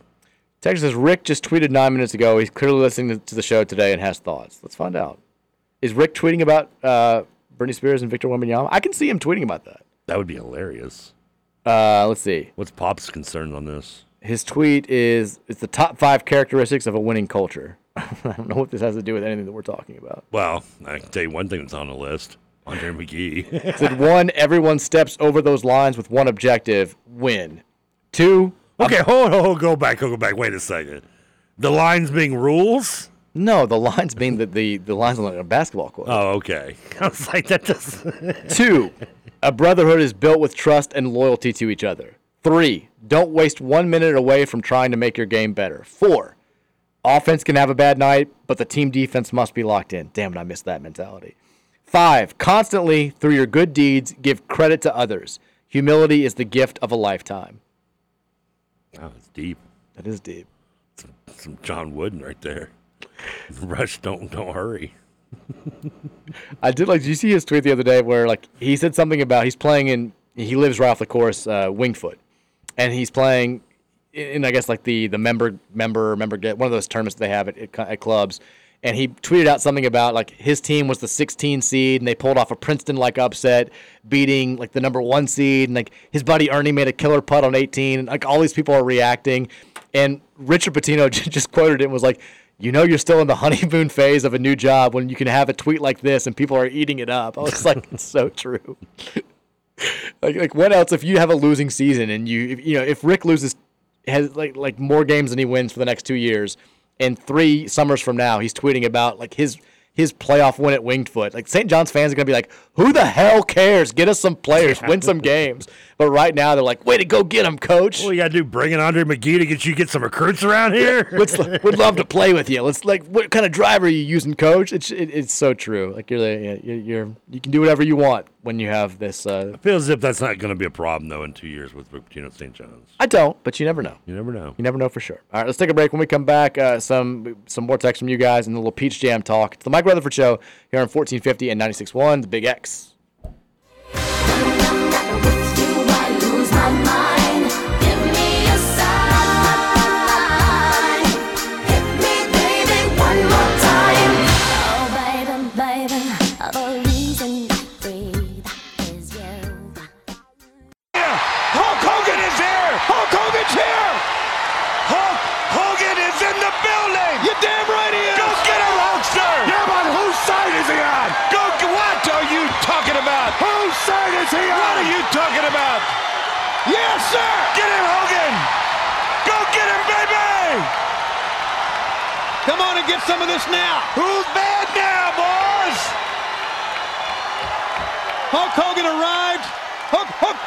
Speaker 11: Texas says Rick just tweeted nine minutes ago. He's clearly listening to the show today and has thoughts. Let's find out. Is Rick tweeting about uh, Britney Spears and Victor Wembanyama? I can see him tweeting about that.
Speaker 12: That would be hilarious.
Speaker 11: Uh, let's see.
Speaker 12: What's Pop's concern on this?
Speaker 11: His tweet is it's the top five characteristics of a winning culture. I don't know what this has to do with anything that we're talking about.
Speaker 12: Well, I can tell you one thing that's on the list: Andre McGee.
Speaker 11: It said one, everyone steps over those lines with one objective: win. Two,
Speaker 12: Okay, hold on, go back, go back. Wait a second. The lines being rules?
Speaker 11: No, the lines being the the, the lines on a basketball court.
Speaker 12: Oh, okay. I was like, that doesn't.
Speaker 11: Two, a brotherhood is built with trust and loyalty to each other. Three, don't waste one minute away from trying to make your game better. Four, offense can have a bad night, but the team defense must be locked in. Damn it, I missed that mentality. Five, constantly, through your good deeds, give credit to others. Humility is the gift of a lifetime.
Speaker 12: Wow, it's deep.
Speaker 11: That is deep.
Speaker 12: Some, some John Wooden right there. Rush, don't don't hurry.
Speaker 11: I did like. Did you see his tweet the other day where like he said something about he's playing in he lives right off the course uh, Wingfoot, and he's playing in, in, I guess like the the member member member get one of those tournaments they have at, at, co- at clubs, and he tweeted out something about like his team was the 16 seed and they pulled off a Princeton like upset, beating like the number one seed, and like his buddy Ernie made a killer putt on 18, and like all these people are reacting, and Richard Pitino just quoted it and was like. You know you're still in the honeymoon phase of a new job when you can have a tweet like this and people are eating it up. I was like, it's so true. like, like what else if you have a losing season and you if, you know if Rick loses has like like more games than he wins for the next two years and three summers from now he's tweeting about like his his playoff win at Winged Foot. Like St. John's fans are gonna be like, "Who the hell cares? Get us some players, win some games." But right now they're like, "Way to go, get him, coach!"
Speaker 12: What you gotta do? Bringing Andre McGee to get you get some recruits around here.
Speaker 11: Let's, we'd love to play with you. Let's like, what kind of driver are you using, coach? It's it, it's so true. Like you're the you're, you're you can do whatever you want when you have this. Uh,
Speaker 12: Feels as if that's not going to be a problem though in two years with Cupertino St. John's.
Speaker 11: I don't, but you never know.
Speaker 12: You never know.
Speaker 11: You never know for sure. All right, let's take a break. When we come back, uh, some some more text from you guys and a little Peach Jam talk. It's the Mike Rutherford Show here on 1450 and 96.1, the Big X.
Speaker 2: Hulk Hogan is here! Hulk Hogan's here! Hulk Hogan is in the building! You damn right he is! Go get him, Hulkster! Yeah, but whose side is he on? Go, what are you talking about? Whose side is he on? What are you talking about? Yes, sir! Get him, Hogan! Go get him, baby! Come on and get some of this now! Who's bad now, boys? Hulk Hogan arrived! Hulk, Hulk,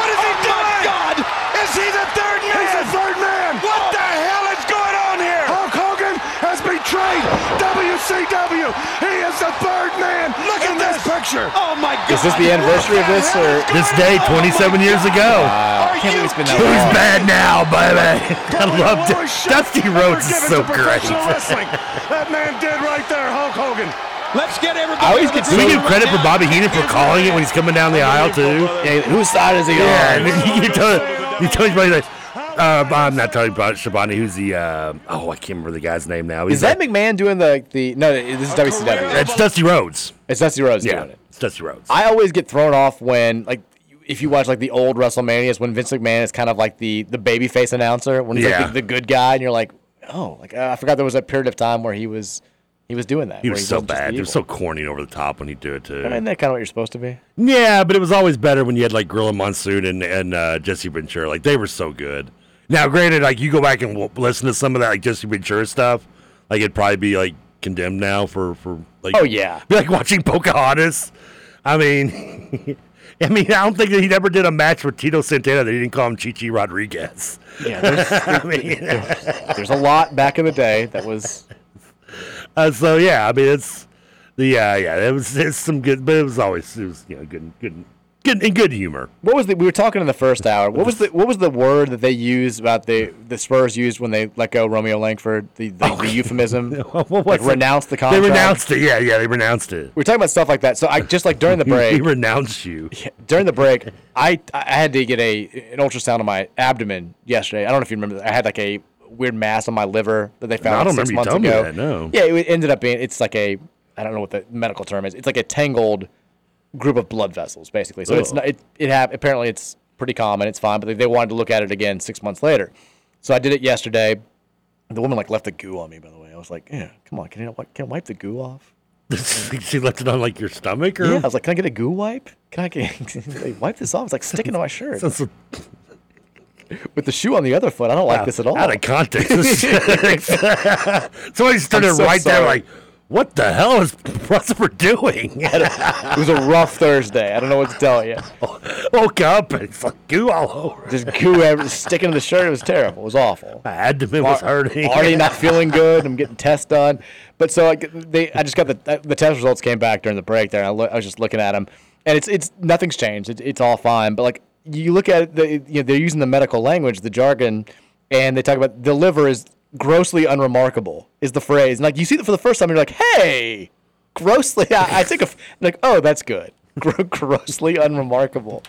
Speaker 2: what is he doing? My God! Is he the third man? He's the third man! What the hell is going on here? Hulk Hogan has betrayed WCW. He is the third man. Look at this, picture. Oh my God!
Speaker 11: Is this the anniversary of this or
Speaker 12: this day
Speaker 2: Oh
Speaker 12: 27 years ago?
Speaker 11: Wow. I can't believe it's been that
Speaker 12: Who's
Speaker 11: long.
Speaker 12: bad now, baby? I love it. Dusty Rhodes is so great.
Speaker 2: that man did right there, Hulk Hogan. Let's get everybody.
Speaker 12: I always
Speaker 2: on the
Speaker 12: get do we
Speaker 2: groove
Speaker 12: give
Speaker 2: right
Speaker 12: credit for
Speaker 2: now.
Speaker 12: Bobby Heenan for calling it when he's coming down the aisle too?
Speaker 11: Yeah, whose side is he
Speaker 12: yeah,
Speaker 11: on?
Speaker 12: and you tell you tell everybody that. Uh, I'm not telling you about Shabani. Who's the? Uh, oh, I can't remember the guy's name now.
Speaker 11: Is that McMahon doing the the? No, this is WCW.
Speaker 12: It's Dusty Rhodes.
Speaker 11: It's Dusty Rhodes
Speaker 12: Yeah,
Speaker 11: doing it.
Speaker 12: it's Dusty Rhodes.
Speaker 11: I always get thrown off when like if you watch like the old WrestleManias when Vince McMahon is kind of like the the babyface announcer when he's
Speaker 12: Yeah.
Speaker 11: like the, the good guy and you're like oh like uh, I forgot there was a period of time where he was he was doing that
Speaker 12: He
Speaker 11: where
Speaker 12: was so
Speaker 11: wasn't just
Speaker 12: bad.
Speaker 11: the
Speaker 12: He was so
Speaker 11: evil.
Speaker 12: corny and over the top when he do it too.
Speaker 11: isn't that kind of what you're supposed to be
Speaker 12: Yeah, but it was always better when you had like Gorilla Monsoon and and uh, Jesse Ventura. Like they were so good. Now, granted, like you go back and w- listen to some of that like Jesse Ventura stuff, like it'd probably be like condemned now for for like
Speaker 11: Oh, yeah.
Speaker 12: be like watching Pocahontas. I mean. I mean, I don't think that he ever did a match with Tito Santana that he didn't call him Chichi Rodriguez.
Speaker 11: yeah there's,
Speaker 12: I mean,
Speaker 11: there's a lot back in the day that was
Speaker 12: Uh, so yeah, I mean it's the uh, yeah, it was it's some good, but it was always it was you know good good good and good humor.
Speaker 11: what was the we were talking in the first hour what was the what was the word that they used about the the Spurs used when they let go Romeo Langford the the, the euphemism like
Speaker 12: Oh, was it?
Speaker 11: renounced the
Speaker 12: They
Speaker 11: contract
Speaker 12: renounced it. Yeah, yeah, they renounced it.
Speaker 11: we're talking about stuff like that so I just like during the break
Speaker 12: He renounced you.
Speaker 11: during the break, I I had to get a an ultrasound on my abdomen yesterday. I don't know if you remember. that. I had like a weird mass on my liver that they
Speaker 12: No, I
Speaker 11: found
Speaker 12: don't
Speaker 11: like six months
Speaker 12: remember you
Speaker 11: ago.
Speaker 12: telling me that, no.
Speaker 11: Yeah, it ended up being it's like a I don't know what the medical term is. It's like a tangled group of blood vessels, basically. So it's
Speaker 12: Ugh.
Speaker 11: not it it hap- apparently it's pretty common. It's fine, but they, they wanted to look at it again six months later. So I did it yesterday. The woman like left the goo on me. By the way, I was like, yeah, come on, can you can I wipe the goo off?
Speaker 12: she left it on like your stomach, or
Speaker 11: Yeah, I was like, can I get a goo wipe? Can I get they wipe this off? It's like sticking to my shirt.
Speaker 12: Sounds so-
Speaker 11: With the shoe on the other foot, I don't like this at all.
Speaker 12: out of context. Somebody started
Speaker 11: I'm so
Speaker 12: right there,
Speaker 11: sorry.
Speaker 12: like, what the hell is Rutherford doing?
Speaker 11: it was a rough Thursday. I don't know what to tell you.
Speaker 12: Woke up and it's like goo all over.
Speaker 11: Just goo ever sticking to the shirt. It was terrible. It was awful.
Speaker 12: My abdomen was
Speaker 11: Ar-
Speaker 12: hurting.
Speaker 11: Already not feeling good. I'm getting tests done. But so like they, I just got the the test results came back during the break there. And I, loo- I was just looking at them, and it's it's nothing's changed. It, it's all fine. But like you look at it, the, you know, they're using the medical language, the jargon, and they talk about the liver is grossly unremarkable is the phrase. And like you see it for the first time, and you're like, hey, grossly. I, I take a f- like, oh, that's good. Gro- grossly unremarkable.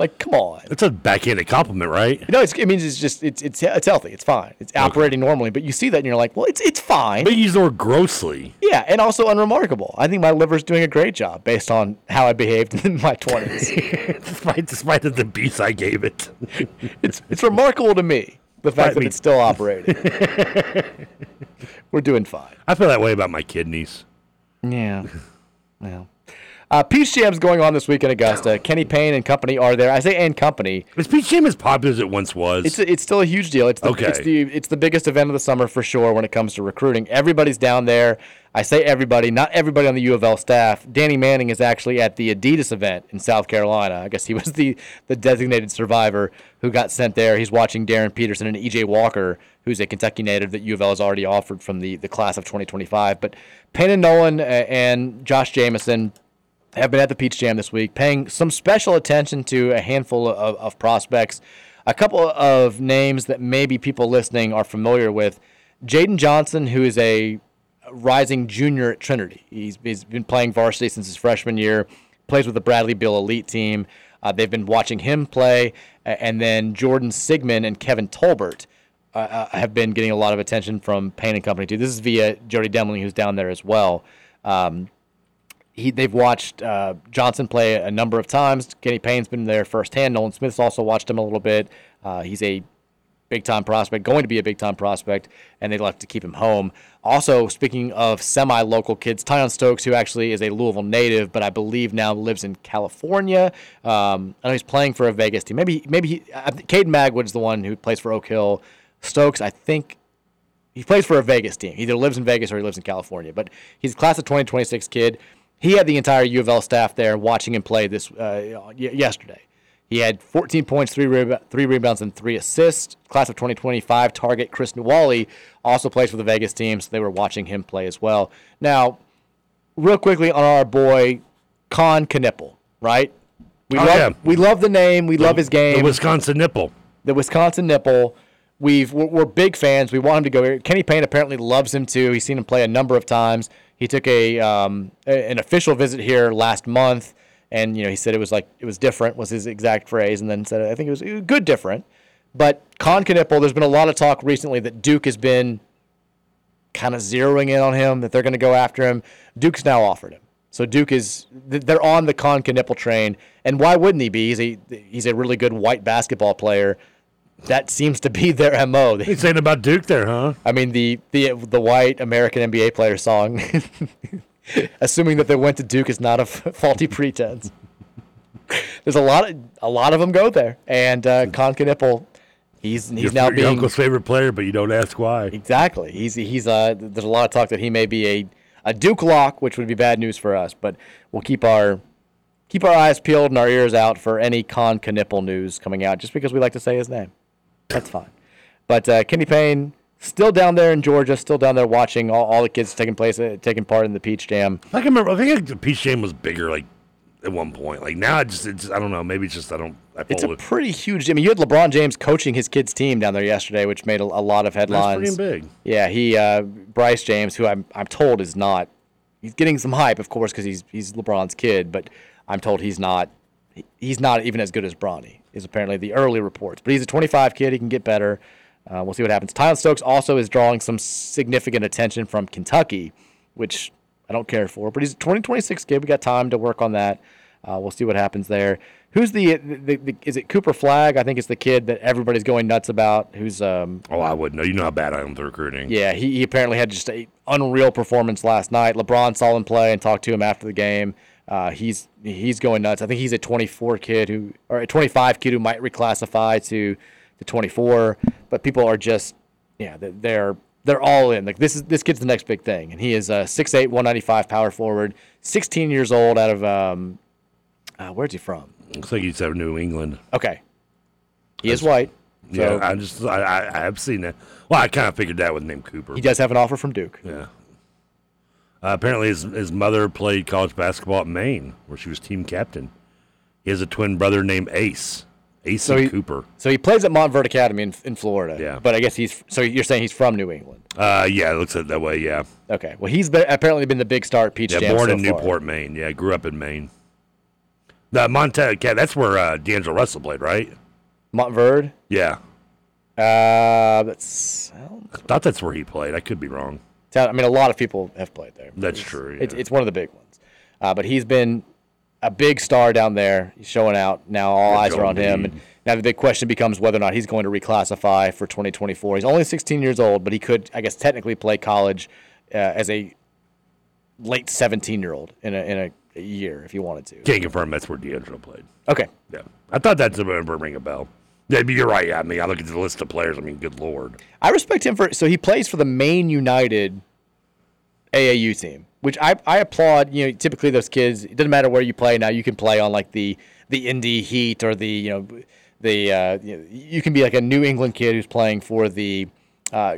Speaker 11: Like, come on.
Speaker 12: That's a backhanded compliment, right?
Speaker 11: No, it's, it means it's just it's it's it's healthy. It's fine. It's operating normally. But you see that and you're like, well, it's it's fine.
Speaker 12: But you use the word grossly.
Speaker 11: yeah, and also unremarkable. I think my liver's doing a great job based on how I behaved in my twenties.
Speaker 12: despite, despite the abuse I gave it.
Speaker 11: it's it's remarkable to me the
Speaker 12: Right,
Speaker 11: fact that
Speaker 12: we-
Speaker 11: it's still operating. We're doing fine.
Speaker 12: I feel that way about my kidneys.
Speaker 11: Yeah. Well, Uh, Peach Jam's going on this week in Augusta. Kenny Payne and company are there. I say and company.
Speaker 12: Is Peach Jam as popular as it once was?
Speaker 11: It's it's still a huge deal. It's the,
Speaker 12: Okay.
Speaker 11: It's the it's the biggest event of the summer for sure when it comes to recruiting. Everybody's down there. I say everybody, not everybody on the U of L staff. Danny Manning is actually at the Adidas event in South Carolina. I guess he was the the designated survivor who got sent there. He's watching Darren Peterson and EJ Walker, who's a Kentucky native that U of L has already offered from the the class of 2025. But Payne and Nolan uh, and Josh Jameson have been at the Peach Jam this week, paying some special attention to a handful of, of prospects. A couple of names that maybe people listening are familiar with. Jaden Johnson, who is a rising junior at Trinity. He's, he's been playing varsity since his freshman year, plays with the Bradley Bill Elite team. Uh, they've been watching him play. A- And then Jordan Sigmund and Kevin Tolbert uh, uh, have been getting a lot of attention from Payne and Company, too. This is via Jody Demling, who's down there as well. Um, he they've watched uh, Johnson play a number of times. Kenny Payne's been there firsthand. Nolan Smith's also watched him a little bit. Uh, he's a big time prospect, going to be a big time prospect, and they'd like to keep him home. Also, speaking of semi local kids, Tyon Stokes, who actually is a Louisville native, but I believe now lives in California. Um, I know he's playing for a Vegas team. Maybe maybe he, I, think Caden Magwood's the one who plays for Oak Hill. Stokes, I think he plays for a Vegas team. He either lives in Vegas or he lives in California. But he's a class of 2026 kid. He had the entire U of L staff there watching him play this uh, y- yesterday. He had 14 points, three, reba- three rebounds, and three assists. Class of 2025 target Chris Nwali also plays for the Vegas team, so they were watching him play as well. Now, real quickly on our boy Con Knipple, right? We
Speaker 12: Oh,
Speaker 11: love
Speaker 12: yeah.
Speaker 11: we love the name, we love his game.
Speaker 12: The Wisconsin nipple.
Speaker 11: The Wisconsin nipple. We've we're, we're big fans. We want him to go here. Kenny Payne apparently loves him too. He's seen him play a number of times. He took a um, a- an official visit here last month, and you know he said it was like it was different was his exact phrase, and then said I think it was uh, good different. But Con Knipple, there's been a lot of talk recently that Duke has been kind of zeroing in on him, that they're going to go after him. Duke's now offered him. So Duke is th- they're on the Con Knipple train, and why wouldn't he be? He's a he's a really good white basketball player. That seems to be their mo. He's
Speaker 12: saying about Duke there, huh?
Speaker 11: I mean the the the white American NBA player song. Assuming that they went to Duke is not a f- faulty pretense. There's a lot of a lot of them go there, and uh, Con Knipple, he's he's
Speaker 12: Your-
Speaker 11: now
Speaker 12: your
Speaker 11: being
Speaker 12: uncle's favorite player, but you don't ask why.
Speaker 11: Exactly. He's he's uh there's a lot of talk that he may be a, a Duke lock, which would be bad news for us, but we'll keep our keep our eyes peeled and our ears out for any Con Knipple news coming out just because we like to say his name. That's fine. But uh, Kenny Payne still down there in Georgia, still down there watching all, all the kids taking place uh, taking part in the Peach Jam.
Speaker 12: I can remember. I think the Peach Jam was bigger, like at one point. Like now, I just, it's, I don't know. Maybe it's just I don't. I
Speaker 11: It's a
Speaker 12: fold it.
Speaker 11: pretty huge. I mean, you had LeBron James coaching his kids' team down there yesterday, which made a, a lot of headlines.
Speaker 12: big.
Speaker 11: Yeah, he uh, Bryce James, who I'm I'm told is not. He's getting some hype, of course, because he's he's LeBron's kid, but I'm told he's not. he- He's not even as good as Bronny is apparently the early reports. But he's a 25 kid; he can get better. Uh, we'll see what happens. Tylen Stokes also is drawing some significant attention from Kentucky, which I don't care for. But he's a 2026 kid. We got time to work on that. Uh, we'll see what happens there. Who's the, the, the is it Cooper Flag? I think it's the kid that everybody's going nuts about. Who's um
Speaker 12: Oh, I wouldn't know. You know how bad I am with recruiting.
Speaker 11: yeah he, he apparently had just a unreal performance last night. LeBron saw him play and talked to him after the game. Uh, he's he's going nuts. I think he's a 24 kid who or a 25 kid who might reclassify to the 24. But people are just yeah they- they're they're all in. Like this is this kid's the next big thing, and he is a 6'8", 195 power forward, 16 years old out of um uh, where's he from?
Speaker 12: Looks like he's out of New England.
Speaker 11: Okay. He is white.
Speaker 12: yeah,
Speaker 11: So
Speaker 12: I just I, I I've seen that. Well, I kind of figured that with name Cooper.
Speaker 11: he does have an offer from Duke.
Speaker 12: Yeah. Uh, apparently, his his mother played college basketball at Maine, where she was team captain. He has a twin brother named Ace. Ace
Speaker 11: So
Speaker 12: and
Speaker 11: he-
Speaker 12: Cooper.
Speaker 11: So he plays at Montverde Academy in, in Florida. Yeah. But I guess he's so you're saying he's from New England.
Speaker 12: Uh, yeah, it looks like that way. Yeah.
Speaker 11: Okay. Well, he's been, apparently been the big star at Peach
Speaker 12: Yeah,
Speaker 11: Jam
Speaker 12: born
Speaker 11: so
Speaker 12: in
Speaker 11: far.
Speaker 12: Newport, Maine. Yeah, grew up in Maine. The Montana, yeah, that's where uh, D'Angelo Russell played, right?
Speaker 11: Montverde.
Speaker 12: Yeah,
Speaker 11: Uh, that sounds.
Speaker 12: I thought that's where he played. I could be wrong.
Speaker 11: I mean, a lot of people have played there.
Speaker 12: That's true.
Speaker 11: It's, it's one of the big ones. Uh, but he's been a big star down there. He's showing out. Now all eyes are on him. And now the big question becomes whether or not he's going to reclassify for 2024. He's only 16 years old, but he could, I guess, technically play college uh, as a late 17 year old in a, in a a year if you wanted to.
Speaker 12: Can't confirm that's where D'Angelo played.
Speaker 11: Okay.
Speaker 12: Yeah. I thought that's a ring a bell. Yeah, but you're right. Yeah, I mean, I look at the list of players. I mean, good lord.
Speaker 11: I respect him for so he plays for the Maine United AAU team, which I, I applaud. You know, typically those kids, it doesn't matter where you play now. You can play on like the the Indy Heat or the you know the uh, you, know, you can be like a New England kid who's playing for the uh,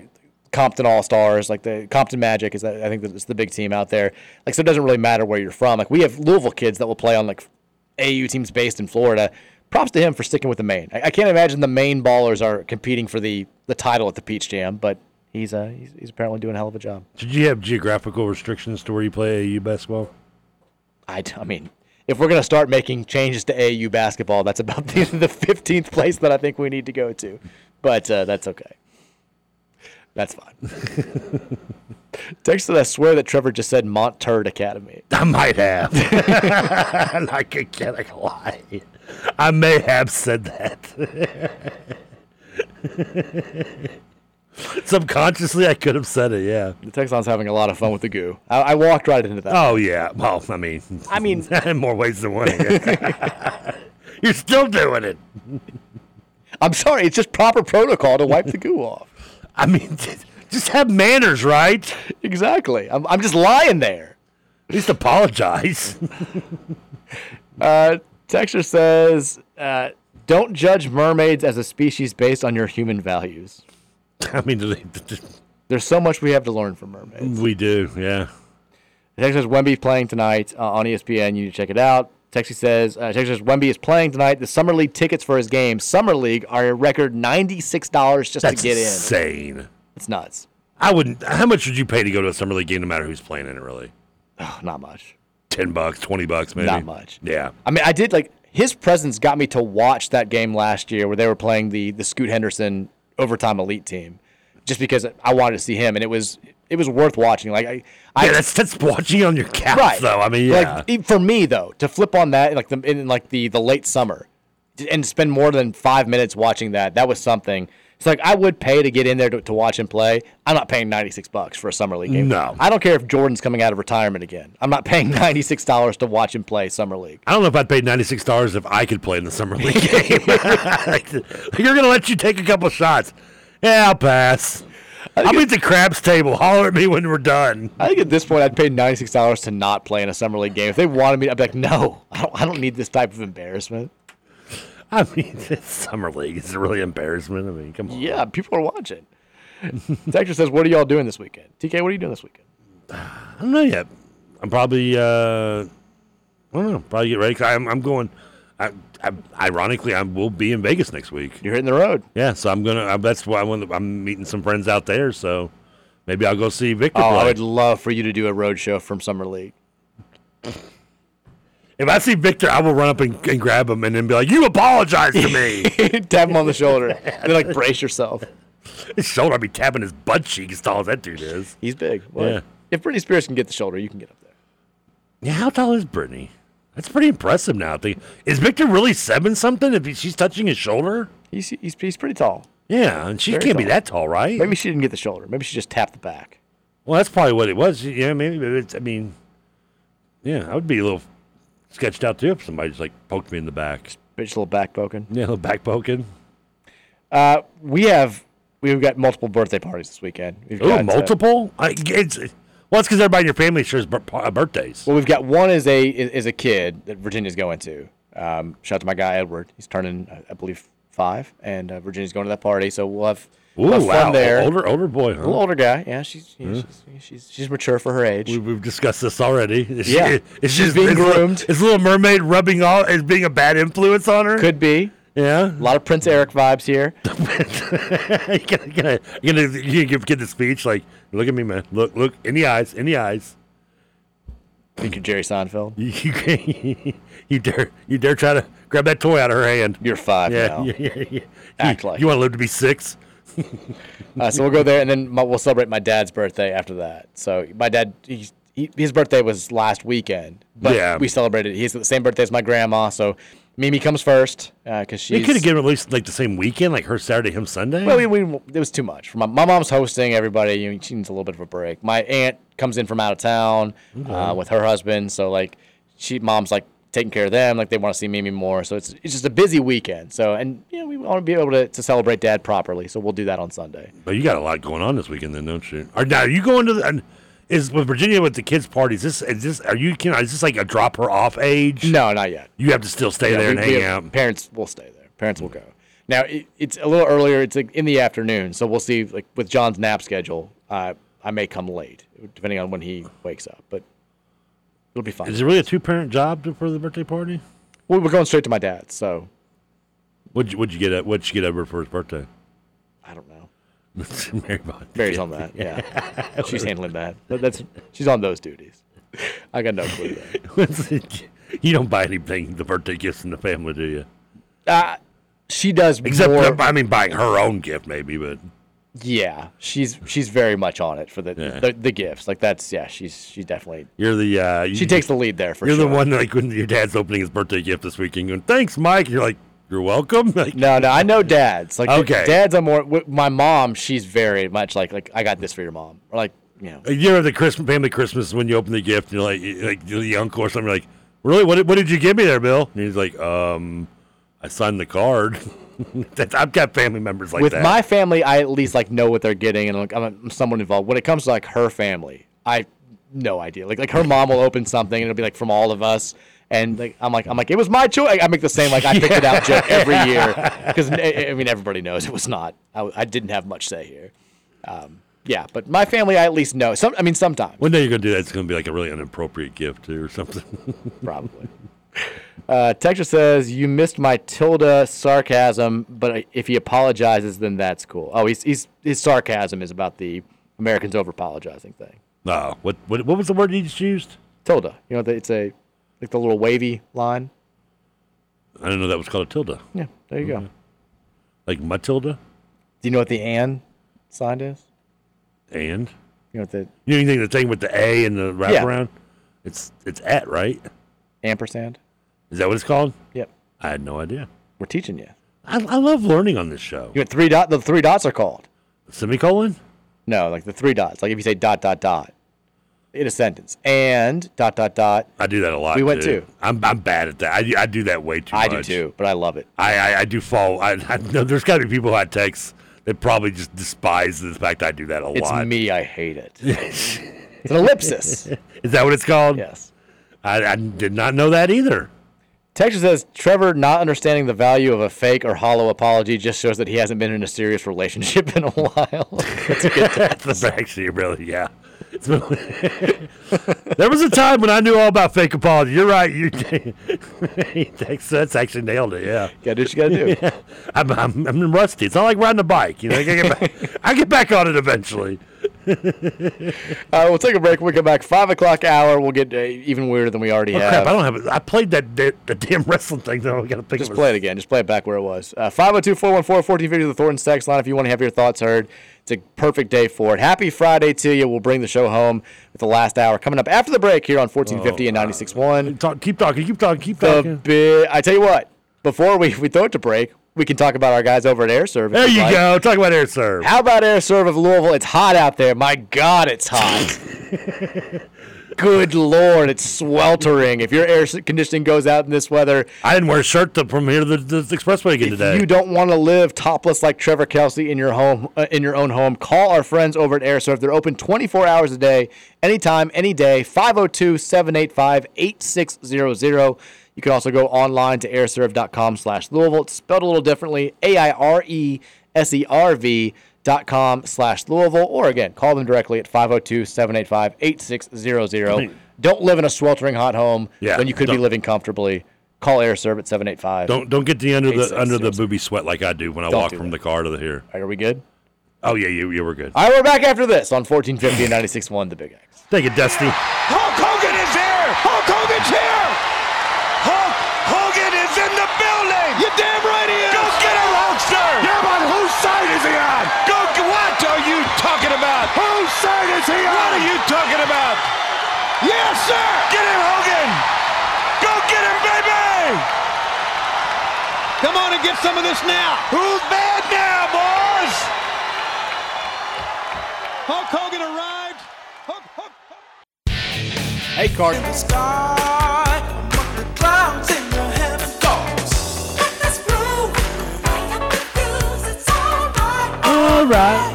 Speaker 11: Compton All Stars, like the Compton Magic is that I think that's the big team out there. Like so, it doesn't really matter where you're from. Like we have Louisville kids that will play on like AU teams based in Florida. Props to him for sticking with the Maine. I, I can't imagine the Maine ballers are competing for the the title at the Peach Jam, but he's uh he's, he's apparently doing a hell of a job.
Speaker 12: Did you have geographical restrictions to where you play AU basketball?
Speaker 11: I, d- I mean, if we're gonna start making changes to AU basketball, that's about the, the 15th place that I think we need to go to. But uh, that's okay. That's fine. Text that I swear that Trevor just said Mont Turd Academy.
Speaker 12: I might have. like a kid, like lie. I may have said that. Subconsciously, I could have said it. Yeah.
Speaker 11: The Texan's having a lot of fun with the goo. I, I walked right into that.
Speaker 12: Oh yeah. Well, I mean,
Speaker 11: I mean,
Speaker 12: in more ways than one. I guess. You're still doing it.
Speaker 11: I'm sorry. It's just proper protocol to wipe the goo off.
Speaker 12: I mean, just have manners, right?
Speaker 11: Exactly. I'm, I'm just lying there.
Speaker 12: At least apologize.
Speaker 11: uh, Texture says, uh, "Don't judge mermaids as a species based on your human values."
Speaker 12: I mean, do they, do,
Speaker 11: there's so much we have to learn from mermaids.
Speaker 12: We do, yeah.
Speaker 11: Texas Wemby playing tonight uh, on ESPN. You need to check it out. Texas says uh, Texas Wemby is playing tonight. The summer league tickets for his game, summer league, are a record ninety six dollars just
Speaker 12: That's
Speaker 11: to get
Speaker 12: insane.
Speaker 11: in. Insane. It's nuts.
Speaker 12: I wouldn't. How much would you pay to go to a summer league game? No matter who's playing in it, really.
Speaker 11: Oh, not much.
Speaker 12: Ten bucks, twenty bucks, maybe.
Speaker 11: Not much.
Speaker 12: Yeah.
Speaker 11: I mean, I did like his presence got me to watch that game last year where they were playing the the Scoot Henderson overtime elite team just because I wanted to see him and it was it was worth watching like I, I
Speaker 12: yeah, that's that's watching on your couch right. though I mean yeah
Speaker 11: like, e, for me though to flip on that like the in like the the late summer and spend more than 5 minutes watching that that was something it's like I would pay to get in there to, to watch him play I'm not paying 96 bucks for a summer league game
Speaker 12: no
Speaker 11: I don't care if Jordan's coming out of retirement again I'm not paying 96 dollars to watch him play summer league
Speaker 12: I don't know if I'd pay 96 dollars if I could play in the summer league game like, you're going to let you take a couple shots yeah, I'll pass. I am at the craps table. Holler at me when we're done.
Speaker 11: I think at this point, I'd pay ninety six dollars to not play in a summer league game. If they wanted me, I'd be like, no, I don't. I don't need this type of embarrassment.
Speaker 12: I mean, summer league is really embarrassment. I mean, come on.
Speaker 11: Yeah, people are watching. Texture says, "What are y'all doing this weekend?" TK, what are you doing this weekend?
Speaker 12: I don't know yet. I'm probably. Uh, I don't know. Probably get ready. i I'm, I'm going. I, I, ironically, I will be in Vegas next week.
Speaker 11: You're hitting the road.
Speaker 12: Yeah, so I'm gonna. I, that's why I'm, I'm meeting some friends out there. So maybe I'll go see Victor.
Speaker 11: Oh,
Speaker 12: play.
Speaker 11: I would love for you to do a road show from summer league.
Speaker 12: If I see Victor, I will run up and, and grab him and then be like, "You apologize to me."
Speaker 11: Tap him on the shoulder. and like brace yourself.
Speaker 12: His shoulder, I'll be tapping his butt cheek. As tall as that dude is.
Speaker 11: He's big. Well, yeah. If Britney Spears can get the shoulder, you can get up there.
Speaker 12: Yeah, how tall is Britney? That's pretty impressive now. Think, is Victor really seven something? If she's touching his shoulder,
Speaker 11: he's he's, he's pretty tall.
Speaker 12: Yeah, and she Very can't tall. be that tall, right?
Speaker 11: Maybe she didn't get the shoulder. Maybe she just tapped the back.
Speaker 12: Well, that's probably what it was. Yeah, maybe. It's, I mean, yeah, I would be a little sketched out too if somebody just like poked me in the back. Just
Speaker 11: bitch, a little back poking.
Speaker 12: Yeah, a little back poking.
Speaker 11: Uh, we have we've got multiple birthday parties this weekend. We've
Speaker 12: Ooh,
Speaker 11: got,
Speaker 12: multiple. Uh, I, it's, well, it's because everybody in your family shares uh, birthdays.
Speaker 11: Well, we've got one as a is a kid that Virginia's going to. Um, shout out to my guy Edward. He's turning, uh, I believe, five, and uh, Virginia's going to that party. So we'll have, we'll
Speaker 12: Ooh,
Speaker 11: have
Speaker 12: wow.
Speaker 11: fun there.
Speaker 12: Older, older boy, huh?
Speaker 11: A little older guy. Yeah, she's yeah, she's, she's she's mature for her age.
Speaker 12: We, have discussed this already. Is she-
Speaker 11: Yeah.
Speaker 12: is she-
Speaker 11: She's
Speaker 12: is-
Speaker 11: being
Speaker 12: is
Speaker 11: groomed.
Speaker 12: Little, is Little Mermaid rubbing off? Is being a bad influence on her?
Speaker 11: Could be
Speaker 12: yeah.
Speaker 11: a lot of Prince Eric vibes here.
Speaker 12: you gonna, you gonna, you gonna, you gonna get the speech like, look at me, man. Look, look in the eyes, in the eyes.
Speaker 11: Think of Jerry Seinfeld.
Speaker 12: You, you, can't- you dare, you dare try to grab that toy out of her hand.
Speaker 11: You're five
Speaker 12: Yeah,
Speaker 11: now.
Speaker 12: yeah, yeah, yeah.
Speaker 11: Act
Speaker 12: you,
Speaker 11: like
Speaker 12: you want to live to be six.
Speaker 11: Uh, so we'll go there, and then my, we'll celebrate my dad's birthday after that. So my dad, he's, he, his birthday was last weekend, but
Speaker 12: Yeah.
Speaker 11: we celebrated. He's the same birthday as my grandma, so Mimi comes first uh, because she.
Speaker 12: They could have given at least like the same weekend, like her Saturday, him Sunday.
Speaker 11: Well, we, we, it was too much. For my, my mom's hosting everybody. You know, she needs a little bit of a break. My aunt comes in from out of town uh, with her husband, so like she mom's like taking care of them, like they want to see Mimi more. So it's it's just a busy weekend. So and you know we want to be able to, to celebrate Dad properly. So we'll do that on Sunday.
Speaker 12: But you got a lot going on this weekend, then, don't you? Are now are you going to the? and Is with Virginia with the kids' parties? This is this. Are you? Can is this like a drop her off age?
Speaker 11: No, not yet.
Speaker 12: You have to still stay
Speaker 11: Yeah,
Speaker 12: there
Speaker 11: we-
Speaker 12: and
Speaker 11: we
Speaker 12: hang
Speaker 11: have-
Speaker 12: out.
Speaker 11: Parents will stay there. Parents will go. Now it, it's a little earlier. It's like in the afternoon, so we'll see. Like with John's nap schedule, uh, I may come late depending on when he wakes up, but it'll be fine.
Speaker 12: Is it really a two parent job to- for the birthday party?
Speaker 11: Well, we're going straight to my dad's, so
Speaker 12: What'd you, what'd you get? at- What'd you get over for his birthday?
Speaker 11: I don't know.
Speaker 12: Mary Bond.
Speaker 11: Mary's on that. Yeah, she's handling that. But that's she's on those duties. I got no clue. There.
Speaker 12: you don't buy anything the birthday gifts in the family, do you?
Speaker 11: Uh, she does
Speaker 12: Except
Speaker 11: more-
Speaker 12: for- I mean, buying her own gift maybe, but
Speaker 11: Yeah, she's she's very much on it for the, the the gifts. Like that's yeah, she's she definitely
Speaker 12: you're the uh, you,
Speaker 11: she takes the lead there for
Speaker 12: You're
Speaker 11: sure.
Speaker 12: the one like when your dad's opening his birthday gift this weekend, going, "Thanks, Mike." You're like, "You're welcome." Like,
Speaker 11: no, no, I know dads. Like
Speaker 12: Okay.
Speaker 11: dads, I'm more. wi- My mom, she's very much like like I got this for your mom. Or like you know,
Speaker 12: you're at the Christmas family Christmas when you open the gift, and you're like, you- like you're the uncle or something. You're like, really? What did, what did you give me there, Bill? And he's like, um, I signed the card. That's, I've got family members like
Speaker 11: with
Speaker 12: that.
Speaker 11: my family, I at least like know what they're getting, and like I'm, I'm someone involved. When it comes to like her family, I no idea. Like like her mom will open something, and it'll be like from all of us. And like I'm like I'm like it was my choice. I make the same like I picked it out joke every year because I I mean everybody knows it was not. I, I didn't have much say here. Um, yeah, but my family I at least know. Some I mean sometimes
Speaker 12: One day you're gonna do that. It's gonna be like a really inappropriate gift too, or something.
Speaker 11: Probably. Uh, Texture says you missed my tilde sarcasm, but if he apologizes, then that's cool. Oh, he's, he's his sarcasm is about the Americans over apologizing thing.
Speaker 12: No. What, what what was the word you just used?
Speaker 11: Tilde. You know, the- it's a like the little wavy line.
Speaker 12: I didn't know that was called a tilde.
Speaker 11: Yeah, there you go.
Speaker 12: Okay. Like Matilda
Speaker 11: Do you know what the and sign is?
Speaker 12: and
Speaker 11: You know what the
Speaker 12: you know anything the thing with the A and the
Speaker 11: Yeah.
Speaker 12: wraparound? It's it's at right.
Speaker 11: ampersand?
Speaker 12: Is that what it's called?
Speaker 11: Yep.
Speaker 12: I had no idea.
Speaker 11: We're teaching you.
Speaker 12: I, I love learning on this show.
Speaker 11: You know, what three dot. The three dots are called
Speaker 12: semicolon.
Speaker 11: No, like the three dots. Like if you say dot dot dot in a sentence, and dot dot dot.
Speaker 12: I do that a lot.
Speaker 11: We went
Speaker 12: too.
Speaker 11: too.
Speaker 12: I'm I'm bad at that. I, I do that way too
Speaker 11: I
Speaker 12: much.
Speaker 11: do too, but I love it.
Speaker 12: I I, I do fall. I, I know there's got to be people who I text that probably just despise the fact I do that a
Speaker 11: It's
Speaker 12: lot.
Speaker 11: me. I hate it. it's an ellipsis.
Speaker 12: Is that what it's called?
Speaker 11: Yes.
Speaker 12: I, I did not know that either.
Speaker 11: Texture says Trevor not understanding the value of a fake or hollow apology just shows that he hasn't been in a serious relationship in a while. That's a good text.
Speaker 12: That's actually really yeah. It's been- there was a time when I knew all about fake apology. You're right. You that's, that's actually nailed it. Yeah.
Speaker 11: Gotta do what you gotta do.
Speaker 12: I'm, I'm I'm rusty. It's not like riding a bike. You know, I get back, I get back on it eventually.
Speaker 11: Uh, we'll take a break. We'll come back five o'clock hour. We'll get uh, even weirder than we already
Speaker 12: Oh,
Speaker 11: have.
Speaker 12: crap, I don't have it. I played that da- the damn wrestling thing though. I gotta think
Speaker 11: Just
Speaker 12: of
Speaker 11: play it again. Just play it back where it was. Uh, 502 414 1450 the Thornton Sex line if you want to have your thoughts heard. It's a perfect day for it. Happy Friday to you. We'll bring the show home with the last hour coming up after the break here on 1450 and 96.1.
Speaker 12: Talk, keep talking. Keep talking. Keep
Speaker 11: talking. Bi- I tell you what, before we, we throw it to break, we can talk about our guys over at Air Serve. if
Speaker 12: There
Speaker 11: you'd
Speaker 12: you
Speaker 11: like.
Speaker 12: go. Talk about air serve.
Speaker 11: How about Air Serve of Louisville? It's hot out there. My God, it's hot. Good Lord, it's sweltering. If your air s- conditioning goes out in this weather,
Speaker 12: I didn't wear a shirt to, from here to the, the expressway again today.
Speaker 11: you don't want to live topless like Trevor Kelsey in your home, uh, in your own home. Call our friends over at AirServe. They're open 24 hours a day, anytime, any day. 502-785-8600. You can also go online to airserve.com slash Louisville. It's spelled a E little differently, A-I-R-E-S-E-R-V dot com slash Louisville. Or again, call them directly at 502-785-8600. Don't live in a sweltering hot home
Speaker 12: Yeah,
Speaker 11: when you could be
Speaker 12: don't-
Speaker 11: living comfortably. Call AirServe at 785.
Speaker 12: Don't don't get the under the
Speaker 11: 86,
Speaker 12: under the booby sweat like I do when I
Speaker 11: Don't
Speaker 12: walk
Speaker 11: do
Speaker 12: from the car to the here.
Speaker 11: Are we good?
Speaker 12: Oh yeah, you you were good.
Speaker 11: All right, we're back after this on 1450 and 96.1 The Big X.
Speaker 12: Thank you, Dusty.
Speaker 2: Hulk Hogan is here! Hulk Hogan's here! Hulk Hogan is in the building! You damn right he is! Go get him, Hulkster! Yeah, but whose side is he on? Go get what are you talking about? Whose side is he on? What are you talking about? Yes, sir! Get him, Hogan! Go get him, baby! Come on and get some of this now! Who's bad now, boys? Hulk Hogan arrived!
Speaker 11: Hey, Carter.
Speaker 8: Start
Speaker 12: alright.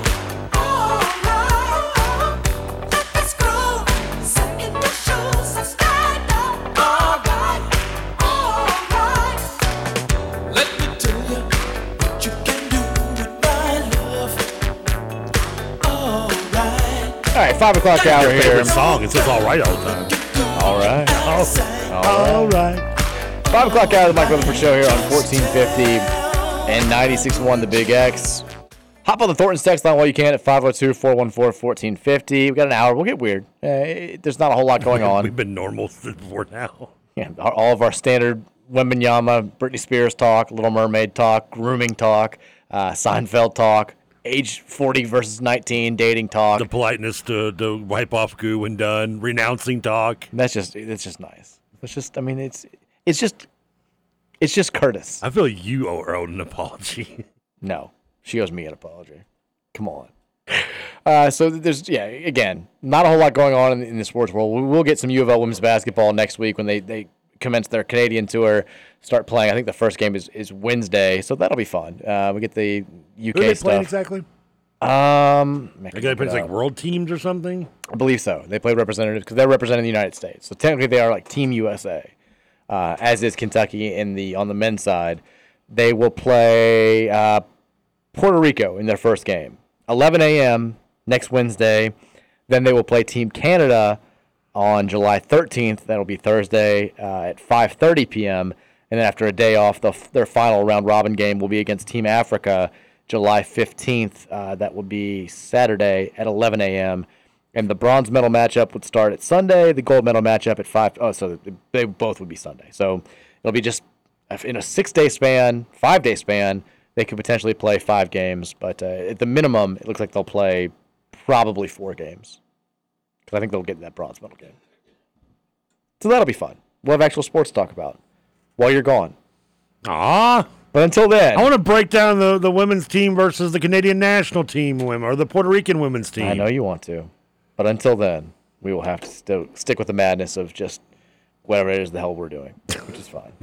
Speaker 11: All right, five o'clock hour
Speaker 12: Your
Speaker 11: here.
Speaker 12: favorite song. It says alright all the time.
Speaker 11: All right.
Speaker 12: All
Speaker 11: Five o'clock hour of the Mike Rutherford Show here on 1450 and 96.1 The Big X. Hop on the Thornton's text line while you can at 502 414 1450. we got an hour. We'll get weird. Uh, it- there's not a whole lot going on.
Speaker 12: We've been normal since before now.
Speaker 11: Yeah, our- all of our standard Wembenyama, Britney Spears talk, Little Mermaid talk, grooming talk, uh, Seinfeld talk, age 40 versus 19 dating talk.
Speaker 12: The politeness to, to wipe off goo when done, renouncing talk.
Speaker 11: That's just it's just nice. It's just I mean it's it's just it's just Curtis.
Speaker 12: I feel you owe her an apology.
Speaker 11: No, she owes me an apology. Come on. Uh, so th- there's yeah again not a whole lot going on in, in the sports world. We will get some U of L women's basketball next week when they they commence their Canadian tour, start playing. I think the first game is, is Wednesday, so that'll be fun. Uh, we get the UK
Speaker 12: Who are they playing
Speaker 11: stuff.
Speaker 12: exactly?
Speaker 11: Um, I
Speaker 12: They
Speaker 11: can
Speaker 12: got
Speaker 11: look it
Speaker 12: plays like
Speaker 11: up.
Speaker 12: world teams or something.
Speaker 11: I believe so. They play representatives because they're representing the United States. So technically, they are like Team USA, uh, as is Kentucky in the on the men's side. They will play uh, Puerto Rico in their first game, 11 a.m. next Wednesday. Then they will play Team Canada on July 13th. That'll be Thursday uh, at 5:30 p.m. And then after a day off, the, their final round robin game will be against Team Africa, July 15th. Uh, that will be Saturday at 11 a.m. And the bronze medal matchup would start at Sunday. The gold medal matchup at five oh so they both would be Sunday. So it'll be just in a six-day span, five-day span. They could potentially play five games, but uh, at the minimum, it looks like they'll play probably four games because I think they'll get that bronze medal game. So that'll be fun. We'll have actual sports to talk about while you're gone.
Speaker 12: Ah.
Speaker 11: But until then,
Speaker 12: I want to break down the, the women's team versus the Canadian national team women or the Puerto Rican women's team.
Speaker 11: I know you want to, but until then, we will have to st- stick with the madness of just whatever it is the hell we're doing, which is fine.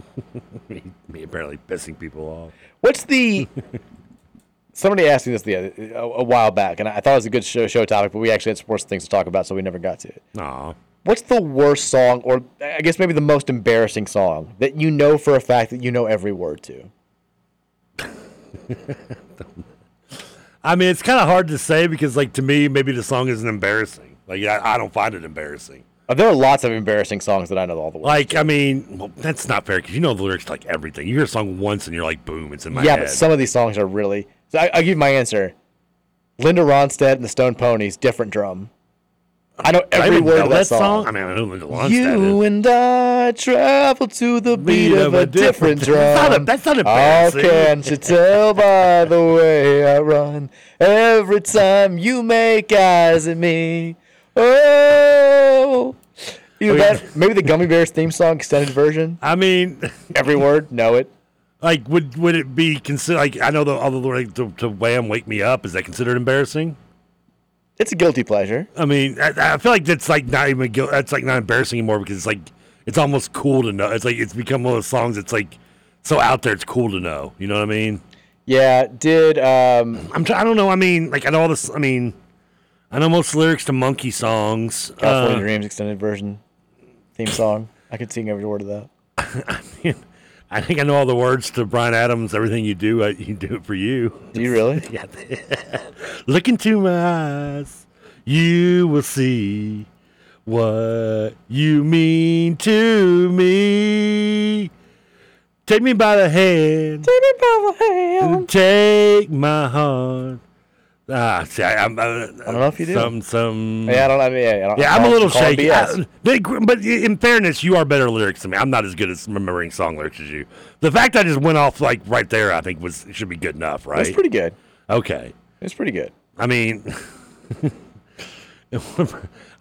Speaker 12: me, me apparently pissing people off.
Speaker 11: What's the? Somebody asked me this the other, a, a while back, and I thought it was a good show, show topic, but we actually had sports things to talk about, so we never got to it.
Speaker 12: Aw.
Speaker 11: What's the worst song, or I guess maybe the most embarrassing song that you know for a fact that you know every word to?
Speaker 12: I mean, it's kind of hard to say because, like, to me, maybe the song isn't embarrassing. Like, I, I don't find it embarrassing.
Speaker 11: Uh, There are lots of embarrassing songs that I know all the words.
Speaker 12: Like, I mean, well, that's not fair because you know the lyrics to, like everything. You hear a song once and you're like, boom, it's in Oh my
Speaker 11: yeah,
Speaker 12: head.
Speaker 11: but some of these songs are really. So I, I'll give you my answer. Linda Ronstadt and the Stone Ponies, different drum. I know
Speaker 12: I
Speaker 11: every
Speaker 12: even
Speaker 11: word
Speaker 12: know
Speaker 11: of that song.
Speaker 12: I mean, I know Linda Ronstadt.
Speaker 11: You and I travel to the beat of a different drum.
Speaker 12: That's not a- that's not embarrassing.
Speaker 11: Oh, can't you tell by the way I run? Every time you make eyes at me. Oh. You
Speaker 12: Okay.
Speaker 11: bet- maybe the Gummy Bears theme song, extended version.
Speaker 12: I mean,
Speaker 11: every word, know it.
Speaker 12: Like, would would it be considered? Like, I know the other like to, to Wham, Wake Me Up. Is that considered embarrassing?
Speaker 11: It's a guilty pleasure.
Speaker 12: I mean, I, I feel like that's like not even guil- that's like not embarrassing anymore because it's like it's almost cool to know. It's like it's become one of those songs that's like so out there. It's cool to know. You know what I mean?
Speaker 11: Yeah, did um
Speaker 12: I'm try- I don't know. I mean, like I know all this. I mean, I know most lyrics to Monkey songs.
Speaker 11: California
Speaker 12: Uh,
Speaker 11: Dreams extended version theme song. I could sing every word of that.
Speaker 12: I think I know all the words to Brian Adams. Everything you do, I, you do it for you.
Speaker 11: Do you really?
Speaker 12: yeah. Look into my eyes, you will see what you mean to me. Take me by the hand. Take
Speaker 11: me by the hand.
Speaker 12: Take my heart. Ah, see, I, I'm, I, don't know
Speaker 11: if you do.
Speaker 12: Some, some.
Speaker 11: Yeah, I don't. I mean, yeah, I don't,
Speaker 12: Yeah,
Speaker 11: I
Speaker 12: I'm a
Speaker 11: don't
Speaker 12: little
Speaker 11: call it
Speaker 12: shaky.
Speaker 11: BS.
Speaker 12: I- they- but in fairness, you are better lyrics than me. I'm not as good as remembering song lyrics as you. The fact I just went off like right there, I think was should be good enough, right?
Speaker 11: It's pretty good.
Speaker 12: Okay.
Speaker 11: It's pretty good.
Speaker 12: I mean, I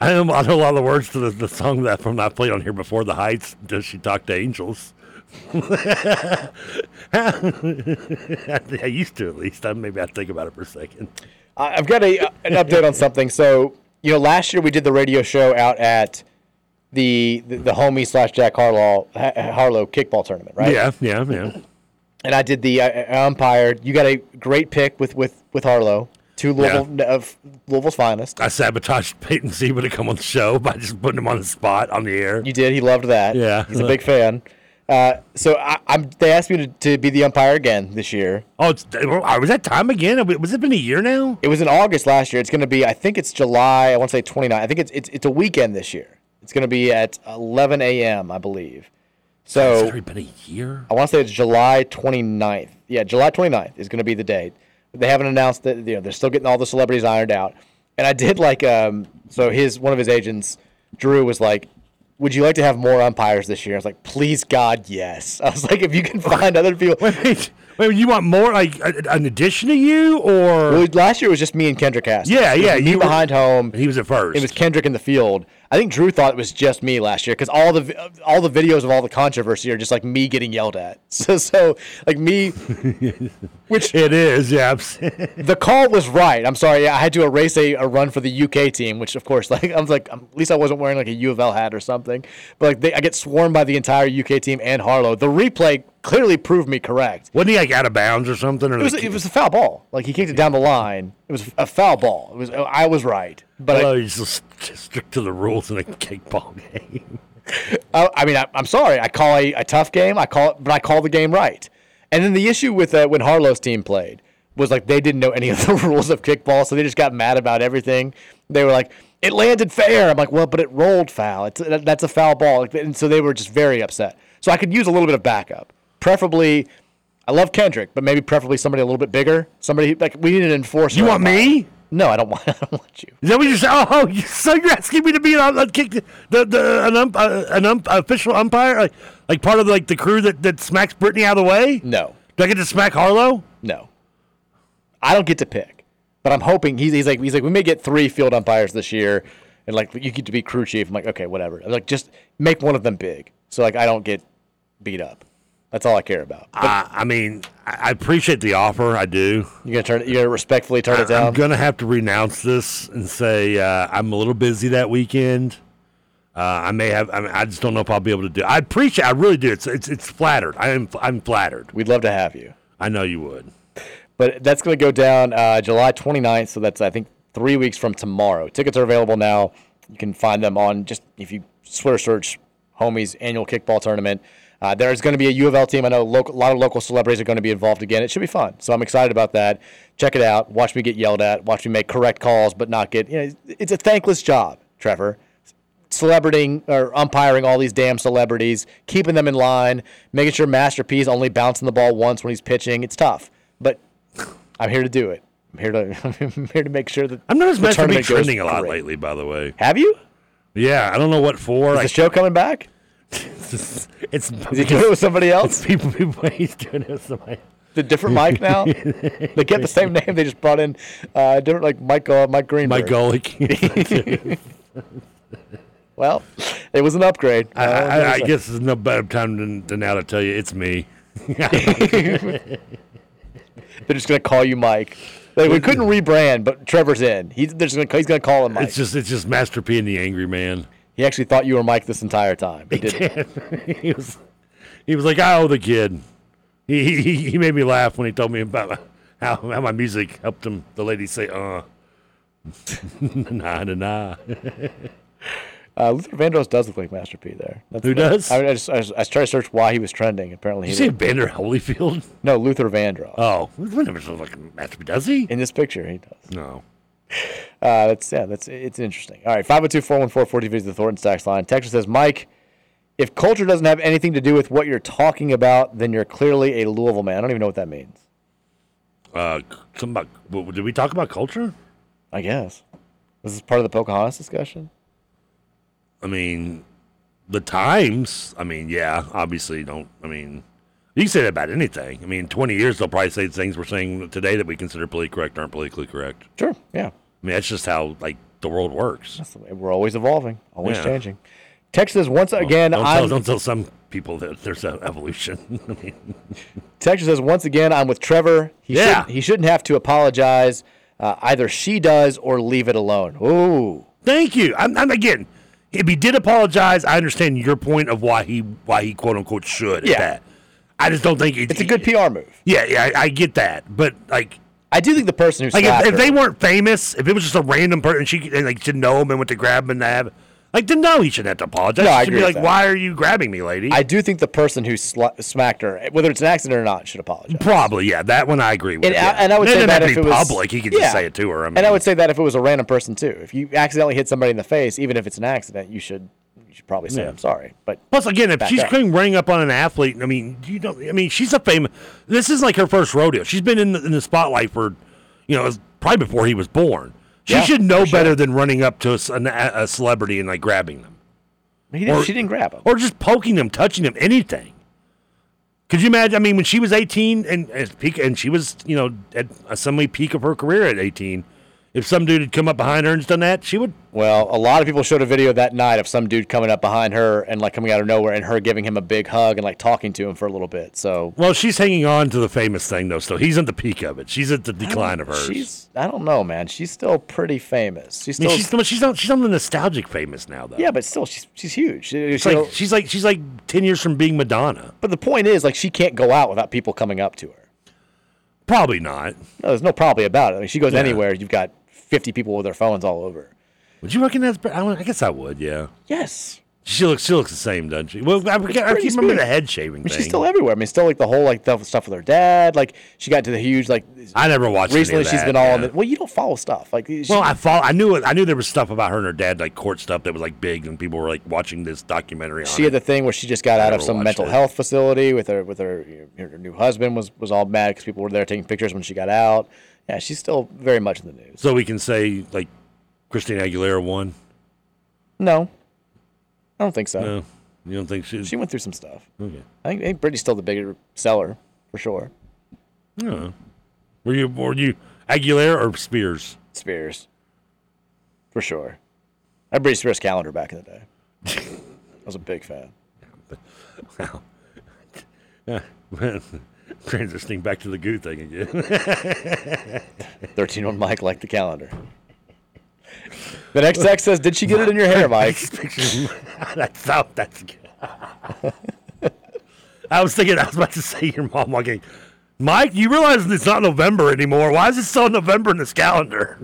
Speaker 12: know, I know a lot of the words to the, the song that from I played on here before, "The Heights." Does she talk to angels? I used to at least. I, maybe I think about it for a second.
Speaker 11: I- I've got a, an update on something. So, you know, last year we did the radio show out at the the, the homie slash Jack Harlow Ha- Harlow kickball tournament, right?
Speaker 12: Yeah, yeah, yeah.
Speaker 11: uh, And I did the uh, umpire. You got a great pick with with with Harlow. Two Louisville, of Louisville's finest.
Speaker 12: I sabotaged Peyton Zeba to come on the show by just putting him on the spot on the air.
Speaker 11: You did. He loved that.
Speaker 12: Yeah,
Speaker 11: He's a big fan. Uh, so I, I'm. They asked me to, to be the umpire again this year.
Speaker 12: Oh, it's, was that time again? Was it been a year now?
Speaker 11: It was in August last year. It's going to be. I think it's July. I want to say 29. I think it's it's it's a weekend this year. It's going to be at 11 a.m. I believe.
Speaker 12: It's
Speaker 11: So
Speaker 12: already been a year.
Speaker 11: I want to say it's July 29th. Yeah, July 29th is going to be the date. They haven't announced that you know they're still getting all the celebrities ironed out. And I did like um so his one of his agents Drew was like would you like to have more umpires this year? I was like, please God, yes. I was like, if you can find other people.
Speaker 12: Wait, wait, you want more like an addition to you, or
Speaker 11: well, last year it was just me and Kendrick Cass.
Speaker 12: Yeah, yeah,
Speaker 11: me
Speaker 12: you were-
Speaker 11: behind home.
Speaker 12: He was at first.
Speaker 11: It was Kendrick in the field. I think Drew thought it was just me last year because all the vi- all the videos of all the controversy are just like me getting yelled at. So so like me, which
Speaker 12: it is. Yeah,
Speaker 11: the call was right. I'm sorry. I had to erase a, a run for the UK team, which of course like I was like um, at least I wasn't wearing like a U of L hat or something. But like they, I get swarmed by the entire UK team and Harlow. The replay clearly proved me correct.
Speaker 12: Wasn't he like out of bounds or something? Or
Speaker 11: It was
Speaker 12: the-
Speaker 11: it was a foul ball. Like he kicked it down the line. It was a foul ball. It was I was right. But I-
Speaker 12: Well, Oh, he's just just stick to the rules in a kickball game.
Speaker 11: I, Oh, I mean, I, I'm sorry. I call a, a tough game. I call it, but I call the game right. And then the issue with uh, when Harlow's team played was like they didn't know any of the rules of kickball, so they just got mad about everything. They were like, "It landed fair." I'm like, "Well, but it rolled foul. It's that- that's a foul ball." Like, And so they were just very upset. So I could use a little bit of backup, preferably. I love Kendrick, but maybe preferably somebody a little bit bigger. Somebody like we need an enforcer.
Speaker 12: You want me?
Speaker 11: No, I don't want. I don't want you.
Speaker 12: Is that what you said? Oh, you- so you're asking me to be an, um- uh, kick the, the an ump, uh, an ump, official umpire, like, like part of like the crew that, that smacks Brittany out of the way?
Speaker 11: No.
Speaker 12: Do I get to smack Harlow?
Speaker 11: No. I don't get to pick, but I'm hoping he's, he's like he's like we may get three field umpires this year, and like you get to be crew chief. I'm like okay, whatever. I'm like just make one of them big, so like I don't get beat up. That's all I care about.
Speaker 12: Uh, I mean, I I appreciate the offer. I do.
Speaker 11: You gonna turn? You gonna respectfully turn it down?
Speaker 12: I'm gonna have to renounce this and say uh, I'm a little busy that weekend. Uh, I may have. I, mean, I just don't know if I'll be able to do. I appreciate. I really do. It's it's it's flattered. I am. I'm flattered.
Speaker 11: We'd love to have you.
Speaker 12: I know you would.
Speaker 11: But that's going to go down uh, July 29th. So that's, I think, three weeks from tomorrow. Tickets are available now. You can find them on just if you Twitter search Homies Annual Kickball Tournament. Uh, there's going to be a U of L team. I know local, a lot of local celebrities are going to be involved again. It should be fun. So I'm excited about that. Check it out. Watch me get yelled at. Watch me make correct calls, but not get, you know, it's a thankless job, Trevor celebrating or umpiring all these damn celebrities, keeping them in line, making sure Masterpiece only bouncing the ball once when he's pitching. It's tough, but I'm here to do it. I'm here to I'm here to make sure that
Speaker 12: I'm noticed
Speaker 11: the
Speaker 12: Master Beat
Speaker 11: tournament goes
Speaker 12: trending a lot
Speaker 11: great.
Speaker 12: lately. By the way,
Speaker 11: Have you?
Speaker 12: yeah, I don't know what for.
Speaker 11: Is
Speaker 12: I-
Speaker 11: the show coming back?
Speaker 12: it's it's
Speaker 11: Is he doing it with somebody else?
Speaker 12: people people he's doing it with somebody.
Speaker 11: The different Mike now? they get the same name. They just brought in uh, different like Mike uh, Mike Greenberg.
Speaker 12: Mike Golick.
Speaker 11: Well, it was an upgrade.
Speaker 12: I,
Speaker 11: Uh,
Speaker 12: I, I
Speaker 11: it's a-
Speaker 12: guess there's no better time than, than now to tell you it's me.
Speaker 11: They're just gonna call you Mike. Like, we couldn't rebrand, but Trevor's in. He's they're just gonna he's gonna call him Mike.
Speaker 12: It's just it's just Master P and the Angry Man.
Speaker 11: He actually thought you were Mike this entire time. He did.
Speaker 12: he was he was like I owe the kid. He he, he made me laugh when he told me about my, how how my music helped him. The lady say uh nah nah nah.
Speaker 11: Uh, Luther Vandross does look like Master P there. That's
Speaker 12: Who does?
Speaker 11: I, I just I, just, I tried to search why he was trending. Apparently,
Speaker 12: you
Speaker 11: he
Speaker 12: say
Speaker 11: looked-
Speaker 12: Vander Holyfield?
Speaker 11: No, Luther Vandross.
Speaker 12: Oh, whatever. Like Master P does he?
Speaker 11: In this picture, he does.
Speaker 12: No.
Speaker 11: Uh, that's yeah, that's it's interesting. All right, 502-414-4050 is the Thornton Stacks line. Texas says, Mike, if culture doesn't have anything to do with what you're talking about, then you're clearly a Louisville man. I don't even know what that means.
Speaker 12: Uh, something about what, did we talk about culture?
Speaker 11: I guess this is part of the Pocahontas discussion.
Speaker 12: I mean, the times. I mean, yeah, obviously don't. I mean, you can say that about anything. I mean, in 20 years they'll probably say things we're saying today that we consider politically correct aren't politically correct.
Speaker 11: Sure.
Speaker 12: I
Speaker 11: Yeah.
Speaker 12: mean, that's just how like the world works.
Speaker 11: That's the way. We're always evolving, always
Speaker 12: Yeah.
Speaker 11: changing. Texas says, once
Speaker 12: Don't-
Speaker 11: again,
Speaker 12: don't
Speaker 11: I'm
Speaker 12: tell, don't tell some people that there's an evolution. I mean,
Speaker 11: Texas says once again, I'm with Trevor. He
Speaker 12: Yeah.
Speaker 11: shouldn't, he shouldn't have to apologize. Uh, either she does or leave it alone. Ooh,
Speaker 12: thank you. I'm, I'm again. If he did apologize, I understand your point of why he why he quote unquote should. at
Speaker 11: Yeah.
Speaker 12: that. I just don't think it,
Speaker 11: it's a good PR move.
Speaker 12: Yeah, yeah, I, I get that, but like,
Speaker 11: I do think the person who
Speaker 12: Like
Speaker 11: slapped
Speaker 12: if, if
Speaker 11: her-
Speaker 12: they weren't famous, if it was just a random person, and she and like to know him and went to grab him and have, like to know he shouldn't have to apologize.
Speaker 11: No, I
Speaker 12: She should
Speaker 11: agree
Speaker 12: be
Speaker 11: with
Speaker 12: like,
Speaker 11: that.
Speaker 12: why are you grabbing me, lady?
Speaker 11: I do think the person who sla- smacked her, whether it's an accident or not, should apologize.
Speaker 12: Probably, yeah. That one I agree with.
Speaker 11: And,
Speaker 12: yeah.
Speaker 11: I, and I would
Speaker 12: It
Speaker 11: say
Speaker 12: doesn't
Speaker 11: that
Speaker 12: have
Speaker 11: if
Speaker 12: to
Speaker 11: it
Speaker 12: be
Speaker 11: was
Speaker 12: public, he could just
Speaker 11: yeah.
Speaker 12: say it to her. I mean,
Speaker 11: and I would say that if it was a random person too. If you accidentally hit somebody in the face, even if it's an accident, you should you should probably say
Speaker 12: Yeah.
Speaker 11: I'm sorry. But
Speaker 12: Plus, again, if
Speaker 11: back
Speaker 12: she's
Speaker 11: up.
Speaker 12: going running up on an athlete, I mean, you don't. I mean, she's a famous. This is like her first rodeo. She's been in the, in the spotlight for, you know, it was probably before he was born. She
Speaker 11: Yeah,
Speaker 12: should know better than running up to a, ce- an- a a celebrity and like grabbing them,
Speaker 11: He didn't, she didn't grab him.
Speaker 12: or just poking them, touching them, anything. Could you imagine? I mean, when she was eighteen and at peak, and she was, you know, at a semi peak of her career at eighteen, if some dude had come up behind her and just done that, she would.
Speaker 11: Well, a lot of people showed a video that night of some dude coming up behind her and like coming out of nowhere and her giving him a big hug and like talking to him for a little bit. So
Speaker 12: Well, she's hanging on to the famous thing though. Still, he's at the peak of it. She's at the decline of hers.
Speaker 11: she's I don't know, man. She's still pretty famous. She's
Speaker 12: I mean,
Speaker 11: still
Speaker 12: she's, she's on she's on the nostalgic famous now though.
Speaker 11: yeah, but still she's she's huge. She-
Speaker 12: It's
Speaker 11: she'll-
Speaker 12: like she's like she's like ten years from being Madonna.
Speaker 11: but the point is like she can't go out without people coming up to her.
Speaker 12: Probably not.
Speaker 11: No, there's no probably about it. I mean, she goes
Speaker 12: Yeah.
Speaker 11: anywhere, you've got 50 people with their phones all over.
Speaker 12: Would you recognize? Br- I, would- I guess I would. Yeah.
Speaker 11: Yes.
Speaker 12: She looks she looks the same, doesn't she? Well, I, forget- I
Speaker 11: Britney
Speaker 12: keep remembering the
Speaker 11: Spears.
Speaker 12: head
Speaker 11: I
Speaker 12: shaving
Speaker 11: mean,
Speaker 12: thing.
Speaker 11: she's still everywhere. I mean, still like the whole like the stuff with her dad. Like she got to the huge like.
Speaker 12: I never watched. any of
Speaker 11: Recently, she's
Speaker 12: that,
Speaker 11: been all on
Speaker 12: yeah.
Speaker 11: the. Well, you don't follow stuff like. She,
Speaker 12: Well, I follow, I knew it, I knew there was stuff about her and her dad, like court stuff that was like big, and people were like watching this documentary on
Speaker 11: she
Speaker 12: it.
Speaker 11: had the thing where she just got out of
Speaker 12: never
Speaker 11: some
Speaker 12: watched
Speaker 11: mental
Speaker 12: it.
Speaker 11: health facility with her with her her new husband was was all mad because people were there taking pictures when she got out. Yeah, she's still very much in the news.
Speaker 12: so we can say like Christina Aguilera won.
Speaker 11: No, I don't think so.
Speaker 12: No, Uh, you don't think she?
Speaker 11: She went through some stuff.
Speaker 12: Okay.
Speaker 11: I think, I think Britney's still the bigger seller for sure.
Speaker 12: No. Were you were you Aguilera or Spears?
Speaker 11: Spears, for sure. I Britney Spears calendar back in the day. I was a big fan.
Speaker 12: Wow. Yeah. Transitioning back to the goo thing again.
Speaker 11: 13 on Mike like the calendar. The next text says, Did she get it in your hair, Mike?
Speaker 12: I thought that's I was thinking I was about to say your mom walking. Mike, you realize it's not November anymore. Why is it still November in this calendar?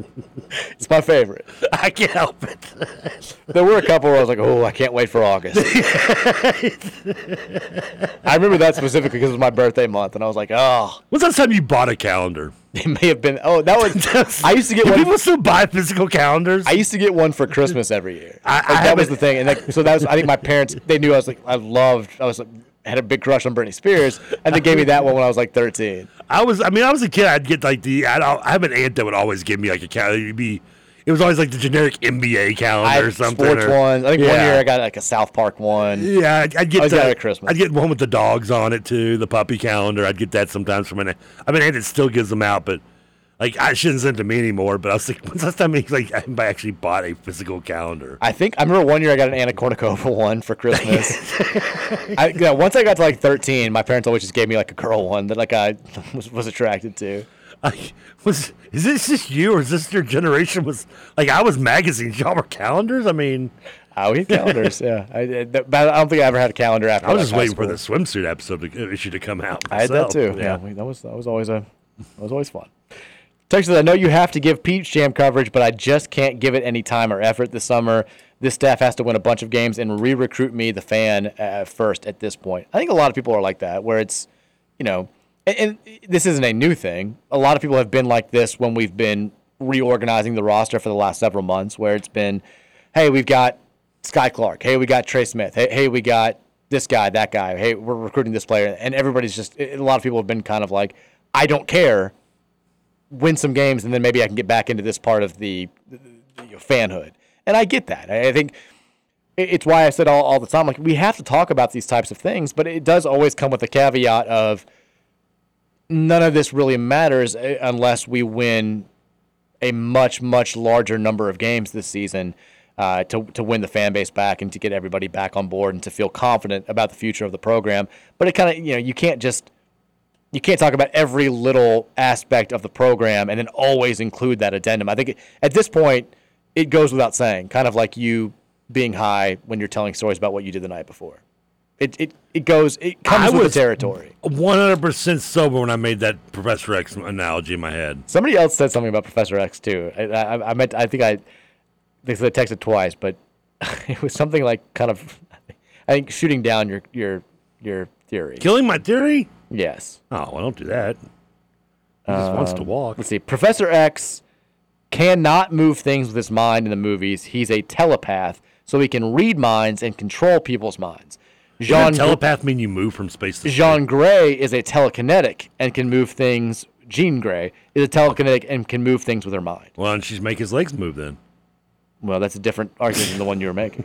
Speaker 11: It's my favorite.
Speaker 12: I can't help it.
Speaker 11: There were a couple where I was like, Oh, I can't wait for August. I remember that specifically because it was my birthday month, and I was like, Oh,
Speaker 12: When's the last time you bought a calendar?
Speaker 11: it may have been. Oh, that was. I used to get
Speaker 12: Do
Speaker 11: one.
Speaker 12: people still buy physical calendars?
Speaker 11: I used to get one for Christmas every year.
Speaker 12: I-
Speaker 11: Like,
Speaker 12: I
Speaker 11: that was
Speaker 12: haven't-
Speaker 11: the thing, and like, so that was. I think my parents they knew I was like I loved. I was like had a big crush on Britney Spears, and they gave me that one when I was like 13.
Speaker 12: I was, I mean, I was a kid. I'd get like the, I'd, al- I have an aunt that would always give me like a calendar. It'd be, it was always like the generic NBA calendar
Speaker 11: I
Speaker 12: or
Speaker 11: had
Speaker 12: something.
Speaker 11: sports
Speaker 12: or-
Speaker 11: ones. I think one
Speaker 12: Yeah.
Speaker 11: year I got like a South Park one.
Speaker 12: Yeah, I'd, I'd get
Speaker 11: always
Speaker 12: the,
Speaker 11: got it at Christmas.
Speaker 12: I'd get one with the dogs on it too, the puppy calendar. I'd get that sometimes from an. aunt. I mean, aunt that still gives them out, but like I shouldn't send to me anymore. But I was like, when's the last time he, like I actually bought a physical calendar?
Speaker 11: I think I remember one year I got an Anna Kournikova one for Christmas. I, yeah, once I got to like 13, my parents always just gave me like a girl one that like I was, was attracted to.
Speaker 12: I was is this just you or is this your generation? Was like I was magazines, y'all were calendars. I mean,
Speaker 11: Oh, we had calendars, yeah. I, I- but I don't think I ever had a calendar after.
Speaker 12: I was
Speaker 11: like,
Speaker 12: just
Speaker 11: high
Speaker 12: waiting for
Speaker 11: school.
Speaker 12: the swimsuit episode to, uh, issue to come out.
Speaker 11: I had that
Speaker 12: myself.
Speaker 11: too. Yeah, we- that was that was always a that was always fun. Text says, I know you have to give Peach Jam coverage, but I just can't give it any time or effort this summer. This staff has to win a bunch of games and re-recruit me, the fan, uh, first at this point. I think a lot of people are like that, where it's, you know, and, and this isn't a new thing. A lot of people have been like this when we've been reorganizing the roster for the last several months, where it's been, hey, we've got Sky Clark. Hey, we got Trey Smith. Hey, hey, we got this guy, that guy. Hey, we're recruiting this player, and everybody's just. A lot of people have been kind of like, I don't care. Win some games, and then maybe I can get back into this part of the, the, the- you know, fanhood. And I get that. I, I think it- it's why I said all, all the time, like we have to talk about these types of things, but it does always come with a caveat of none of this really matters eh, unless we win a much much larger number of games this season uh, to to win the fan base back and to get everybody back on board and to feel confident about the future of the program. But it kind of you know you can't just you can't talk about every little aspect of the program and then always include that addendum. I think it, at this point it goes without saying, kind of like you being high when you're telling stories about what you did the night before. It it, it goes. It comes with the territory.
Speaker 12: One hundred percent sober when I made that Professor X analogy in my head.
Speaker 11: Somebody else said something about Professor X too. I, I, I meant I think I, they said I texted twice, but it was something like kind of, I think shooting down your your your theory.
Speaker 12: Killing my theory?
Speaker 11: Yes.
Speaker 12: Oh, I don't do that. He just wants to walk.
Speaker 11: Um, Let's see. Professor X cannot move things with his mind in the movies. He's a telepath, so he can read minds and control people's minds.
Speaker 12: Jean
Speaker 11: Gr-
Speaker 12: telepath mean you move from space to
Speaker 11: Jean Grey is a telekinetic and can move things. Jean Grey is a telekinetic and can move things with her mind.
Speaker 12: Well, and she's make his legs move then.
Speaker 11: Well, that's a different argument than the one you were making.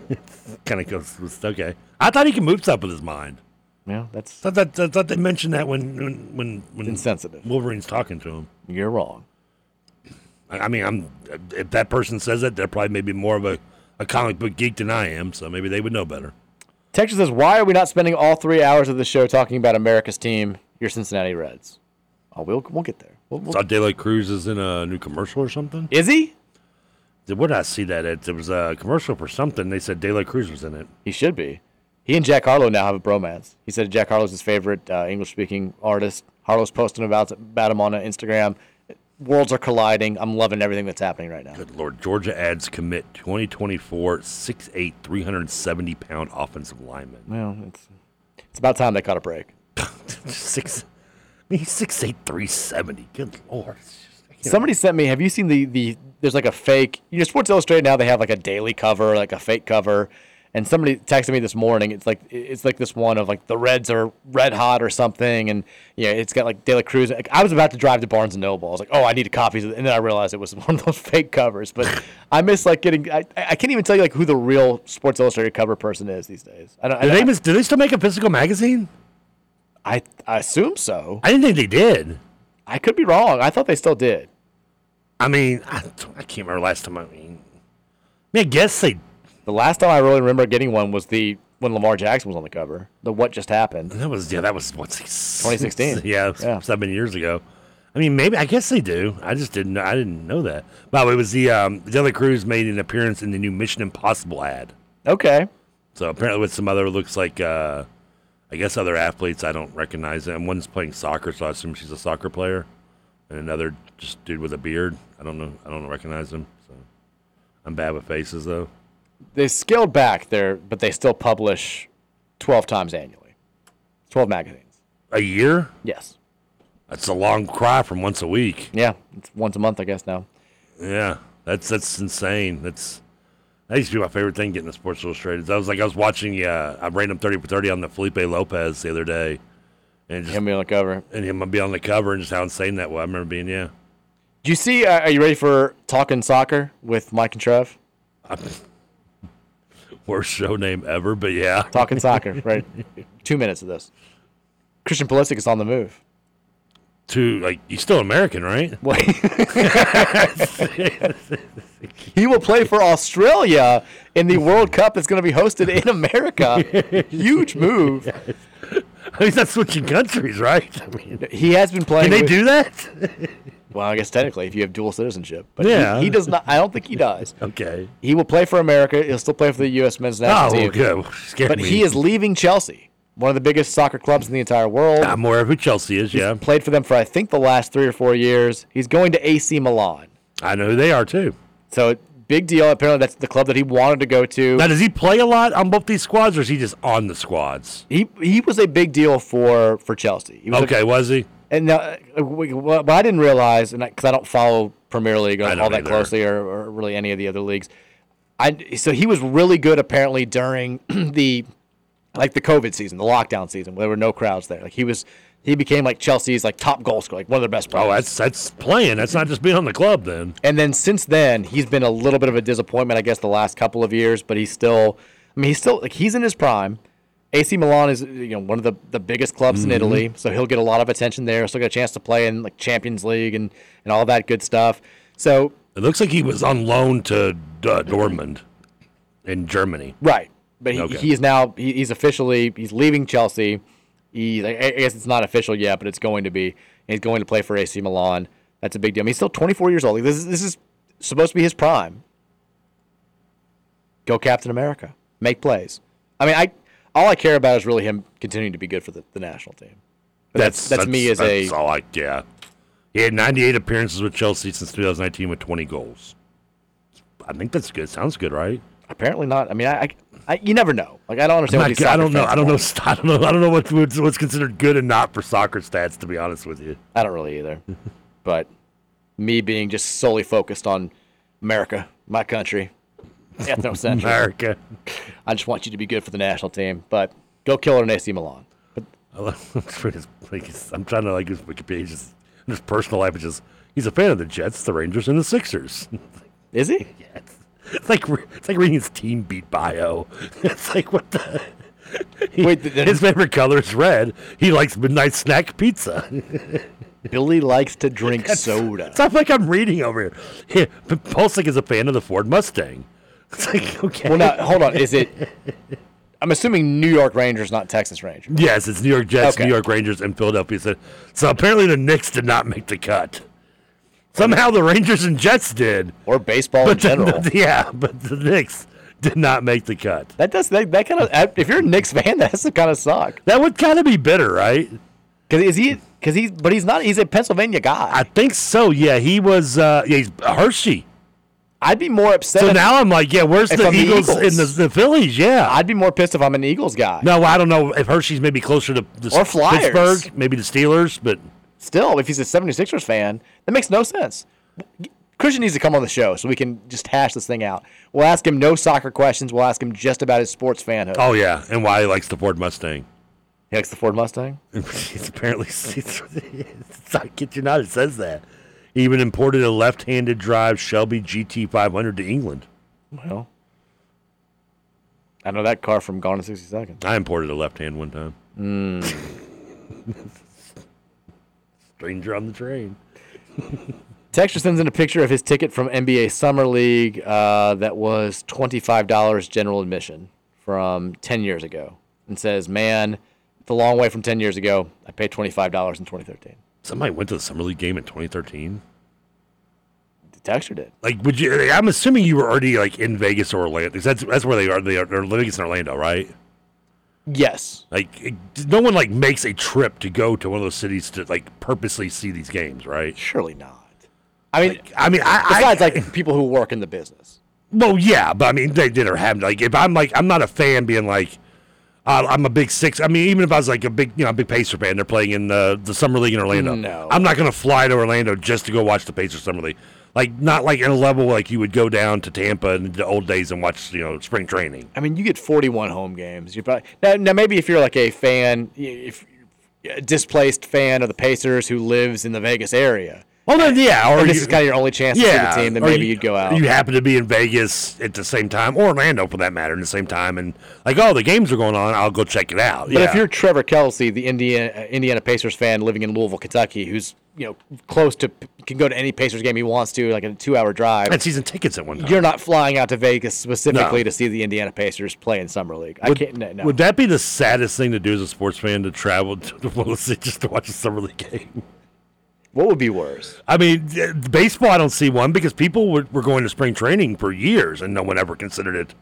Speaker 12: kind of goes with- okay. I thought he could move stuff with his mind.
Speaker 11: Yeah, that's.
Speaker 12: I thought, that, I thought they mentioned that when when when, when
Speaker 11: insensitive
Speaker 12: Wolverine's talking to him.
Speaker 11: You're wrong.
Speaker 12: I, I mean, I'm if that person says that, they're probably maybe more of a, a comic book geek than I am, so maybe they would know better.
Speaker 11: Texas says, "Why are we not spending all three hours of the show talking about America's team, your Cincinnati Reds?" Oh, we'll we'll get there. We'll, we'll-
Speaker 12: Saw De La Cruz is in a new commercial or something.
Speaker 11: Is he?
Speaker 12: Did what did I see that at? There was a commercial for something. They said De La Cruz was in it.
Speaker 11: He should be. He and Jack Harlow now have a bromance. He said Jack Harlow's his favorite uh, English-speaking artist. Harlow's posting about about him on uh, Instagram. Worlds are colliding. I'm loving everything that's happening right now.
Speaker 12: Good Lord, Georgia ads commit 2024 6'8", 370 pound offensive lineman.
Speaker 11: Well, it's it's about time they caught a break.
Speaker 12: Six, I mean, he's 6'8", 370. Good Lord.
Speaker 11: Somebody sent me. Have you seen the the? There's like a fake. You know, Sports Illustrated now they have like a daily cover, like a fake cover. And somebody texted me this morning. It's like it's like this one of like the Reds are red hot or something, and yeah, it's got like De La Cruz. Like, I was about to drive to Barnes and Noble. I was like, oh, I need a copy, and then I realized it was one of those fake covers. But I miss like getting. I, I can't even tell you like who the real Sports Illustrated cover person is these days. I don't.
Speaker 12: Do
Speaker 11: I,
Speaker 12: they, mis- do they still make a physical magazine?
Speaker 11: I, I assume so.
Speaker 12: I didn't think they did.
Speaker 11: I could be wrong. I thought they still did.
Speaker 12: I mean, I, I can't remember last time. I mean, I guess they.
Speaker 11: The last time I really remember getting one was the when Lamar Jackson was on the cover. The what just happened?
Speaker 12: That was yeah. That was what 2016.
Speaker 11: 2016.
Speaker 12: Yeah, it was seven years ago. I mean, maybe I guess they do. I just didn't. know I didn't know that. By the way, it was the um, De La Cruz made an appearance in the new Mission Impossible ad.
Speaker 11: Okay.
Speaker 12: So apparently, with some other looks like, uh, I guess other athletes I don't recognize them. One's playing soccer, so I assume she's a soccer player, and another just dude with a beard. I don't know. I don't recognize him. So I'm bad with faces though.
Speaker 11: They scaled back there, but they still publish twelve times annually, twelve magazines.
Speaker 12: A year?
Speaker 11: Yes.
Speaker 12: That's a long cry from once a week.
Speaker 11: Yeah, it's once a month, I guess now.
Speaker 12: Yeah, that's that's insane. That's that used to be my favorite thing getting the Sports Illustrated. I was like, I was watching uh, a random thirty for thirty on the Felipe Lopez the other day, and just,
Speaker 11: him be on the cover,
Speaker 12: and him be on the cover, and just how insane that was. I remember being yeah.
Speaker 11: Do you see? Uh, are you ready for talking soccer with Mike and Trev?
Speaker 12: Worst show name ever, but yeah.
Speaker 11: Talking soccer, right? Two minutes of this. Christian Pulisic is on the move.
Speaker 12: To like, he's still American, right?
Speaker 11: Well, he will play for Australia in the World Cup that's going to be hosted in America. Huge move.
Speaker 12: He's not switching countries, right? I mean,
Speaker 11: He has been playing.
Speaker 12: can they
Speaker 11: with-
Speaker 12: do that?
Speaker 11: Well, I guess technically, if you have dual citizenship, but he-
Speaker 12: Yeah.
Speaker 11: he, does not. I don't think he does.
Speaker 12: okay.
Speaker 11: He will play for America. He'll still play for the U.S. men's
Speaker 12: Oh,
Speaker 11: national team.
Speaker 12: good. Scared
Speaker 11: But
Speaker 12: me.
Speaker 11: he is leaving Chelsea, one of the biggest soccer clubs in the entire world.
Speaker 12: I'm aware of who Chelsea is.
Speaker 11: He's
Speaker 12: Yeah,
Speaker 11: played for them for I think the last three or four years. He's going to AC Milan,
Speaker 12: I know who they are too.
Speaker 11: so big deal. Apparently, that's the club that he wanted to go to.
Speaker 12: Now, does he play a lot on both these squads, or is he just on the squads?
Speaker 11: He he was a big deal for for Chelsea. He was a-
Speaker 12: Okay, was he?
Speaker 11: and now, uh, w- w- what I didn't realize, and because I, don't follow Premier League
Speaker 12: I
Speaker 11: all
Speaker 12: don't
Speaker 11: that
Speaker 12: either.
Speaker 11: closely, or, or really any of the other leagues, I so he was really good apparently during the like the COVID season, the lockdown season, where there were no crowds there. Like he was, he became like Chelsea's like top goal scorer, like one of their best players.
Speaker 12: Oh, that's that's playing. That's not just being on the club then.
Speaker 11: And then since then, he's been a little bit of a disappointment, I guess, the last couple of years. But he's still, I mean, he's still like he's in his prime. AC Milan is you know one of the, the biggest clubs in Italy, so he'll get a lot of attention there. Still got a chance to play in like Champions League and and all that good stuff. So
Speaker 12: It looks like he was on loan to uh, Dortmund in Germany.
Speaker 11: right, but he,
Speaker 12: Okay.
Speaker 11: he is now he, he's officially he's leaving Chelsea. He I I guess it's not official yet, but it's going to be. And he's going to play for AC Milan. That's a big deal. I mean, he's still 24 years old. Like, this is, this is supposed to be his prime. go Captain America, make plays. I mean, I all I care about is really him continuing to be good for the, the national team. But
Speaker 12: That's,
Speaker 11: that's, me as
Speaker 12: that's
Speaker 11: a
Speaker 12: all I yeah. He had 98 appearances with Chelsea since 2019 with 20 goals. I think that's good. Sounds good, right?
Speaker 11: Apparently not. I mean, I, I, I you never know. Like I don't understand. what
Speaker 12: Not
Speaker 11: these
Speaker 12: good. I
Speaker 11: soccer
Speaker 12: don't know.
Speaker 11: fans
Speaker 12: I don't know.
Speaker 11: want.
Speaker 12: st- I don't know. I don't know what, what's, what's considered good and not for soccer stats. To be honest with you,
Speaker 11: I don't really either. but me being just solely focused on America, my country, ethnocentric.
Speaker 12: America.
Speaker 11: I just want you to be good for the national team. But go kill an AC Milan.
Speaker 12: I love- I'm trying to- like, his- I'm trying to like his Wikipedia. he's Just in his personal life, it's just he's a fan of the Jets, the Rangers, and the Sixers.
Speaker 11: Is he?
Speaker 12: Yeah. It's, it's like re- it's like reading his team beat bio. It's like what the.
Speaker 11: Wait,
Speaker 12: He-
Speaker 11: th-
Speaker 12: his favorite color is red. He likes midnight snack pizza.
Speaker 11: Billy likes to drink
Speaker 12: That's-
Speaker 11: soda.
Speaker 12: It's not like I'm reading over here. Yeah, but Pulsick is a fan of the Ford Mustang. It's like okay.
Speaker 11: Well, now hold on. Is it? I'm assuming New York Rangers, not Texas Rangers.
Speaker 12: Yes, it's New York Jets,
Speaker 11: Okay.
Speaker 12: New York Rangers, and Philadelphia. So, so apparently the Knicks did not make the cut. Somehow the Rangers and Jets did,
Speaker 11: or baseball
Speaker 12: but
Speaker 11: in general.
Speaker 12: The, yeah, but the Knicks did not make the cut.
Speaker 11: That does that, that kind of. If you're a Knicks fan, that has to kind of suck.
Speaker 12: That would kind of be bitter, right?
Speaker 11: Because is he? Because he's. But he's not. He's a Pennsylvania guy.
Speaker 12: I think so. Yeah, he was. Uh, yeah, he's Hershey.
Speaker 11: I'd be more upset.
Speaker 12: So
Speaker 11: if-
Speaker 12: now I'm like, yeah, where's
Speaker 11: if
Speaker 12: the
Speaker 11: I'm the
Speaker 12: Eagles,
Speaker 11: Eagles.
Speaker 12: and the, the Phillies? Yeah,
Speaker 11: I'd be more pissed if I'm an Eagles guy.
Speaker 12: no, I don't know if Hershey's maybe closer to the
Speaker 11: Or Flyers.
Speaker 12: Pittsburgh, maybe the Steelers, but
Speaker 11: Still, if he's a 76ers fan, that makes no sense. Christian needs to come on the show so we can just hash this thing out. We'll ask him no soccer questions. We'll ask him just about his sports fanhood.
Speaker 12: oh yeah, and why he likes the Ford Mustang.
Speaker 11: He likes the Ford Mustang.
Speaker 12: It's apparently it's, it's, I kid you not, it says that. He even imported a left-handed drive Shelby GT500 to England.
Speaker 11: Well, I know that car from Gone in 60 Seconds.
Speaker 12: I imported a left-hand one time. Stranger on the train.
Speaker 11: Texture sends in a picture of his ticket from NBA Summer League uh, that was $25 general admission from 10 years ago and says, Man, it's a long way from 10 years ago. I paid $25 in 2013.
Speaker 12: Somebody went to the summer league game in 2013.
Speaker 11: The Texture did.
Speaker 12: Like, would you? I'm assuming you were already like in Vegas or Orlando. 'cause That's that's where they are. They are they're Vegas and Orlando, right?
Speaker 11: Yes.
Speaker 12: Like, it- no one like makes a trip to go to one of those cities to like purposely see these games, right?
Speaker 11: Surely not. I mean,
Speaker 12: I mean, I, I-
Speaker 11: besides like people who work in the business.
Speaker 12: Well, yeah, but I mean, they did or haven't. Like, if I'm like, I'm not a fan being like, uh, I'm a big six. I mean, even if I was like a big, you know, a big Pacer fan, they're playing in uh, the the summer league in Orlando.
Speaker 11: Mm, No.
Speaker 12: I'm not gonna fly to Orlando just to go watch the Pacers summer league. Like, not like in a level like you would go down to Tampa in the old days and watch, you know, spring training.
Speaker 11: I mean, you get 41 home games. You probably now, now maybe if you're like a fan, if a displaced fan of the Pacers who lives in the Vegas area,
Speaker 12: Well, then, yeah, or
Speaker 11: or this
Speaker 12: you-
Speaker 11: is kind of your only chance to
Speaker 12: yeah,
Speaker 11: see the team, then
Speaker 12: or
Speaker 11: maybe
Speaker 12: you-
Speaker 11: you'd go out.
Speaker 12: You happen to be in Vegas at the same time, or Orlando for that matter, at the same time, and like, oh, the games are going on. I'll go check it out.
Speaker 11: But
Speaker 12: yeah.
Speaker 11: if you're Trevor Kelsey, the Indiana, Indiana Pacers fan living in Louisville, Kentucky, who's you know close to can go to any Pacers game he wants to, like in a two-hour drive.
Speaker 12: I had season tickets at one time.
Speaker 11: You're not flying out to Vegas specifically
Speaker 12: No.
Speaker 11: to see the Indiana Pacers play in summer league. I
Speaker 12: Would-
Speaker 11: can't. No, no.
Speaker 12: Would that be the saddest thing to do as a sports fan to travel to the World Series just to watch a summer league game?
Speaker 11: what would be worse?
Speaker 12: I mean, eh, baseball. I don't see one because people were, were going to spring training for years, and no one ever considered it.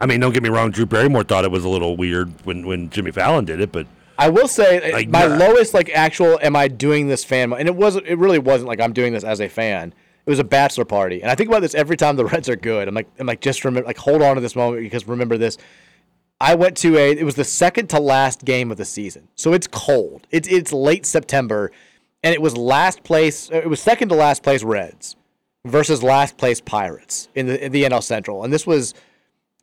Speaker 12: I mean, don't get me wrong. Drew Barrymore thought it was a little weird when, when Jimmy Fallon did it, but
Speaker 11: I will say uh,
Speaker 12: Like,
Speaker 11: my
Speaker 12: nah.
Speaker 11: lowest like actual am I doing this fan mo- and it wasn't it really wasn't like I'm doing this as a fan. It was a bachelor party. And I think about this every time the Reds are good. I'm like I'm like just remember like hold on to this moment because remember this. I went to a it was the second to last game of the season. So it's cold. It's it's late September and it was last place uh, it was second to last place Reds versus last place Pirates in the in the NL Central. And this was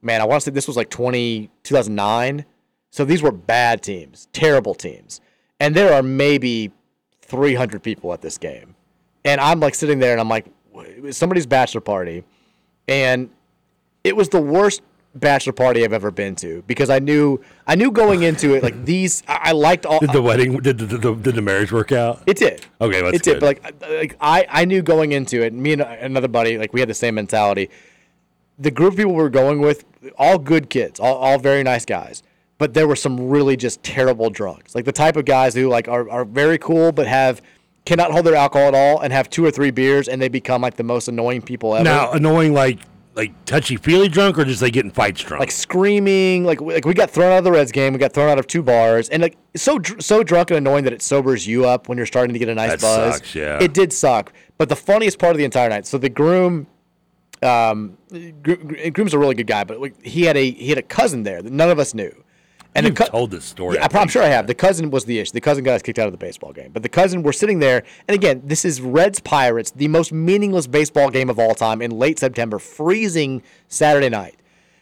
Speaker 11: man, I want to say this was like 20, 2009. So these were bad teams, terrible teams. And there are maybe 300 people at this game. And I'm like sitting there and I'm like, it was somebody's bachelor party. And it was the worst bachelor party I've ever been to because I knew, I knew going into it, like these, I, I liked all,
Speaker 12: did the wedding? Did the, did the, did the marriage work out?
Speaker 11: it did.
Speaker 12: Okay, that's
Speaker 11: it
Speaker 12: good.
Speaker 11: did. But like, I- like I, I knew going into it. Me and another buddy, like we had the same mentality. The group of people we were going with, all good kids, all, all very nice guys. But there were some really just terrible drunks, like the type of guys who like are, are very cool but have cannot hold their alcohol at all and have two or three beers and they become like the most annoying people ever.
Speaker 12: Now, annoying like like touchy feely drunk or just like getting fights drunk?
Speaker 11: like screaming. Like we- like we got thrown out of the Reds game. We got thrown out of two bars, and like so dr- so drunk and annoying that it sobers you up when you're starting to get a nice
Speaker 12: That
Speaker 11: buzz.
Speaker 12: sucks, yeah.
Speaker 11: it did suck. But the funniest part of the entire night. So the groom, um, gr- gr- groom's a really good guy, but like, he had a he had a cousin there that none of us knew. And
Speaker 12: You've
Speaker 11: the cou-
Speaker 12: told this story.
Speaker 11: yeah, I, am sure I have. The cousin was the issue. The cousin got us kicked out of the baseball game. But the cousin, we're sitting there, and again, this is Reds Pirates, the most meaningless baseball game of all time in late September, freezing Saturday night.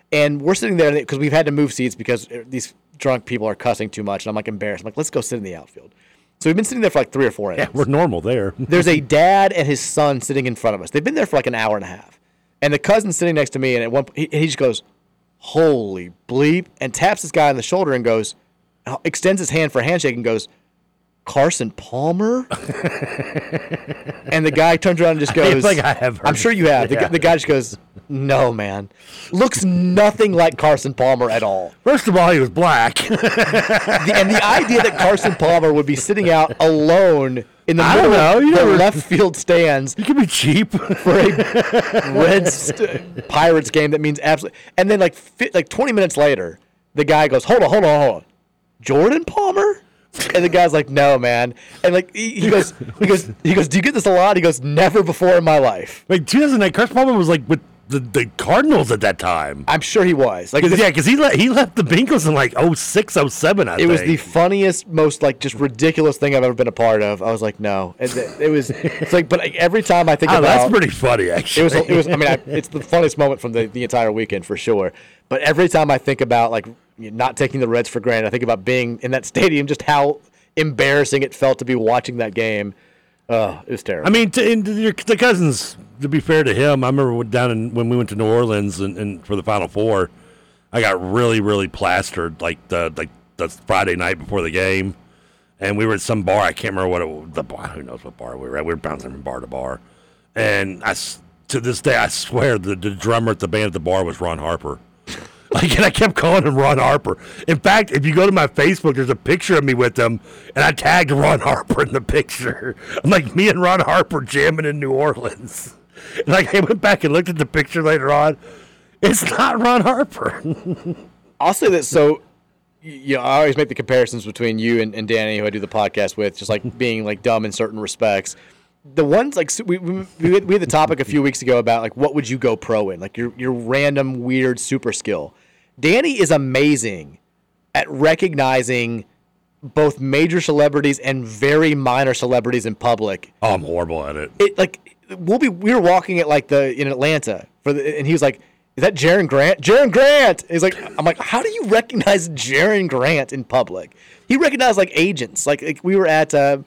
Speaker 11: And we're sitting there because we've had to move seats because uh, these drunk people are cussing too much. And I'm like embarrassed. I'm like, let's go sit in the outfield. So we've been sitting there for like three or four innings.
Speaker 12: Yeah, we're normal there.
Speaker 11: There's a dad and his son sitting in front of us. They've been there for like an hour and a half. And the cousin's sitting next to me, and at one point, he, he just goes, Holy bleep, and taps this guy on the shoulder and goes, uh, extends his hand for a handshake and goes, Carson Palmer? and the guy turns around and just
Speaker 12: I feel
Speaker 11: goes,
Speaker 12: like I have
Speaker 11: am
Speaker 12: heard
Speaker 11: sure you
Speaker 12: that,
Speaker 11: have. The,
Speaker 12: yeah.
Speaker 11: gu- the guy just goes, No, man. Looks nothing like Carson Palmer at all.
Speaker 12: First of all, he was black.
Speaker 11: The- and the idea that Carson Palmer would be sitting out alone in the
Speaker 12: I
Speaker 11: middle
Speaker 12: don't know,
Speaker 11: of
Speaker 12: you
Speaker 11: the
Speaker 12: never-
Speaker 11: left field stands. You
Speaker 12: could be cheap for
Speaker 11: a Reds st- Pirates game that means absolutely. And then like fi- like 20 minutes later, the guy goes, "Hold on, hold on, hold on, Jordan Palmer." And the guy's like, "No, man." And like he, he goes, he goes, he goes, "Do you get this a lot?" He goes, "Never before in my life."
Speaker 12: Like 2009, Chris Palmer was like with the, the Cardinals at that time.
Speaker 11: I'm sure he was. Like
Speaker 12: Cause,
Speaker 11: this-
Speaker 12: yeah, because he le- he left the Bengals in like 06, 07, I
Speaker 11: it was the
Speaker 12: think.
Speaker 11: funniest, most like just ridiculous thing I've ever been a part of. I was like, no, it, it was. It's like, but like, every time I think
Speaker 12: Oh,
Speaker 11: about
Speaker 12: that's pretty funny, actually.
Speaker 11: It was. It was. I mean, I, it's the funniest moment from the, the entire weekend for sure. But every time I think about like not taking the Reds for granted, I think about being in that stadium, just how embarrassing it felt to be watching that game. Uh, it was terrible.
Speaker 12: I mean, to, and to your, the cousins. To be fair to him, I remember when- down in, when we went to New Orleans and, and for the Final Four, I got really, really plastered like the like the Friday night before the game, and we were at some bar. I can't remember what it, wa- the bar. Who knows what bar we were at? We were bouncing from bar to bar, and I s- to this day I swear the, the drummer at the band at the bar was Ron Harper. Like, and I kept calling him Ron Harper. In fact, if you go to my Facebook, there's a picture of me with him, and I tagged Ron Harper in the picture. I'm like, me and Ron Harper jamming in New Orleans. And like, I went back and looked at the picture later on. It's not Ron Harper.
Speaker 11: I'll say that. So, you know, I always make the comparisons between you and, and Danny, who I do the podcast with, just like being like dumb in certain respects. The ones like so we, we we had we had the topic a few weeks ago about like what would you go pro in, like your your random weird super skill. Danny is amazing at recognizing both major celebrities and very minor celebrities in public.
Speaker 12: Oh, I'm horrible at it.
Speaker 11: It like we'll be we were walking at like the in Atlanta for the and he was like, Is that Jaron Grant? Jaron Grant He's like I'm like, how do you recognize Jaron Grant in public? He recognized like agents. Like, like, we were at uh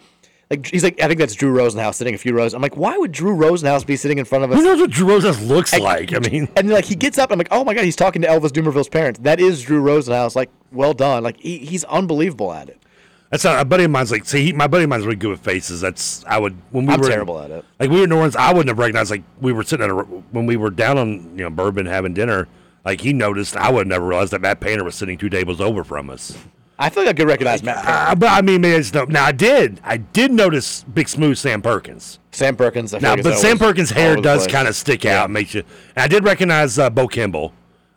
Speaker 11: like he's like, I think that's Drew Rosenhaus sitting a few rows. I'm like, why would Drew Rosenhaus be sitting in front of us?
Speaker 12: Who knows what Drew Rosas looks like? I mean,
Speaker 11: And then like he gets up, I'm like, oh my god, he's talking to Elvis Dumerville's parents. That is Drew Rosenhaus. Like, well done. Like he, he's unbelievable at it.
Speaker 12: that's not, a buddy of mine's like, see, he, my buddy of mine's really good with faces. That's, I would, when we
Speaker 11: I'm
Speaker 12: were.
Speaker 11: terrible at it.
Speaker 12: Like we were in New Orleans, I wouldn't have recognized. Like we were sitting at a, when we were down on you know bourbon having dinner. Like he noticed, I would have never realized that Matt Painter was sitting two tables over from us.
Speaker 11: I feel like I could recognize Matt. Perry.
Speaker 12: Uh, but I mean, maybe I just don't. Now I did, I did notice Big Smooth Sam Perkins.
Speaker 11: Sam Perkins. I
Speaker 12: Now,
Speaker 11: feel like is
Speaker 12: but Sam
Speaker 11: always
Speaker 12: Perkins'
Speaker 11: all
Speaker 12: hair
Speaker 11: over the
Speaker 12: does
Speaker 11: place.
Speaker 12: kind of stick out, makes you. And I did recognize uh, Bo Kimball.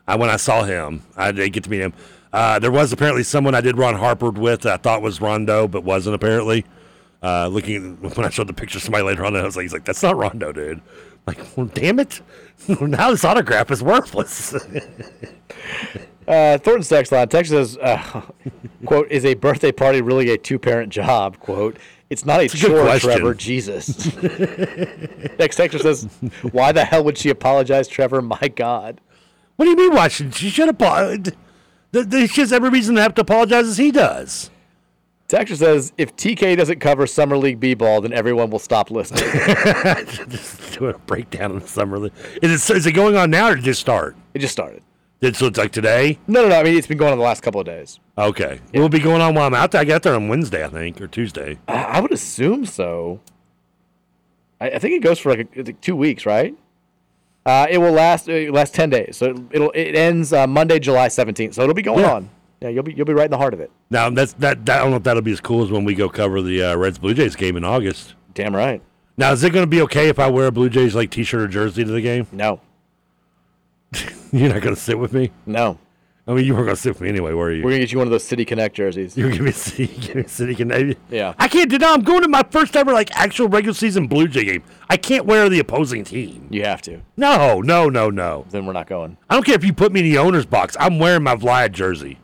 Speaker 12: I when I saw him, I did get to meet him. Uh, there was apparently someone I did Ron Harper with that I thought was Rondo, but wasn't apparently. Uh, looking at, when I showed the picture to somebody later on, I was like, "He's like, that's not Rondo, dude." I'm like, well, damn it! now this autograph is worthless.
Speaker 11: Uh, Thornton's text line. Text says, uh, "Quote is a birthday party really a two parent job?" Quote. It's not a,
Speaker 12: a good
Speaker 11: chore,
Speaker 12: question.
Speaker 11: Trevor. Jesus. Next texter says, "Why the hell would she apologize, Trevor? My God."
Speaker 12: what do you mean? Why should she should apologize? She has every reason to have to apologize as he does.
Speaker 11: Texter says, "If TK doesn't cover summer league b-ball, then everyone will stop listening."
Speaker 12: just doing a breakdown of the summer league. Is it, is it going on now or did it just start?
Speaker 11: It just started.
Speaker 12: Did, so it's like today?
Speaker 11: no, no, no. I mean, it's been going on the last couple of days.
Speaker 12: Okay. It will be going on while I'm out there. I got there on Wednesday, I think, or Tuesday.
Speaker 11: I, I would assume so. I, I think it goes for like, a, like two weeks, right? Uh, it will last uh, last ten days, so it, it'll it ends uh, Monday, July seventeenth. So it'll be going
Speaker 12: Yeah.
Speaker 11: on. Yeah, you'll be you'll be right in the heart of it.
Speaker 12: Now, that's, that, that, I don't know if that'll be as cool as when we go cover the uh, Reds Blue Jays game in August.
Speaker 11: Damn right.
Speaker 12: Now, is it going to be okay if I wear a Blue Jays like t shirt or jersey to the game?
Speaker 11: No.
Speaker 12: You're not going to sit with me?
Speaker 11: No.
Speaker 12: I mean, you weren't going to sit with me anyway, were you?
Speaker 11: We're gonna get you one of those City Connect jerseys.
Speaker 12: You're gonna be City, City Connect.
Speaker 11: Yeah.
Speaker 12: I can't deny I'm going to my first ever like actual regular season Blue Jay game. I can't wear the opposing team.
Speaker 11: You have to.
Speaker 12: No, no, no, no.
Speaker 11: Then we're not going.
Speaker 12: I don't care if you put me in the owner's box. I'm wearing my Vlad jersey.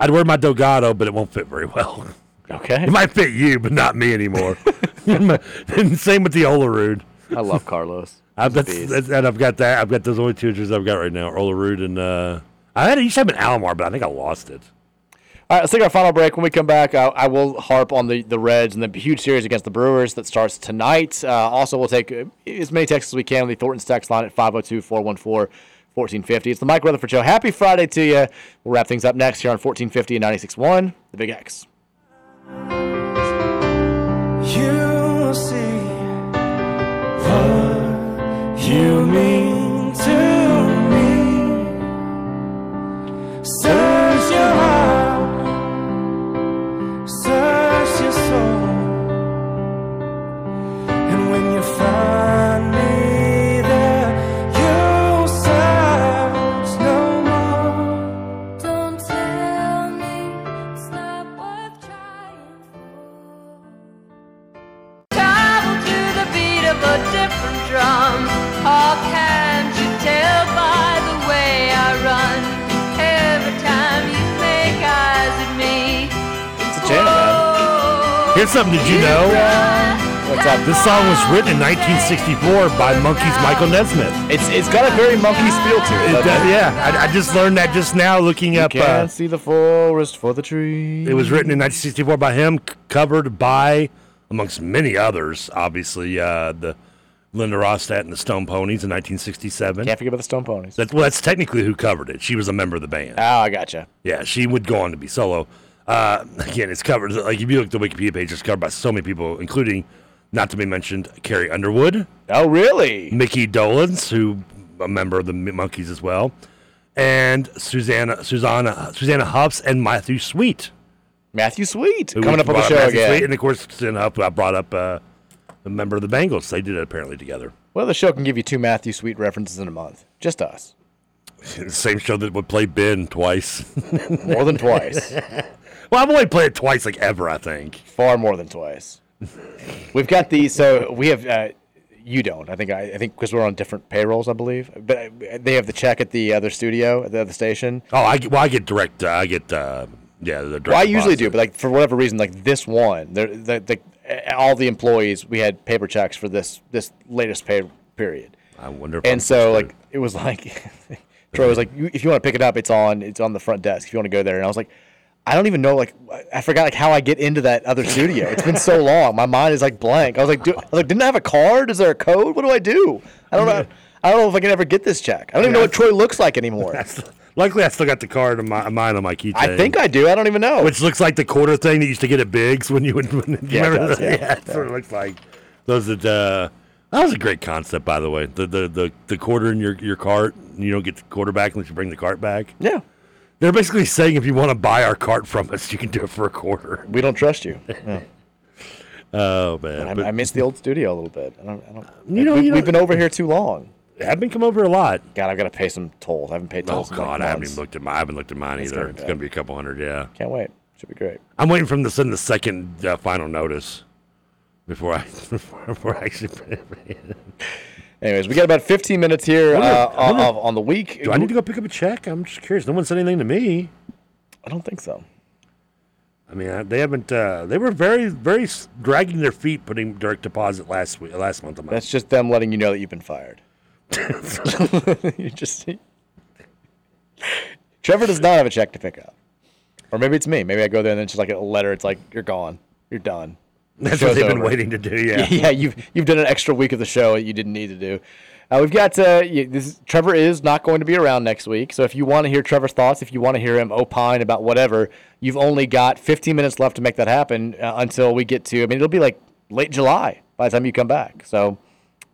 Speaker 12: I'd wear my Delgado, but it won't fit very well.
Speaker 11: Okay.
Speaker 12: It might fit you, but not me anymore. and same with the Olerud.
Speaker 11: I love Carlos.
Speaker 12: I've, Uh, that's, that's, and I've got that. I've got those only two jerseys I've got right now: Olerud and uh, I had I used to have an Alomar, but I think I lost it.
Speaker 11: All right, let's take our final break. When we come back, uh, I, I will harp on the, the Reds and the huge series against the Brewers that starts tonight. Uh, also, we'll take uh, as many texts as we can on the Thornton's text line at 502 414 1450. It's the Mike Rutherford Show. Happy Friday to you. We'll wrap things up next here on 1450 and 96.1, The Big X.
Speaker 8: You see what you mean to me. Search your heart, search your soul, and when you find me there, you'll search no more.
Speaker 14: Don't tell me it's not worth
Speaker 13: Travel to the beat of a different drum. How can you tell by the way I run? Every time you make eyes at me, Oh,
Speaker 11: it's a jam, man.
Speaker 12: Here's something that you know.
Speaker 11: What's up?
Speaker 12: This song was written in 1964 by Monkeys Michael Nesmith.
Speaker 11: It's it's got a very monkey's feel to it.
Speaker 12: It
Speaker 11: doesn't
Speaker 12: does- yeah, I, I just learned that just now looking
Speaker 11: You
Speaker 12: up.
Speaker 11: can't
Speaker 12: Uh,
Speaker 11: see the forest for the trees.
Speaker 12: it was written in 1964 by him, c- covered by, amongst many others, obviously, uh, the Linda Rostat and the Stone Ponies in 1967.
Speaker 11: Can't forget about the Stone Ponies.
Speaker 12: That's, well, that's technically who covered it. She was a member of the band.
Speaker 11: Oh, I gotcha.
Speaker 12: Yeah, she would go on to be solo. Uh, again, it's covered. Like if you look at the Wikipedia page, it's covered by so many people, including, not to be mentioned, Carrie Underwood.
Speaker 11: Oh, really?
Speaker 12: Mickey Dolans, who a member of the M- Monkees as well, and Susanna, Susanna, Susanna Huffs and Matthew Sweet.
Speaker 11: Matthew Sweet
Speaker 12: who we
Speaker 11: coming up on the
Speaker 12: brought
Speaker 11: show
Speaker 12: Matthew
Speaker 11: again.
Speaker 12: Sweet, and of course, Susanna Huff, who I brought up uh, a member of the Bengals. They did it apparently together.
Speaker 11: Well, the show can give you two Matthew Sweet references in a month. Just us.
Speaker 12: Same show that would play Ben twice.
Speaker 11: More than twice.
Speaker 12: well, I've only played it twice, like ever, I think.
Speaker 11: Far more than twice. We've got the so we have. Uh, you don't. I think I, I think because we're on different payrolls, I believe. But uh, they have the check at the other studio at the other station.
Speaker 12: Oh, I get- well, I get direct. Uh, I get uh, yeah, the direct.
Speaker 11: Well, I usually
Speaker 12: deposit.
Speaker 11: do, but like for whatever reason, like this one, there, the, the, eh, all the employees, we had paper checks for this this latest pay period,
Speaker 12: I wonder. If I'm
Speaker 11: and so
Speaker 12: screwed.
Speaker 11: like it was like Troy was like, you, if you want to pick it up, it's on it's on the front desk. If you want to go there, and I was like, I don't even know like I- I forgot like how I get into that other studio. It's been so long, my mind is like blank. I was like, do, I was like, didn't I have a card? Is there a code? What do I do? I don't know. I don't know if I can ever get this check. I don't even know what Troy looks like anymore.
Speaker 12: luckily I still got the card of my, mine on my keychain.
Speaker 11: I think I do. I don't even know.
Speaker 12: which looks like the quarter thing that used to get at Biggs when you would. When, do you
Speaker 11: Yeah, it
Speaker 12: remember
Speaker 11: does,
Speaker 12: that?
Speaker 11: yeah.
Speaker 12: that's what it looks like. Those that uh, that was a great concept, by the way. The the the, the quarter in your your cart, and you don't get the quarter back unless you bring the cart back.
Speaker 11: yeah.
Speaker 12: They're basically saying if you want to buy our cart from us, you can do it for a quarter.
Speaker 11: We don't trust you. Yeah.
Speaker 12: Oh
Speaker 11: I,
Speaker 12: man,
Speaker 11: I miss the old studio a little bit. I don't. I don't
Speaker 12: You know,
Speaker 11: we,
Speaker 12: you
Speaker 11: we've
Speaker 12: know-
Speaker 11: been over here too long.
Speaker 12: I've been come over a lot.
Speaker 11: God, I've got to pay some tolls. I haven't paid
Speaker 12: Oh
Speaker 11: tolls. in, like,
Speaker 12: god, I haven't
Speaker 11: months.
Speaker 12: even looked at mine. I haven't looked at mine
Speaker 11: It's
Speaker 12: either.
Speaker 11: gonna be
Speaker 12: it's
Speaker 11: bad.
Speaker 12: gonna be a couple hundred, yeah.
Speaker 11: Can't wait. Should be great.
Speaker 12: I'm waiting for them to send the second uh, final notice before I before, before I actually put it in.
Speaker 11: Anyways, we got about 15 minutes here
Speaker 12: Wonder-
Speaker 11: uh, on,
Speaker 12: wonder-
Speaker 11: of- on the week.
Speaker 12: Do I need to go pick up a check? I'm just curious. No one said anything to me.
Speaker 11: I don't think so.
Speaker 12: I mean, I- they haven't. Uh, they were very, very s- dragging their feet putting direct deposit last week, uh, last month. Of mine.
Speaker 11: That's just them letting you know that you've been fired. you just. Trevor does not have a check to pick up, or maybe it's me. Maybe I go there and then it's just like a letter. It's like you're gone. You're done.
Speaker 12: That's what
Speaker 11: Show's
Speaker 12: they've been
Speaker 11: over.
Speaker 12: waiting to do. Yeah.
Speaker 11: yeah, you've you've done an extra week of the show that you didn't need to do. Uh, we've got uh, y- this. Trevor is not going to be around next week, so if you want to hear Trevor's thoughts, if you want to hear him opine about whatever, you've only got 15 minutes left to make that happen uh, until we get to. I mean, it'll be like late July by the time you come back. So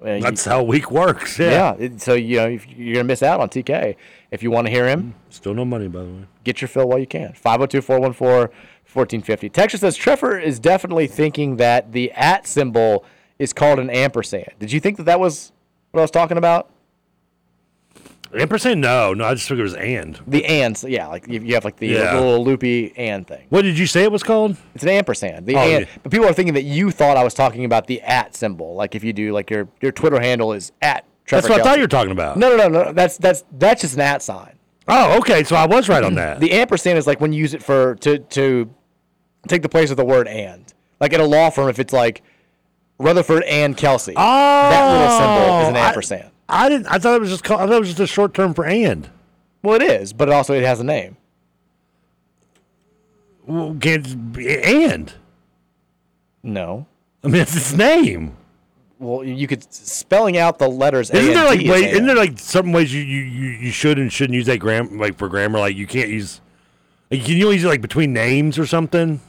Speaker 11: uh, you-
Speaker 12: That's how week works. Yeah.
Speaker 11: yeah. it- So you know if you're gonna miss out on TK if you want to hear him
Speaker 12: Still no money, by the way.
Speaker 11: get your fill while you can. 502 414 1450. oh. Texas says Trevor is definitely thinking that the at symbol is called an ampersand. Did you think that that was what I was talking about?
Speaker 12: Ampersand? No, no, I just figured it was and.
Speaker 11: The and, so yeah, like you, you have like the
Speaker 12: Yeah.
Speaker 11: little loopy and thing.
Speaker 12: What did you say it was called?
Speaker 11: It's an ampersand. The
Speaker 12: Oh,
Speaker 11: and,
Speaker 12: yeah.
Speaker 11: but people are thinking that you thought I was talking about the at symbol. Like if you do, like your your Twitter handle is at. Trevor
Speaker 12: That's what I thought
Speaker 11: Kelsey.
Speaker 12: you were talking about.
Speaker 11: No, no, no, no. That's that's that's just an at sign.
Speaker 12: Oh, okay. So I was right on that.
Speaker 11: The ampersand is like when you use it for to to take the place of the word and. Like at a law firm, if it's like Rutherford and Kelsey, that little symbol is an
Speaker 12: Oh, I-
Speaker 11: ampersand.
Speaker 12: I didn't. I thought it was just. Called, I thought it was just a short term for and.
Speaker 11: Well, it is, but also it has a name.
Speaker 12: Well, can't and.
Speaker 11: No.
Speaker 12: I mean, it's its name.
Speaker 11: Well, you could spelling out the letters. A
Speaker 12: Isn't
Speaker 11: and
Speaker 12: there like
Speaker 11: D is
Speaker 12: way,
Speaker 11: and.
Speaker 12: isn't there like certain ways you, you, you, you should and shouldn't use that gram like for grammar? Like you can't use like can you only use it like between names or something?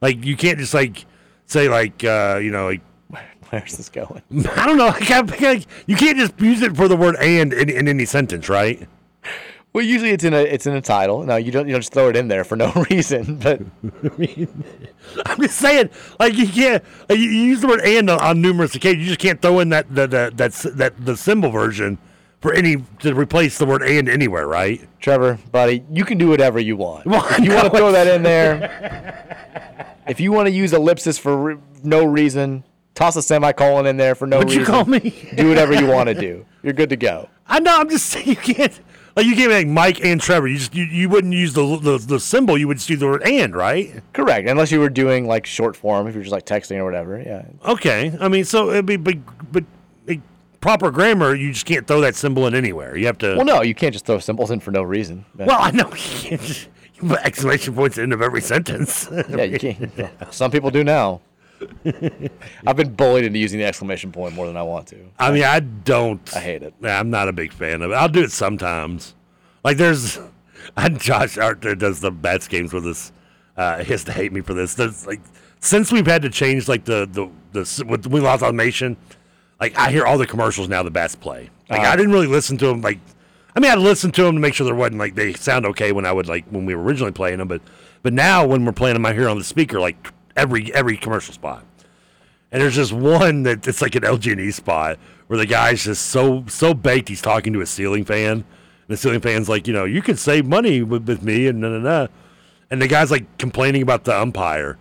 Speaker 12: Like you can't just like say like uh you know like
Speaker 11: where's this going?
Speaker 12: I don't know. Like, I, like, you can't just use it for the word and in, in any sentence, right?
Speaker 11: Well, usually it's in a it's in a title. No, you don't you don't just throw it in there for no reason. But
Speaker 12: I'm just saying, like you can't like, you you use the word and on, on numerous occasions. You just can't throw in that the, the that s- that the symbol version for any to replace the word and anywhere, right?
Speaker 11: Trevor, buddy, you can do whatever you want.
Speaker 12: Well,
Speaker 11: If you
Speaker 12: no,
Speaker 11: want to throw that in there, if you want to use ellipsis for re- no reason, toss a semicolon in there for no
Speaker 12: What'd you
Speaker 11: reason.
Speaker 12: call me?
Speaker 11: do whatever you want to do. You're good to go.
Speaker 12: I know. I'm just saying you can't. Like you can't be like Mike and Trevor. You just you, you wouldn't use the, the the symbol. You would just use the word and, right?
Speaker 11: Correct, unless you were doing like short form, if you're just like texting or whatever. Yeah.
Speaker 12: Okay. I mean, so it'd be but but like, proper grammar. You just can't throw that symbol in anywhere. You have to.
Speaker 11: Well, no, you can't just throw symbols in for no reason. But-
Speaker 12: Well, I know you can't. Just, you put exclamation points at the end of every sentence.
Speaker 11: Yeah, you can't. Some people do now. I've been bullied into using the exclamation point more than I want to.
Speaker 12: I mean, I don't.
Speaker 11: I hate it.
Speaker 12: Nah, I'm not a big fan of it. I'll do it sometimes. Like there's, and Josh Arthur does the bats games with us. Uh, he has to hate me for this. There's, like since we've had to change like the the the s- with we lost automation, like I hear all the commercials now the bats play. Like
Speaker 11: Uh-huh.
Speaker 12: I didn't really listen to them. Like I mean, I listened to them to make sure there wasn't like they sound okay when I would like when we were originally playing them, but but now when we're playing them, I hear on the speaker like every every commercial spot. And there's just one that it's like an LG&E E spot where the guy's just so so baked he's talking to a ceiling fan, and the ceiling fan's like, you know, you could save money with, with me and na na na, and the guy's like complaining about the umpire,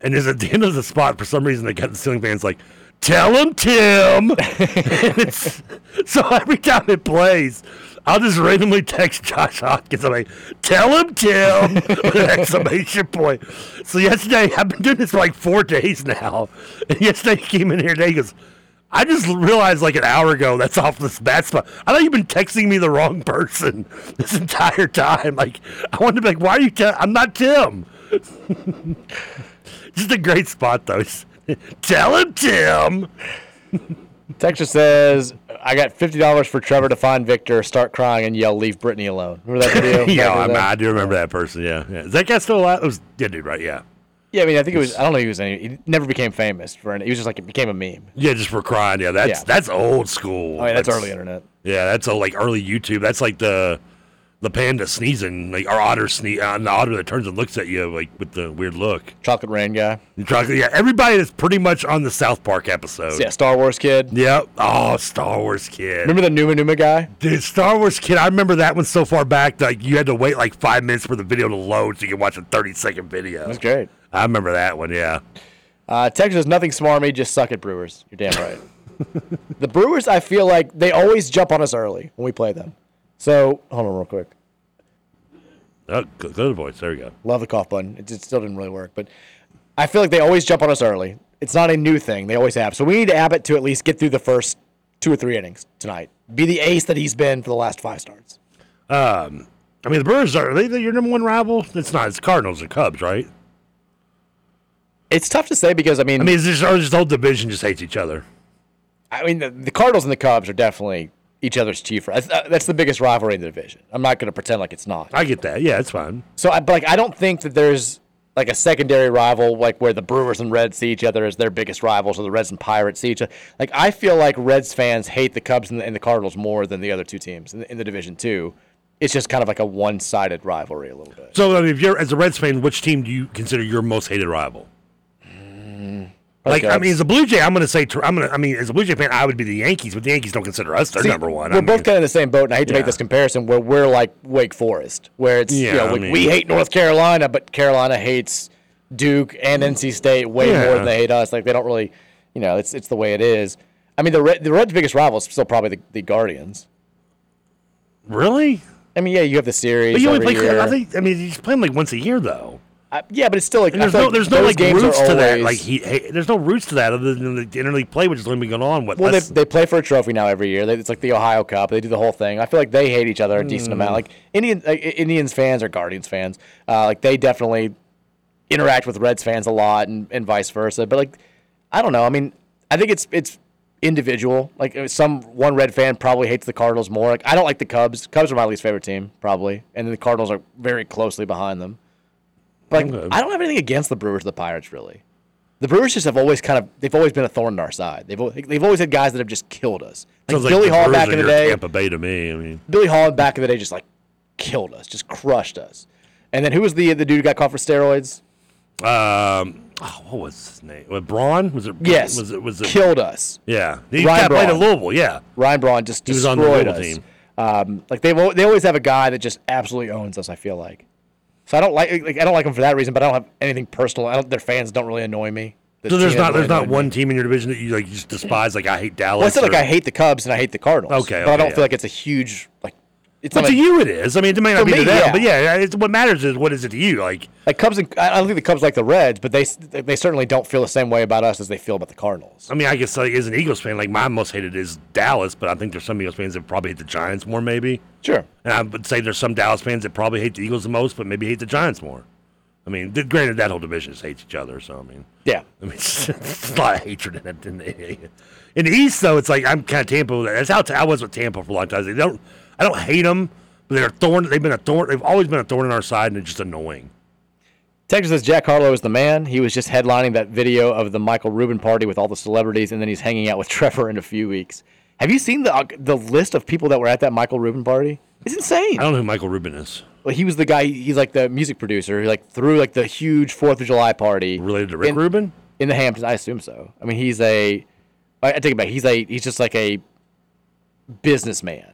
Speaker 12: and there's at the end of the spot for some reason they got the ceiling fan's like, tell him Tim. And it's- so every time it plays. I'll just randomly text Josh Hopkins. I'm like, tell him, Tim, with an exclamation point. So yesterday, I've been doing this for like four days now. And yesterday, he came in here today. He goes, I just realized like an hour ago that's off this bat spot. I thought you've been texting me the wrong person this entire time. Like, I wanted to be like, why are you? Te- I'm not Tim. just a great spot though. tell him, Tim.
Speaker 11: Texas says, "I got fifty dollars for Trevor to find Victor, start crying, and yell, leave Brittany alone." Remember that video?
Speaker 12: yeah,
Speaker 11: Remember
Speaker 12: I, mean,
Speaker 11: that?
Speaker 12: I do remember that person. Yeah, yeah. Is that guy still alive? It was yeah, dude, right? Yeah,
Speaker 11: Yeah, I mean, I think it was. I don't know. He was. Any, he never became famous for. Any, he was just like it became a meme.
Speaker 12: yeah, just for crying. Yeah, that's
Speaker 11: Yeah.
Speaker 12: that's old school.
Speaker 11: I mean, Oh, that's early internet.
Speaker 12: Yeah, that's old, like early YouTube. That's like the the panda sneezing, like our otter sneeze, uh, the otter that turns and looks at you like with the weird look.
Speaker 11: Chocolate rain guy.
Speaker 12: Chocolate, yeah. Everybody that's pretty much on the South Park episode.
Speaker 11: Yeah, Star Wars kid.
Speaker 12: Yep. Oh, Star Wars kid.
Speaker 11: Remember the Numa Numa guy?
Speaker 12: Dude, Star Wars Kid, I remember that one so far back that you had to wait like five minutes for the video to load so you could watch a 30 second video.
Speaker 11: That's great.
Speaker 12: I remember that one, yeah.
Speaker 11: Uh, Texas is nothing smarmy. Just suck at Brewers. You're damn right. the Brewers, I feel like they always jump on us early when we play them. So hold on real quick.
Speaker 12: Oh, go, go to the voice. There we go.
Speaker 11: Love the cough button. It, just still didn't really work, but I feel like they always jump on us early. It's not a new thing. They always have. So we need Abbott to at least get through the first two or three innings tonight. Be the ace that he's been for the last five starts.
Speaker 12: Um, I mean, the Brewers are, are they your number one rival? It's not. It's Cardinals and Cubs, right?
Speaker 11: It's tough to say because I mean,
Speaker 12: I mean, it's just, or this whole division just hates each other.
Speaker 11: I mean, the, the Cardinals and the Cubs are definitely each other's chief. That's, uh, that's the biggest rivalry in the division. I'm not going to pretend like it's not.
Speaker 12: I get that. Yeah, it's fine.
Speaker 11: So, I, but like, I don't think that there's like a secondary rival, like where the Brewers and Reds see each other as their biggest rivals, or the Reds and Pirates see each other. Like, I feel like Reds fans hate the Cubs and the, and the Cardinals more than the other two teams in the, in the division too. It's just kind of like a one-sided rivalry a little bit.
Speaker 12: So, I mean, if you're, as a Reds fan, which team do you consider your most hated rival? Like I
Speaker 11: Okay.
Speaker 12: mean, as a Blue Jay, I'm gonna say Tor- I'm gonna. I mean, as a Blue Jay fan, I would be the Yankees, but the Yankees don't consider us their
Speaker 11: See,
Speaker 12: number one.
Speaker 11: We're
Speaker 12: I
Speaker 11: both kind of in the same boat, and I hate to
Speaker 12: Yeah.
Speaker 11: make this comparison where we're like Wake Forest, where it's you
Speaker 12: Yeah,
Speaker 11: know,
Speaker 12: I
Speaker 11: like,
Speaker 12: mean-
Speaker 11: we hate North Carolina, but Carolina hates Duke and NC State way
Speaker 12: Yeah.
Speaker 11: more than they hate us. Like they don't really, you know, it's it's the way it is. I mean, the Red, the Reds' biggest rival is still probably the, the Guardians.
Speaker 12: Really?
Speaker 11: I mean, yeah, you have the series.
Speaker 12: But you only
Speaker 11: every
Speaker 12: play.
Speaker 11: year.
Speaker 12: I, think, I mean, you just play them like once a year, though.
Speaker 11: yeah, but it's still like
Speaker 12: And
Speaker 11: I
Speaker 12: there's
Speaker 11: feel
Speaker 12: no
Speaker 11: like
Speaker 12: there's no
Speaker 11: those
Speaker 12: like
Speaker 11: games are
Speaker 12: roots to that.
Speaker 11: always-
Speaker 12: Like he, hey, there's no roots to that other than the interleague play, which has only been going on what
Speaker 11: Well, they,
Speaker 12: less-
Speaker 11: they play for a trophy now every year. They, it's like the Ohio Cup. They do the whole thing. I feel like they hate each other a decent
Speaker 12: Mm.
Speaker 11: amount. Like Indian like, I- Indians fans or Guardians fans, uh, like they definitely interact with Reds fans a lot and, and vice versa. But like, I don't know. I mean, I think it's it's individual. Like uh, some one Red fan probably hates the Cardinals more. Like I don't like the Cubs. Cubs are my least favorite team probably, and then the Cardinals are very closely behind them. But like,
Speaker 12: Okay.
Speaker 11: I don't have anything against the Brewers, or the Pirates really. The Brewers just have always kind of they've always been a thorn in our side. They've al- they've always had guys that have just killed us. Like
Speaker 12: Sounds like
Speaker 11: Billy
Speaker 12: the
Speaker 11: Hall
Speaker 12: Brewers
Speaker 11: back
Speaker 12: are
Speaker 11: in the
Speaker 12: your
Speaker 11: day.
Speaker 12: Tampa Bay to me. I mean,
Speaker 11: Billy Hall back in the day just like killed us, just crushed us. And then who was the the dude who got caught for steroids?
Speaker 12: um, oh, what was his name? Was Braun? Was it?
Speaker 11: Yes,
Speaker 12: Was it? Was it?
Speaker 11: killed us.
Speaker 12: Yeah, he
Speaker 11: Ryan
Speaker 12: got played in
Speaker 11: Braun.
Speaker 12: Louisville. Yeah,
Speaker 11: Ryan Braun just
Speaker 12: He was on
Speaker 11: destroyed
Speaker 12: the Louisville
Speaker 11: us.
Speaker 12: team.
Speaker 11: Um, like they they always have a guy that just absolutely owns us. I feel like. So I don't like, like I don't like them for that reason, but I don't have anything personal. I don't, their fans don't really annoy me. The
Speaker 12: so there's
Speaker 11: team
Speaker 12: not there's
Speaker 11: doesn't really
Speaker 12: not
Speaker 11: annoy
Speaker 12: one team in your division that you like you just despise. Like I hate Dallas.
Speaker 11: Well, it's not
Speaker 12: or-
Speaker 11: like I hate the Cubs and I hate the Cardinals.
Speaker 12: Okay,
Speaker 11: but I
Speaker 12: okay,
Speaker 11: don't
Speaker 12: yeah.
Speaker 11: feel like it's a huge like. It's
Speaker 12: But
Speaker 11: not
Speaker 12: to
Speaker 11: a-
Speaker 12: you it is. I mean, it may
Speaker 11: For
Speaker 12: not be
Speaker 11: me,
Speaker 12: to them,
Speaker 11: yeah.
Speaker 12: but yeah, it's, what matters is what is it to you. Like
Speaker 11: Like Cubs, and, I I don't think the Cubs like the Reds, but they s- they certainly don't feel the same way about us as they feel about the Cardinals.
Speaker 12: I mean, I guess like as an Eagles fan, like my most hated is Dallas, but I think there's some Eagles fans that probably hate the Giants more, maybe.
Speaker 11: Sure.
Speaker 12: And I would say there's some Dallas fans that probably hate the Eagles the most, but maybe hate the Giants more. I mean, th- granted, that whole division just hates each other, so I mean,
Speaker 11: Yeah.
Speaker 12: I mean, it's, a lot of hatred in it. In the, in the East, though, it's like I'm kind of Tampa. with that. That's how t- I was with Tampa for a long time. They don't, I don't hate them, but they're a thorn. They've been a thorn. They've always been a thorn in our side, and it's just annoying.
Speaker 11: Texas says Jack Harlow is the man. He was just headlining that video of the Michael Rubin party with all the celebrities, and then he's hanging out with Trevor in a few weeks. Have you seen the uh, the list of people that were at that Michael Rubin party? It's insane.
Speaker 12: I don't know who Michael Rubin is.
Speaker 11: Well, he was the guy. He's like the music producer. He like threw like the huge Fourth of July party
Speaker 12: related to Rick
Speaker 11: in,
Speaker 12: Rubin
Speaker 11: in the Hamptons. I assume so. I mean, he's a. I I take it back. He's a. He's just like a businessman.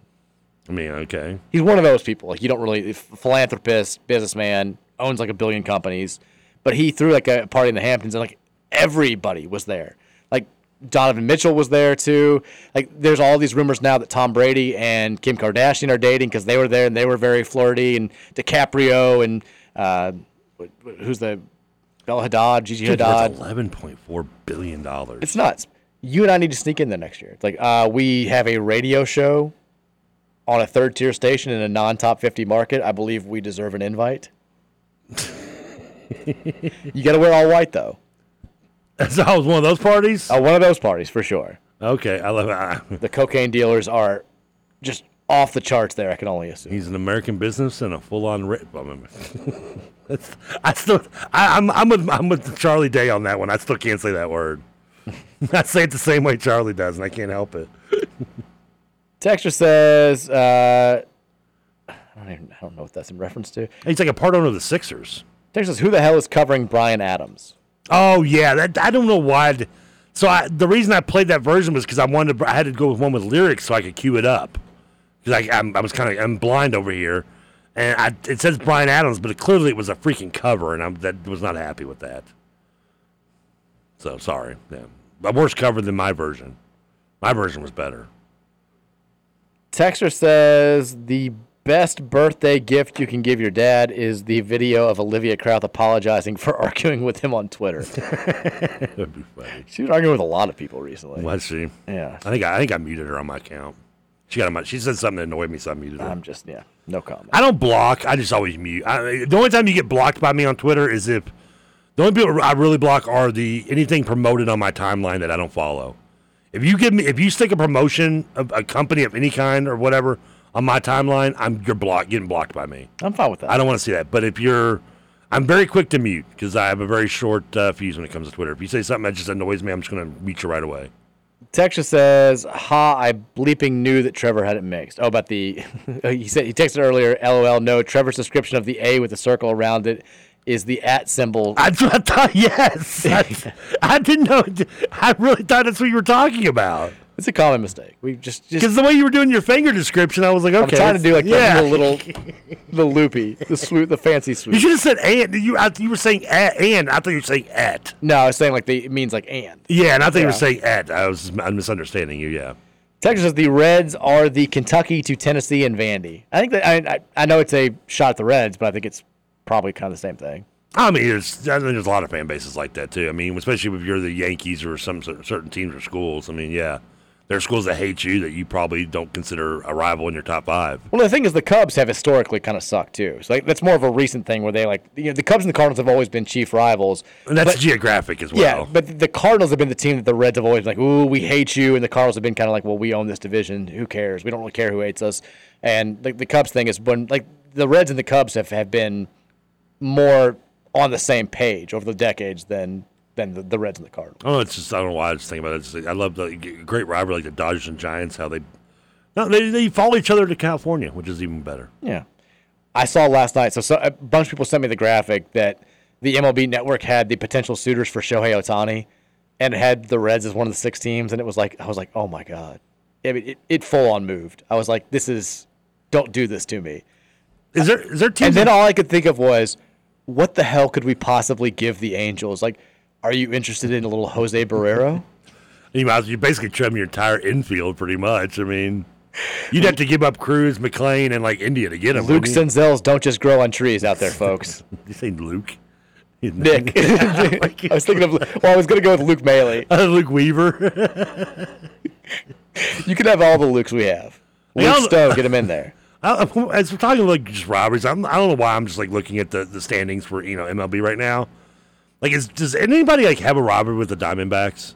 Speaker 12: I mean, okay.
Speaker 11: He's one of those people. Like you don't really philanthropist, businessman, owns like a billion companies. But he threw like a party in the Hamptons, and like everybody was there. Like Donovan Mitchell was there too. Like there's all these rumors now that Tom Brady and Kim Kardashian are dating because they were there and they were very flirty. And DiCaprio and uh, wh- wh- who's the Bella Hadad, Gigi
Speaker 12: Dude,
Speaker 11: Hadad.
Speaker 12: that's eleven point four billion dollars.
Speaker 11: It's nuts. You and I need to sneak in there next year. It's like uh, we have a radio show on a third tier station in a non top fifty market. I believe we deserve an invite. you got to wear all white though.
Speaker 12: So it was one of those parties.
Speaker 11: Uh, one of those parties for sure.
Speaker 12: Okay, I love it.
Speaker 11: The cocaine dealers are just off the charts. There, I can only assume.
Speaker 12: He's an American business and a full-on rip. I, mean, that's, I still, I, I'm, I'm with, I'm with Charlie Day on that one. I still can't say that word. I say it the same way Charlie does, and I can't help it.
Speaker 11: Texture says, uh, I don't even, I don't know what that's in reference to.
Speaker 12: He's like a part owner of the Sixers.
Speaker 11: Texture says, who the hell is covering Brian Adams?
Speaker 12: Oh yeah, that I don't know why. I'd- so I, the reason I played that version was because I wanted to, I had to go with one with lyrics so I could cue it up. Because I, I'm, I was kind of I'm blind over here, and I, it says Brian Adams, but it, clearly it was a freaking cover, and I am that was not happy with that. So sorry, yeah, a worse cover than my version. My version was better.
Speaker 11: Texter says the best birthday gift you can give your dad is the video of Olivia Krauth apologizing for arguing with him on Twitter.
Speaker 12: That'd be funny.
Speaker 11: she was arguing with a lot of people recently.
Speaker 12: Was she?
Speaker 11: Yeah.
Speaker 12: I think I, I think I muted her on my account. She got on my, she said something that annoyed me, so I muted her. I'm
Speaker 11: just yeah, no comment.
Speaker 12: I don't block. I just always mute. I, the only time you get blocked by me on Twitter is if the only people I really block are the anything promoted on my timeline that I don't follow. If you give me, if you stick a promotion of a company of any kind or whatever on my timeline, I'm you're blocked, getting blocked by me.
Speaker 11: I'm fine with that.
Speaker 12: I don't want to see that. But if you're, I'm very quick to mute because I have a very short uh, fuse when it comes to Twitter. If you say something that just annoys me, I'm just going to mute you right away.
Speaker 11: Texture says, "Ha! I bleeping knew that Trevor had it mixed." Oh, about the he said he texted earlier. LOL. No, Trevor's description of the A with the circle around it is the at symbol.
Speaker 12: I, I thought yes. I, I didn't know. I really thought that's what you were talking about.
Speaker 11: It's a common mistake. We just
Speaker 12: because the way you were doing your finger description, I was like, okay,
Speaker 11: I'm trying to do like
Speaker 12: yeah.
Speaker 11: the little, the loopy, the swoop, the fancy swoop.
Speaker 12: You should have said and. You I, you were saying at, and. I thought you were saying at.
Speaker 11: No, I was saying like the, it means like and.
Speaker 12: Yeah, and I thought you
Speaker 11: Yeah.
Speaker 12: were saying at. I was I'm misunderstanding you. Yeah.
Speaker 11: Texas says the Reds are the Kentucky to Tennessee and Vandy. I think that I, I I know it's a shot at the Reds, but I think it's probably kind of the same thing.
Speaker 12: I mean, there's I mean, there's a lot of fan bases like that too. I mean, especially if you're the Yankees or some cer- certain teams or schools. I mean, yeah, there are schools that hate you that you probably don't consider a rival in your top five.
Speaker 11: Well, the thing is, the Cubs have historically kind of sucked too. So like, that's more of a recent thing where they like you know the Cubs and the Cardinals have always been chief rivals.
Speaker 12: And that's
Speaker 11: but-
Speaker 12: geographic as
Speaker 11: Yeah,
Speaker 12: well.
Speaker 11: but the Cardinals have been the team that the Reds have always been like, ooh, we hate you, and the Cardinals have been kind of like, well, we own this division. Who cares? We don't really care who hates us. And the, the Cubs thing is when like the Reds and the Cubs have, have been more on the same page over the decades than than the, the Reds and the Cardinals.
Speaker 12: Oh, it's just I don't know why I was thinking about it. It's like, I love the g- great rivalry like the Dodgers and Giants. How they no, they they follow each other to California, which is even better.
Speaker 11: Yeah. I saw last night. So, so a bunch of people sent me the graphic that the MLB network had the potential suitors for Shohei Otani and it had the Reds as one of the six teams. And it was like, I was like, oh my God. I mean, it, it full on moved. I was like, this is, don't do this to me.
Speaker 12: Is there, is there teams?
Speaker 11: And then all I could think of was, what the hell could we possibly give the Angels? Like, are you interested in a little Jose Barrero?
Speaker 12: You might as you basically trim your entire infield pretty much. I mean, you'd have to give up Cruz, McLean, and like India to get him.
Speaker 11: Luke Senzel's don't just grow on trees out there, folks.
Speaker 12: you say Luke?
Speaker 11: Nick.
Speaker 12: Oh
Speaker 11: I was thinking of, well, I was going to go with Luke Maley.
Speaker 12: Luke Weaver.
Speaker 11: You can have all the Lukes we have.
Speaker 12: Hey,
Speaker 11: Luke
Speaker 12: I'll-
Speaker 11: Stowe, get him in there.
Speaker 12: I, I- as we're talking like just robberies, I'm, I don't know why I'm just like looking at the, the standings for you know MLB right now. Like, is does anybody like have a robbery with the Diamondbacks?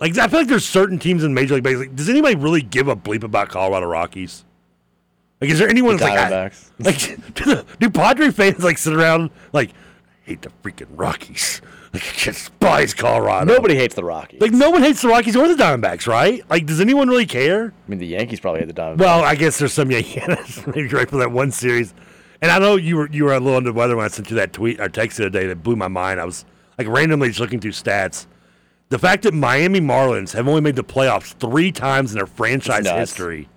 Speaker 12: Like, I feel like there's certain teams in Major League Baseball. Like, does anybody really give a bleep about Colorado Rockies? Like, is there anyone
Speaker 11: The
Speaker 12: that's like, I-
Speaker 11: Diamondbacks.
Speaker 12: like do, the, do Padre fans like sit around like I hate the freaking Rockies? Like, I despise Colorado.
Speaker 11: Nobody hates the Rockies.
Speaker 12: Like, no one hates the Rockies or the Diamondbacks, right? Like, does anyone really care?
Speaker 11: I mean, the Yankees probably hate the Diamondbacks.
Speaker 12: Well, I guess there's some Yankees maybe right for that one series. And I know you were you were a little under the weather when I sent you that tweet or text the other day that blew my mind. I was like randomly just looking through stats. The fact that Miami Marlins have only made the playoffs three times in their franchise
Speaker 11: nuts.
Speaker 12: history,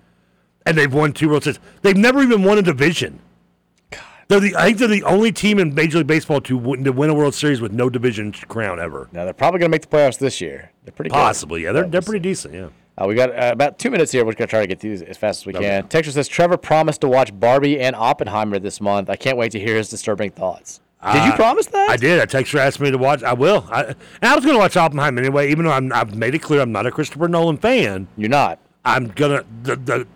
Speaker 12: and they've won two World Series. They've never even won a division. They're the, I think they're the only team in Major League Baseball to win, to win a World Series with no division crown ever.
Speaker 11: now, they're probably going to make the playoffs this year. They're pretty good.
Speaker 12: Possibly, yeah. They're, they're pretty decent, yeah.
Speaker 11: Uh, we got uh, about two minutes here. We're going to try to get through these as fast as we
Speaker 12: Okay.
Speaker 11: can. Texas says Trevor promised to watch Barbie and Oppenheimer this month. I can't wait to hear his disturbing thoughts. Did you
Speaker 12: Uh,
Speaker 11: promise that?
Speaker 12: I did. I text her, asked me to watch. I will. I, and I was going to watch Oppenheimer anyway, even though I'm, I've made it clear I'm not a Christopher Nolan fan.
Speaker 11: You're not.
Speaker 12: I'm gonna the the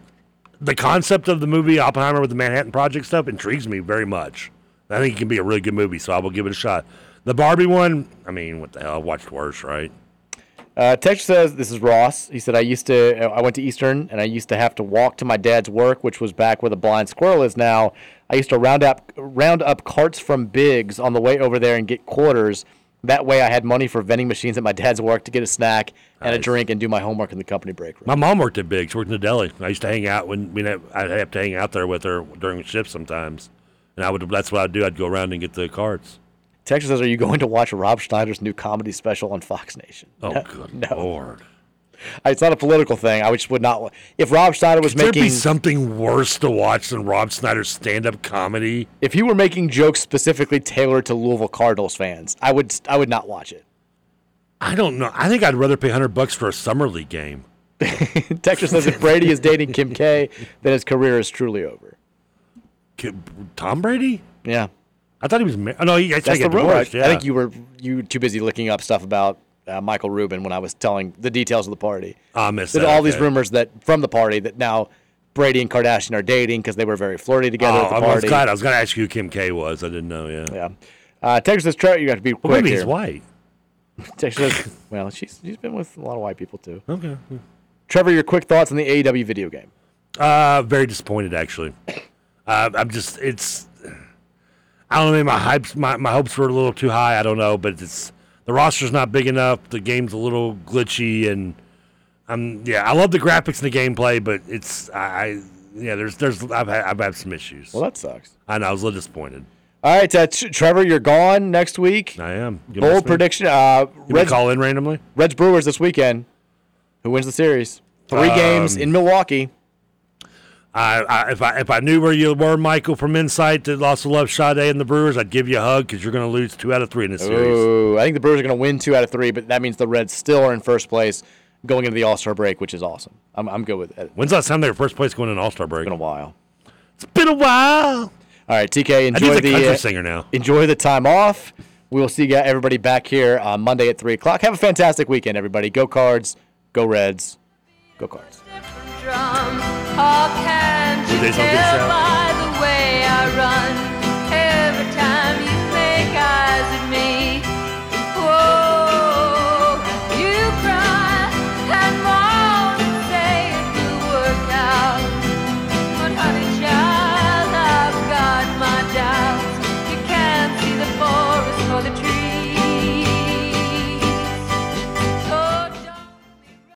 Speaker 12: the concept of the movie Oppenheimer with the Manhattan Project stuff intrigues me very much. I think it can be a really good movie, so I will give it a shot. The Barbie one, I mean, what the hell? I watched worse, right?
Speaker 11: Uh, Texas says this is Ross. He said I used to uh, I went to Eastern and I used to have to walk to my dad's work, which was back where the blind squirrel is now. I used to round up round up carts from Bigs on the way over there and get quarters. That way, I had money for vending machines at my dad's work to get a snack and a drink and do my homework in the company break room.
Speaker 12: My mom worked at Big. She worked in the deli. I used to hang out when we have, I'd have to hang out there with her during shifts sometimes, and I would. That's what I'd do. I'd go around and get the cards.
Speaker 11: Texas says, "Are you going to watch Rob Schneider's new comedy special on Fox Nation?"
Speaker 12: Oh,
Speaker 11: No.
Speaker 12: good
Speaker 11: no.
Speaker 12: lord!
Speaker 11: It's not a political thing. I just would not. wa- If Rob Schneider was
Speaker 12: Could there
Speaker 11: making
Speaker 12: be something worse to watch than Rob Snyder's stand-up comedy?
Speaker 11: if he were making jokes specifically tailored to Louisville Cardinals fans, I would I would not watch it.
Speaker 12: I don't know. I think I'd rather pay hundred bucks for a summer league game.
Speaker 11: Texas says if Brady is dating Kim K, then his career is truly over.
Speaker 12: Ki- Tom Brady?
Speaker 11: Yeah,
Speaker 12: I thought he was married. Oh, no, he, I
Speaker 11: that's
Speaker 12: think he
Speaker 11: the
Speaker 12: got
Speaker 11: rumor.
Speaker 12: divorced. Yeah.
Speaker 11: I think you were you were too busy looking up stuff about uh, Michael Rubin when I was telling the details of the party.
Speaker 12: Oh, I missed
Speaker 11: There's
Speaker 12: that,
Speaker 11: all these
Speaker 12: okay.
Speaker 11: rumors that from the party that now Brady and Kardashian are dating because they were very flirty together
Speaker 12: Oh,
Speaker 11: at the
Speaker 12: I'm-
Speaker 11: party.
Speaker 12: I was glad. I was going to ask you who Kim K was. I didn't know. Yeah.
Speaker 11: Yeah. Uh, Texas says, Trout, you got to be quick
Speaker 12: Well, maybe
Speaker 11: here.
Speaker 12: he's white.
Speaker 11: Texas says, well, she's she's been with a lot of white people too.
Speaker 12: Okay.
Speaker 11: Trevor, your quick thoughts on the AEW video game?
Speaker 12: Uh, very disappointed actually. Uh, I'm just it's. I don't know. Maybe my hypes, my, my hopes were a little too high. I don't know, but it's the roster's not big enough. The game's a little um, glitchy, and I'm yeah. I love the graphics and the gameplay, but it's I, I yeah, there's there's I've had, I've had some issues.
Speaker 11: Well, that sucks.
Speaker 12: I know. I was a little disappointed.
Speaker 11: All right, uh, Tr- Trevor, you're gone next week.
Speaker 12: I am. You missed
Speaker 11: Bold
Speaker 12: me?
Speaker 11: prediction. Uh,
Speaker 12: You Reds, call in randomly.
Speaker 11: Reds Brewers this weekend. Who wins the series? Three
Speaker 12: Um,
Speaker 11: games in Milwaukee.
Speaker 12: I, I if I if I knew where you were, Michael, from Insight that lost the love Sade and the Brewers, I'd give you a hug because you're going to lose two out of three in
Speaker 11: Oh,
Speaker 12: this series.
Speaker 11: Ooh, I think the Brewers are going to win two out of three, but that means the Reds still are in first place going into the All Star break, which is awesome. I'm, I'm good with it.
Speaker 12: When's the last time they were first place going in All Star break? It's been
Speaker 11: a while.
Speaker 12: It's been a while.
Speaker 11: All right, TK,
Speaker 12: I think
Speaker 11: enjoy
Speaker 12: he's a
Speaker 11: the
Speaker 12: country
Speaker 11: uh,
Speaker 12: singer now.
Speaker 11: enjoy the time off. We will see you- everybody back here on Monday at three o'clock. Have a fantastic weekend, everybody. Go Cards, go Reds, go Cards.
Speaker 13: How can
Speaker 11: Did
Speaker 13: you
Speaker 11: they something
Speaker 13: tell
Speaker 11: shout?
Speaker 13: by the way I run?